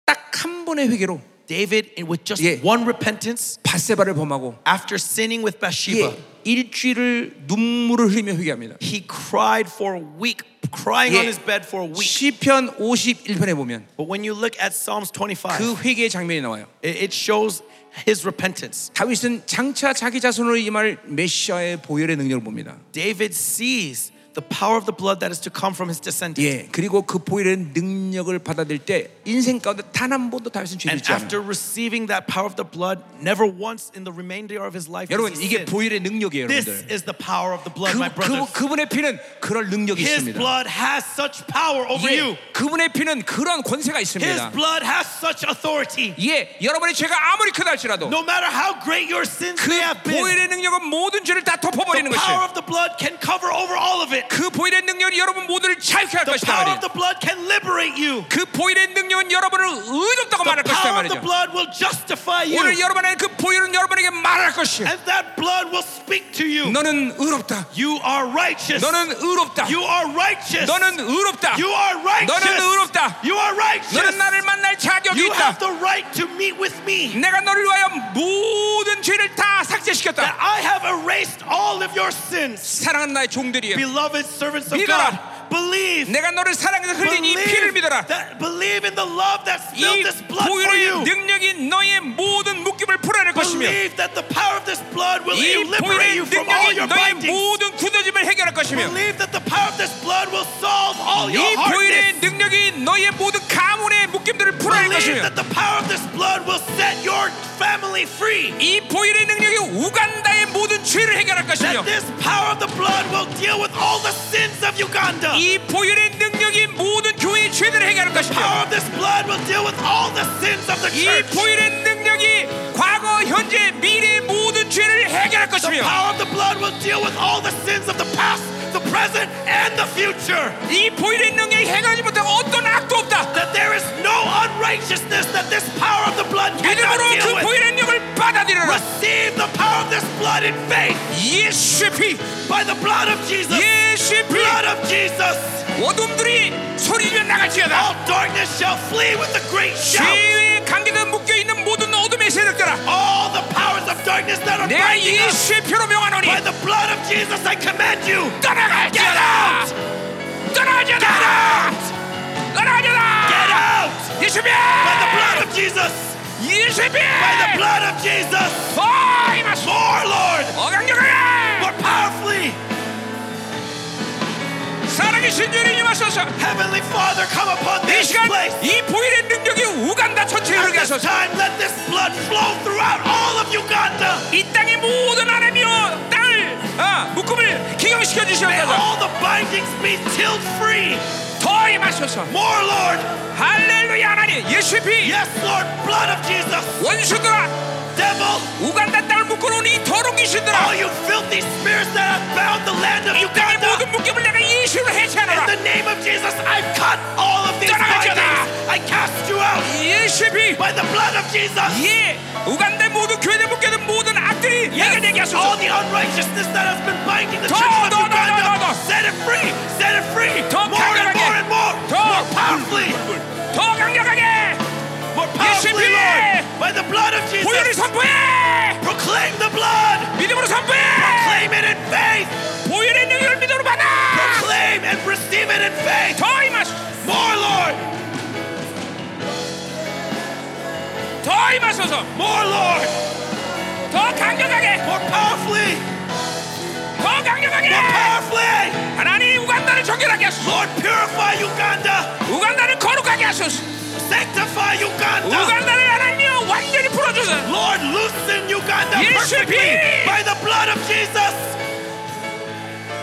[SPEAKER 1] 딱 한 번의 회개로
[SPEAKER 2] David, with just
[SPEAKER 1] Yeah.
[SPEAKER 2] one repentance,
[SPEAKER 1] 바세바를 범하고
[SPEAKER 2] after sinning with Bathsheba,
[SPEAKER 1] 예, 일주일을 눈물을 흘리며 회개합니다.
[SPEAKER 2] he cried for a week, crying
[SPEAKER 1] Yeah.
[SPEAKER 2] on his bed for a week.
[SPEAKER 1] 시편 51편에 보면
[SPEAKER 2] But when you look at Psalms 25,
[SPEAKER 1] 그 회개의 장면이 나와요.
[SPEAKER 2] it, it shows his repentance.
[SPEAKER 1] 다윗은 장차 자기 자손으로 임할 메시아의 보혈의 능력을 봅니다.
[SPEAKER 2] David sees the power of the blood that is to come from his descendants.
[SPEAKER 1] 예, 그리고 그 보혈의 능력을 받아들일 때 인생 가운데 단 한 번도 다윗은 죄를
[SPEAKER 2] And
[SPEAKER 1] 짓지 않아요.
[SPEAKER 2] after receiving that power of the blood, never once in the remainder of his life
[SPEAKER 1] 여러분
[SPEAKER 2] does he
[SPEAKER 1] 이게
[SPEAKER 2] sin.
[SPEAKER 1] 보혈의 능력이에요,
[SPEAKER 2] This
[SPEAKER 1] 여러분들.
[SPEAKER 2] is the power of the blood, my
[SPEAKER 1] 그,
[SPEAKER 2] brothers.
[SPEAKER 1] 그, 그분의 피는 그럴 능력이
[SPEAKER 2] his
[SPEAKER 1] 있습니다.
[SPEAKER 2] blood has such power over you.
[SPEAKER 1] 예, 그분의 피는 그런 권세가
[SPEAKER 2] His
[SPEAKER 1] 있습니다.
[SPEAKER 2] blood has such authority.
[SPEAKER 1] 예, 여러분의 죄가 아무리 크다 할지라도
[SPEAKER 2] No matter how great your sins
[SPEAKER 1] 그
[SPEAKER 2] may have been,
[SPEAKER 1] 보혈의 능력은 모든 죄를 다
[SPEAKER 2] the
[SPEAKER 1] 덮어버리는
[SPEAKER 2] power
[SPEAKER 1] 것이에요.
[SPEAKER 2] of the blood can cover over all of it.
[SPEAKER 1] 그 보혈의 능력이 여러분 모두를 자유케 할
[SPEAKER 2] The
[SPEAKER 1] 것이다
[SPEAKER 2] power
[SPEAKER 1] 말이에요.
[SPEAKER 2] of the blood can liberate you.
[SPEAKER 1] 그 보혈의 능력은 여러분을 의롭다고 말할
[SPEAKER 2] The
[SPEAKER 1] 것이다
[SPEAKER 2] power of
[SPEAKER 1] 말이죠.
[SPEAKER 2] the blood will justify you.
[SPEAKER 1] 오늘 여러분의 그 보혈은 여러분에게 말할 것이에요.
[SPEAKER 2] And that blood will speak to you.
[SPEAKER 1] 너는 의롭다.
[SPEAKER 2] You are righteous.
[SPEAKER 1] 너는 의롭다.
[SPEAKER 2] You are righteous.
[SPEAKER 1] 너는 의롭다.
[SPEAKER 2] You are righteous.
[SPEAKER 1] 너는 의롭다.
[SPEAKER 2] You are righteous.
[SPEAKER 1] 너는 나를 만날 자격이
[SPEAKER 2] You have
[SPEAKER 1] 있다.
[SPEAKER 2] the right to meet with me.
[SPEAKER 1] 내가 너를 위하여 모든 죄를 다
[SPEAKER 2] That
[SPEAKER 1] 삭제시켰다.
[SPEAKER 2] I have erased all of your sins.
[SPEAKER 1] 사랑하는 나의 종들이여.
[SPEAKER 2] Beloved servants of
[SPEAKER 1] 믿어라.
[SPEAKER 2] God, believe.
[SPEAKER 1] 내가 너를 사랑해서 흘린 이 피를
[SPEAKER 2] Believe,
[SPEAKER 1] 믿어라.
[SPEAKER 2] that, believe in the love that
[SPEAKER 1] 이
[SPEAKER 2] spilled this blood for
[SPEAKER 1] 보혈의
[SPEAKER 2] you.
[SPEAKER 1] 능력이 너의 모든 묶임을 풀어낼 것이며
[SPEAKER 2] Believe that the power of this blood will
[SPEAKER 1] 이
[SPEAKER 2] liberate
[SPEAKER 1] 보혈의
[SPEAKER 2] you from all
[SPEAKER 1] 능력이
[SPEAKER 2] your
[SPEAKER 1] 너의
[SPEAKER 2] bindings.
[SPEAKER 1] 모든 굳어짐을 해결할 것이며
[SPEAKER 2] Believe that the power of this blood will solve all your
[SPEAKER 1] 이 보혈의
[SPEAKER 2] hardness.
[SPEAKER 1] 능력이 너의 모든 가문의 묶임들을 풀어낼
[SPEAKER 2] Believe
[SPEAKER 1] 것이며
[SPEAKER 2] that the power of this blood will set your family free.
[SPEAKER 1] 이 보혈의 능력이 우간다의 모든 죄를 해결할 것이며
[SPEAKER 2] That this power of the blood will deal with all the sins of Uganda.
[SPEAKER 1] 이 보혈의 능력이 모든 교회의 죄들을 해결할
[SPEAKER 2] power
[SPEAKER 1] 것이며
[SPEAKER 2] of this blood will deal with all the sins of the
[SPEAKER 1] 이
[SPEAKER 2] church.
[SPEAKER 1] 보혈의 능력이 과거, 현재, 미래의 모든 죄를 해결할
[SPEAKER 2] the
[SPEAKER 1] 것이며
[SPEAKER 2] power of the blood will deal with all the sins of the past, the present, and the future.
[SPEAKER 1] 이 보혈의 능력이 해결하지 못한 어떤 악도 없다
[SPEAKER 2] That there is no unrighteousness that this power of the blood cannot
[SPEAKER 1] 믿음으로
[SPEAKER 2] deal
[SPEAKER 1] 그
[SPEAKER 2] with.
[SPEAKER 1] 보혈의 능력을 받아들여라
[SPEAKER 2] Receive the power of this blood in faith
[SPEAKER 1] 예수의 피
[SPEAKER 2] by the blood of Jesus.
[SPEAKER 1] 예수의
[SPEAKER 2] Blood
[SPEAKER 1] 피
[SPEAKER 2] of Jesus.
[SPEAKER 1] 어둠들이 소리지며
[SPEAKER 2] All
[SPEAKER 1] 나갈지어다
[SPEAKER 2] darkness shall flee with a great shout.
[SPEAKER 1] 죄의 관계가 묶여있는 모든 어둠의 세력들아
[SPEAKER 2] All the powers of darkness that are
[SPEAKER 1] 내가
[SPEAKER 2] binding us
[SPEAKER 1] 예수의 피로 명하노니
[SPEAKER 2] by the blood of Jesus, I command you.
[SPEAKER 1] 떠나갈지어다 떠나가잖아.
[SPEAKER 2] Get
[SPEAKER 1] 떠나가잖아.
[SPEAKER 2] out!
[SPEAKER 1] 예수님.
[SPEAKER 2] By the blood of Jesus!
[SPEAKER 1] 예수님.
[SPEAKER 2] By the blood of Jesus!
[SPEAKER 1] 어, 이 말씀.
[SPEAKER 2] More, Lord!
[SPEAKER 1] 어강력하게
[SPEAKER 2] More powerfully!
[SPEAKER 1] 살아계신 주님 임하소서.
[SPEAKER 2] Heavenly Father, come upon
[SPEAKER 1] 이
[SPEAKER 2] this
[SPEAKER 1] 시간
[SPEAKER 2] place!
[SPEAKER 1] 이 보일의 능력이 우간다 전체에
[SPEAKER 2] At
[SPEAKER 1] 흐르게
[SPEAKER 2] this
[SPEAKER 1] 하소서.
[SPEAKER 2] time, let this blood flow throughout all of Uganda!
[SPEAKER 1] 이 땅의 모든 아내미와 딸, 아, 묶음을 기경시켜
[SPEAKER 2] May
[SPEAKER 1] 주시옵소서.
[SPEAKER 2] all the bindings be tilt free!
[SPEAKER 1] 더 임하소서.
[SPEAKER 2] More, Lord!
[SPEAKER 1] 할렐루야 하나님. 예수님.
[SPEAKER 2] Yes, Lord! Blood of Jesus!
[SPEAKER 1] 원수들아,
[SPEAKER 2] Devil!
[SPEAKER 1] 우간다 땅을 묶어놓은 이 더러운 귀신들아.
[SPEAKER 2] All you filthy spirits that have bound the land of
[SPEAKER 1] 이 땅의
[SPEAKER 2] Uganda!
[SPEAKER 1] 모든 묶임을 내가 예수로
[SPEAKER 2] In
[SPEAKER 1] 해체하노라.
[SPEAKER 2] the name of Jesus, I cut all of these
[SPEAKER 1] Tarangajada.
[SPEAKER 2] bindings. I cast you out
[SPEAKER 1] 예수비
[SPEAKER 2] by the blood of Jesus.
[SPEAKER 1] 예 우간다 모든 교회에 묶여든 모든 악들이 내가 내게 하소서
[SPEAKER 2] All the unrighteousness that has been binding the
[SPEAKER 1] Tor,
[SPEAKER 2] church of
[SPEAKER 1] tor, tor,
[SPEAKER 2] Uganda,
[SPEAKER 1] tor, tor.
[SPEAKER 2] set it free, set it free,
[SPEAKER 1] Tor,
[SPEAKER 2] more and
[SPEAKER 1] 강력하게.
[SPEAKER 2] more and more,
[SPEAKER 1] Tor.
[SPEAKER 2] more powerfully,
[SPEAKER 1] 더 강력하게
[SPEAKER 2] more powerfully,
[SPEAKER 1] Yeshivie.
[SPEAKER 2] Lord, by the blood of
[SPEAKER 1] 보혈을
[SPEAKER 2] Jesus.
[SPEAKER 1] 선포해
[SPEAKER 2] Proclaim the blood,
[SPEAKER 1] 믿음으로 선포해
[SPEAKER 2] claim it in faith,
[SPEAKER 1] 보혈의 능력을 믿음으로 받아
[SPEAKER 2] proclaim and receive it in faith.
[SPEAKER 1] 더 임하소
[SPEAKER 2] More, Lord,
[SPEAKER 1] 더 임하소서
[SPEAKER 2] more, Lord,
[SPEAKER 1] 더 강력하게
[SPEAKER 2] more powerfully,
[SPEAKER 1] 더 강력하게
[SPEAKER 2] more powerfully.
[SPEAKER 1] 하나님 우간다를 정결하게 하소서
[SPEAKER 2] Lord, purify Uganda.
[SPEAKER 1] 우간다를 거룩하게 하소서
[SPEAKER 2] Sanctify Uganda.
[SPEAKER 1] 우간다를 하나님 완전히 풀어주소서
[SPEAKER 2] Lord, loosen Uganda
[SPEAKER 1] Yes, you
[SPEAKER 2] perfectly
[SPEAKER 1] did.
[SPEAKER 2] by the blood of Jesus.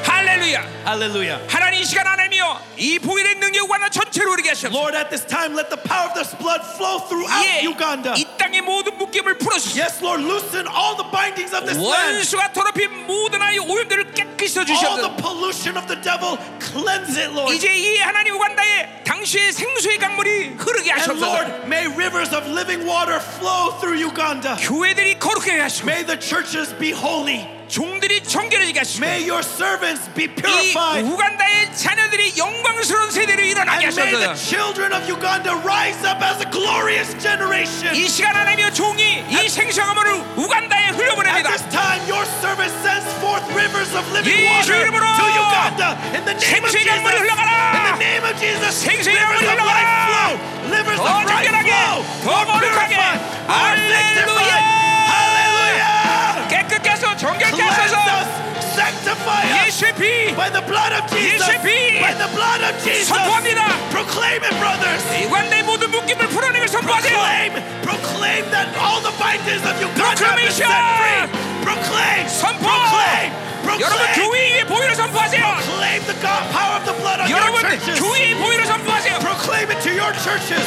[SPEAKER 1] 할렐루야
[SPEAKER 2] Hallelujah.
[SPEAKER 1] 하나님 이 시간 하나님이여 이 보혈의 능력을 우간다 전체로 흐르게 하소서
[SPEAKER 2] Lord, at this time, let the power of this blood flow throughout
[SPEAKER 1] 예,
[SPEAKER 2] Uganda.
[SPEAKER 1] 이 땅의 모든 묶임을 풀어주시오
[SPEAKER 2] 아, Yes, Lord, loosen all the bindings of this land.
[SPEAKER 1] 원수가 더럽힌 모든 아이 오염들을 깨끗이
[SPEAKER 2] All
[SPEAKER 1] 씻어주시옵소서
[SPEAKER 2] the pollution of the devil, cleanse it, Lord.
[SPEAKER 1] 이제 이 하나님 우간다에 당신의 생수의 강물이 흐르게
[SPEAKER 2] And
[SPEAKER 1] 하시옵소서
[SPEAKER 2] Lord, may rivers of living water flow through Uganda.
[SPEAKER 1] 교회들이 거룩하게 하시고
[SPEAKER 2] May the churches be holy.
[SPEAKER 1] 종들이 정결해지게 하시고
[SPEAKER 2] May your servants be
[SPEAKER 1] 이
[SPEAKER 2] purified.
[SPEAKER 1] 우간다의 자녀들이 영광스러운 세대로 일어나게
[SPEAKER 2] And may the
[SPEAKER 1] 하시옵소서
[SPEAKER 2] children of Uganda rise up as a glorious generation.
[SPEAKER 1] 이 시간 하나님의 종이 이 생수강물을 우간다에
[SPEAKER 2] At
[SPEAKER 1] 흘려보냅니다
[SPEAKER 2] this time, your servant sends forth rivers of living
[SPEAKER 1] 예수
[SPEAKER 2] water
[SPEAKER 1] 이름으로
[SPEAKER 2] to Uganda. In the name of
[SPEAKER 1] 생수의
[SPEAKER 2] Jesus.
[SPEAKER 1] 강물이 흘러가라.
[SPEAKER 2] In the name of Jesus.
[SPEAKER 1] 생수의
[SPEAKER 2] Rivers
[SPEAKER 1] 강물이
[SPEAKER 2] of life
[SPEAKER 1] 흘러가라.
[SPEAKER 2] flow. Rivers
[SPEAKER 1] 더
[SPEAKER 2] of life
[SPEAKER 1] 정결하게,
[SPEAKER 2] flow.
[SPEAKER 1] 더
[SPEAKER 2] More
[SPEAKER 1] 거룩하게.
[SPEAKER 2] purified. More
[SPEAKER 1] 할렐루야.
[SPEAKER 2] sanctified. Hallelujah.
[SPEAKER 1] 깨끗게 하소서 정결케
[SPEAKER 2] Cleanse
[SPEAKER 1] 하소서
[SPEAKER 2] us. Sanctify us.
[SPEAKER 1] 예수의 피
[SPEAKER 2] By the blood of Jesus.
[SPEAKER 1] 예수의 피.
[SPEAKER 2] By the blood of Jesus.
[SPEAKER 1] 선포합니다.
[SPEAKER 2] Proclaim it, brothers.
[SPEAKER 1] 우간다의 모든 묶임을 풀어내길 선포하세요
[SPEAKER 2] Proclaim, proclaim that all the bindings of Uganda have been set free. Proclaim,
[SPEAKER 1] 선포!
[SPEAKER 2] proclaim,
[SPEAKER 1] 여러분
[SPEAKER 2] proclaim,
[SPEAKER 1] 교회 위에 보혈을 선포하세요
[SPEAKER 2] proclaim the God, power of the blood on your
[SPEAKER 1] 여러분
[SPEAKER 2] churches.
[SPEAKER 1] 교회의 보혈을 선포하세요.
[SPEAKER 2] Proclaim it to your churches.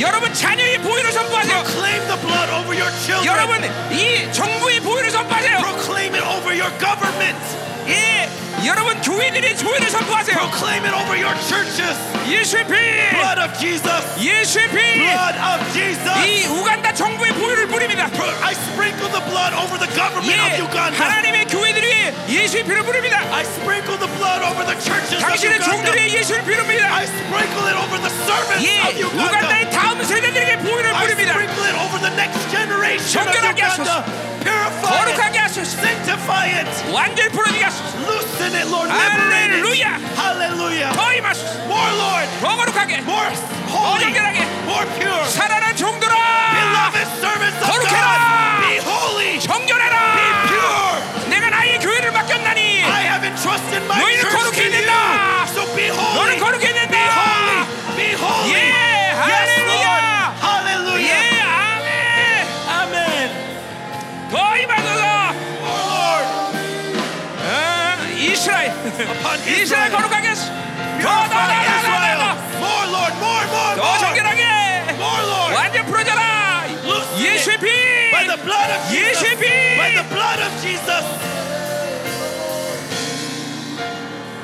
[SPEAKER 1] 여러분 자녀의 보혈을 선포하세요.
[SPEAKER 2] Proclaim the blood over your
[SPEAKER 1] 여러분
[SPEAKER 2] children.
[SPEAKER 1] 이 정부의 보혈을 선포하세요.
[SPEAKER 2] Proclaim it over your government.
[SPEAKER 1] 예, 여러분 교인들의 조혈을 선포하세요.
[SPEAKER 2] Proclaim it over your churches.
[SPEAKER 1] 예수의 피,
[SPEAKER 2] Blood of Jesus.
[SPEAKER 1] 예수의 피.
[SPEAKER 2] Blood of Jesus.
[SPEAKER 1] 이 우간다 정부의 보혈을 뿌립니다.
[SPEAKER 2] Pro- I sprinkle the blood over the government
[SPEAKER 1] 예,
[SPEAKER 2] of Uganda.
[SPEAKER 1] 하나님의 교회들 위해 예수의 피를 뿌립니다.
[SPEAKER 2] I sprinkle the blood over the churches of
[SPEAKER 1] 당신의 종들
[SPEAKER 2] Uganda.
[SPEAKER 1] 위해 예수를 뿌립니다.
[SPEAKER 2] I sprinkle it over the servants of
[SPEAKER 1] 예, 우간다의
[SPEAKER 2] Uganda.
[SPEAKER 1] 다음 세대들에게 보혈을
[SPEAKER 2] I
[SPEAKER 1] 뿌립니다.
[SPEAKER 2] sprinkle it over the next generation of
[SPEAKER 1] 정결하게
[SPEAKER 2] Uganda. Purify it.
[SPEAKER 1] 거룩하게 하소서.
[SPEAKER 2] Sanctify it.
[SPEAKER 1] 완전히 풀어지게 하소서.
[SPEAKER 2] Loosen it, Lord. Liberate it.
[SPEAKER 1] Hallelujah.
[SPEAKER 2] Hallelujah.
[SPEAKER 1] 더 임하소서.
[SPEAKER 2] More, Lord.
[SPEAKER 1] 더 거룩하게.
[SPEAKER 2] More holy.
[SPEAKER 1] 정결하게.
[SPEAKER 2] More pure.
[SPEAKER 1] 살아난 종들아
[SPEAKER 2] Beloved servants of
[SPEAKER 1] 거룩해라.
[SPEAKER 2] God. Be holy. Be
[SPEAKER 1] 정결해라
[SPEAKER 2] pure.
[SPEAKER 1] 내가 나의 교회를 맡겼나니
[SPEAKER 2] I have entrusted my
[SPEAKER 1] 너희는
[SPEAKER 2] church to
[SPEAKER 1] 거룩해야
[SPEAKER 2] you.
[SPEAKER 1] 된다.
[SPEAKER 2] So be holy.
[SPEAKER 1] 너는 거룩해야
[SPEAKER 2] Be holy.
[SPEAKER 1] 된다
[SPEAKER 2] Be holy.
[SPEAKER 1] 예,
[SPEAKER 2] Yes, Lord.
[SPEAKER 1] 할렐루야. 예
[SPEAKER 2] Hallelujah.
[SPEAKER 1] 아멘
[SPEAKER 2] Amen.
[SPEAKER 1] 더 임하소서
[SPEAKER 2] Lord,
[SPEAKER 1] 어, 이스라엘
[SPEAKER 2] upon
[SPEAKER 1] 이스라엘
[SPEAKER 2] Israel.
[SPEAKER 1] 거룩하게
[SPEAKER 2] Purify Israel.
[SPEAKER 1] 더더더더더
[SPEAKER 2] More, Lord. More, more,
[SPEAKER 1] 더
[SPEAKER 2] more.
[SPEAKER 1] 정결하게
[SPEAKER 2] More, Lord.
[SPEAKER 1] 완전 풀어져라
[SPEAKER 2] Loosen
[SPEAKER 1] 예수의
[SPEAKER 2] it.
[SPEAKER 1] 피
[SPEAKER 2] By the blood of Jesus.
[SPEAKER 1] 예수의
[SPEAKER 2] By the
[SPEAKER 1] 피
[SPEAKER 2] blood of Jesus.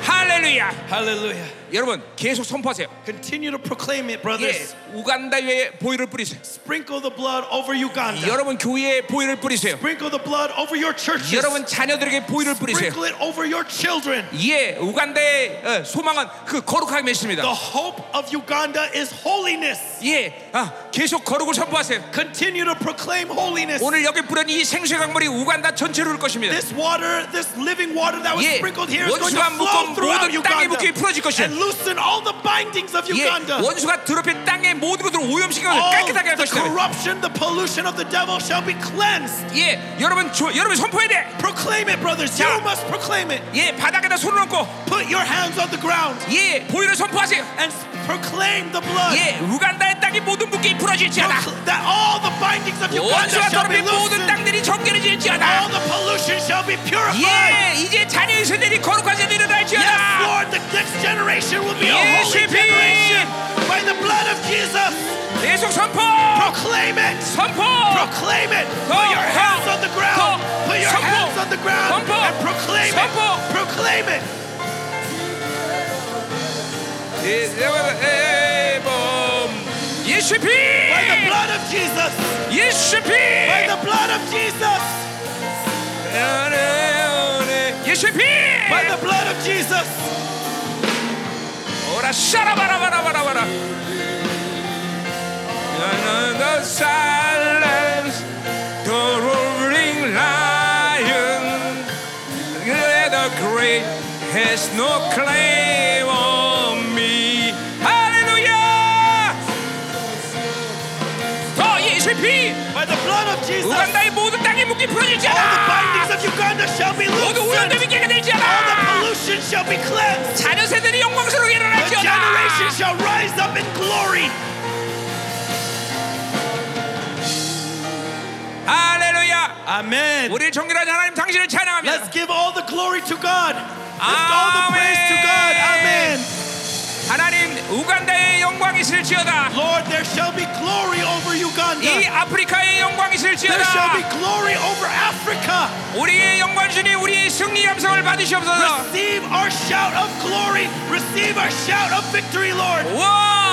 [SPEAKER 1] 할렐루야
[SPEAKER 2] Hallelujah.
[SPEAKER 1] 여러분 계속 선포하세요
[SPEAKER 2] Continue to proclaim it,
[SPEAKER 1] 예,
[SPEAKER 2] brothers.
[SPEAKER 1] 우간다 위에 보혈을 뿌리세요
[SPEAKER 2] Sprinkle the blood over Uganda.
[SPEAKER 1] 여러분 교회에 보혈을 뿌리세요
[SPEAKER 2] Sprinkle the blood over your churches.
[SPEAKER 1] 여러분 자녀들에게 보혈을 뿌리세요
[SPEAKER 2] Sprinkle it over your children.
[SPEAKER 1] 예, 우간다의 어, 소망은 그 거룩함에 있습니다.
[SPEAKER 2] The hope of Uganda is holiness.
[SPEAKER 1] 예, 아, 계속 거룩을 선포하세요.
[SPEAKER 2] Continue to proclaim holiness.
[SPEAKER 1] 오늘 여기 뿌린 이 생수의 강물이 우간다 전체로 올 것입니다.
[SPEAKER 2] This water, this living water that was
[SPEAKER 1] 예,
[SPEAKER 2] sprinkled here is going
[SPEAKER 1] 원수가
[SPEAKER 2] to flow
[SPEAKER 1] 묶은
[SPEAKER 2] throughout
[SPEAKER 1] 모든 땅의
[SPEAKER 2] Uganda.
[SPEAKER 1] 묶임이 풀어질 것이야.
[SPEAKER 2] And loosen all the bindings of
[SPEAKER 1] 예,
[SPEAKER 2] Uganda.
[SPEAKER 1] 원수가 더럽힌 땅의 모든 것들을 오염시켜
[SPEAKER 2] all
[SPEAKER 1] 깨끗하게 할
[SPEAKER 2] the
[SPEAKER 1] 것이다.
[SPEAKER 2] corruption, the pollution of the devil shall be cleansed.
[SPEAKER 1] 예, 여러분 조, 여러분 선포해야 돼.
[SPEAKER 2] Proclaim it, brothers.
[SPEAKER 1] Yeah.
[SPEAKER 2] You must proclaim it.
[SPEAKER 1] 예, 바닥에다 손을 얹고
[SPEAKER 2] Put your hands on the ground
[SPEAKER 1] 예, 보혈을 선포하세요.
[SPEAKER 2] and s- proclaim the blood.
[SPEAKER 1] 예, 우간다의 땅이 모든 묶임이 풀어질지 않아.
[SPEAKER 2] Procl- that all the bindings of Uganda
[SPEAKER 1] 원수가
[SPEAKER 2] shall
[SPEAKER 1] 더럽힌
[SPEAKER 2] be
[SPEAKER 1] 모든
[SPEAKER 2] loosened.
[SPEAKER 1] 땅들이 정결해질지
[SPEAKER 2] All
[SPEAKER 1] 않아.
[SPEAKER 2] the pollution shall be purified.
[SPEAKER 1] 예, 이제 자녀의 세대들이 거룩한 세대로 날지
[SPEAKER 2] 아. Yes,
[SPEAKER 1] 않아.
[SPEAKER 2] Lord, the next generation will be a
[SPEAKER 1] Yes,
[SPEAKER 2] holy
[SPEAKER 1] it be.
[SPEAKER 2] generation. By the blood of Jesus,
[SPEAKER 1] 계속 선포,
[SPEAKER 2] proclaim it.
[SPEAKER 1] 선포,
[SPEAKER 2] Proclaim it.
[SPEAKER 1] Go,
[SPEAKER 2] Put your hands
[SPEAKER 1] go,
[SPEAKER 2] on the
[SPEAKER 1] go.
[SPEAKER 2] ground. Put your
[SPEAKER 1] Sampo.
[SPEAKER 2] hands on the ground
[SPEAKER 1] Sampo.
[SPEAKER 2] and proclaim it.
[SPEAKER 1] Sampo.
[SPEAKER 2] Proclaim it.
[SPEAKER 1] 예, 예수피,
[SPEAKER 2] By the blood of Jesus.
[SPEAKER 1] 예수피,
[SPEAKER 2] By the blood of Jesus.
[SPEAKER 1] 예수피.
[SPEAKER 2] By the blood of Jesus.
[SPEAKER 1] 오라 샤라바라바라바라바라. 나는 the silence, the roaring lion. Yeah, the great has no claim on me. Hallelujah. 더 예수피
[SPEAKER 2] By the blood of Jesus. All
[SPEAKER 1] 우간다의 모든 땅이 묶인 풀어지지
[SPEAKER 2] the
[SPEAKER 1] 않아.
[SPEAKER 2] bindings of Uganda shall be
[SPEAKER 1] 모두
[SPEAKER 2] loosened.
[SPEAKER 1] 오염됨이 깨끗해지지
[SPEAKER 2] All the
[SPEAKER 1] 않아.
[SPEAKER 2] pollution shall be cleansed.
[SPEAKER 1] 자녀 세대들이 영광스러워
[SPEAKER 2] The generation
[SPEAKER 1] 일어날지어다.
[SPEAKER 2] shall rise up in glory.
[SPEAKER 1] 할렐루야.
[SPEAKER 2] Amen.
[SPEAKER 1] 우리를 정결하신 하나님 당신을 찬양합니다.
[SPEAKER 2] Let's give all the glory to God. Let's all the
[SPEAKER 1] Amen.
[SPEAKER 2] praise to God. Amen.
[SPEAKER 1] 하나님 우간다의 영광이 있을지어다.
[SPEAKER 2] Lord, there shall be glory over
[SPEAKER 1] 이
[SPEAKER 2] Uganda.
[SPEAKER 1] 아프리카의 영광이
[SPEAKER 2] There shall be
[SPEAKER 1] 있을지어다.
[SPEAKER 2] glory over Africa.
[SPEAKER 1] 우리의 영광 주니 우리의 승리 감성을 받으시옵소서.
[SPEAKER 2] Receive our shout of glory. Receive our shout of victory, Lord.
[SPEAKER 1] 와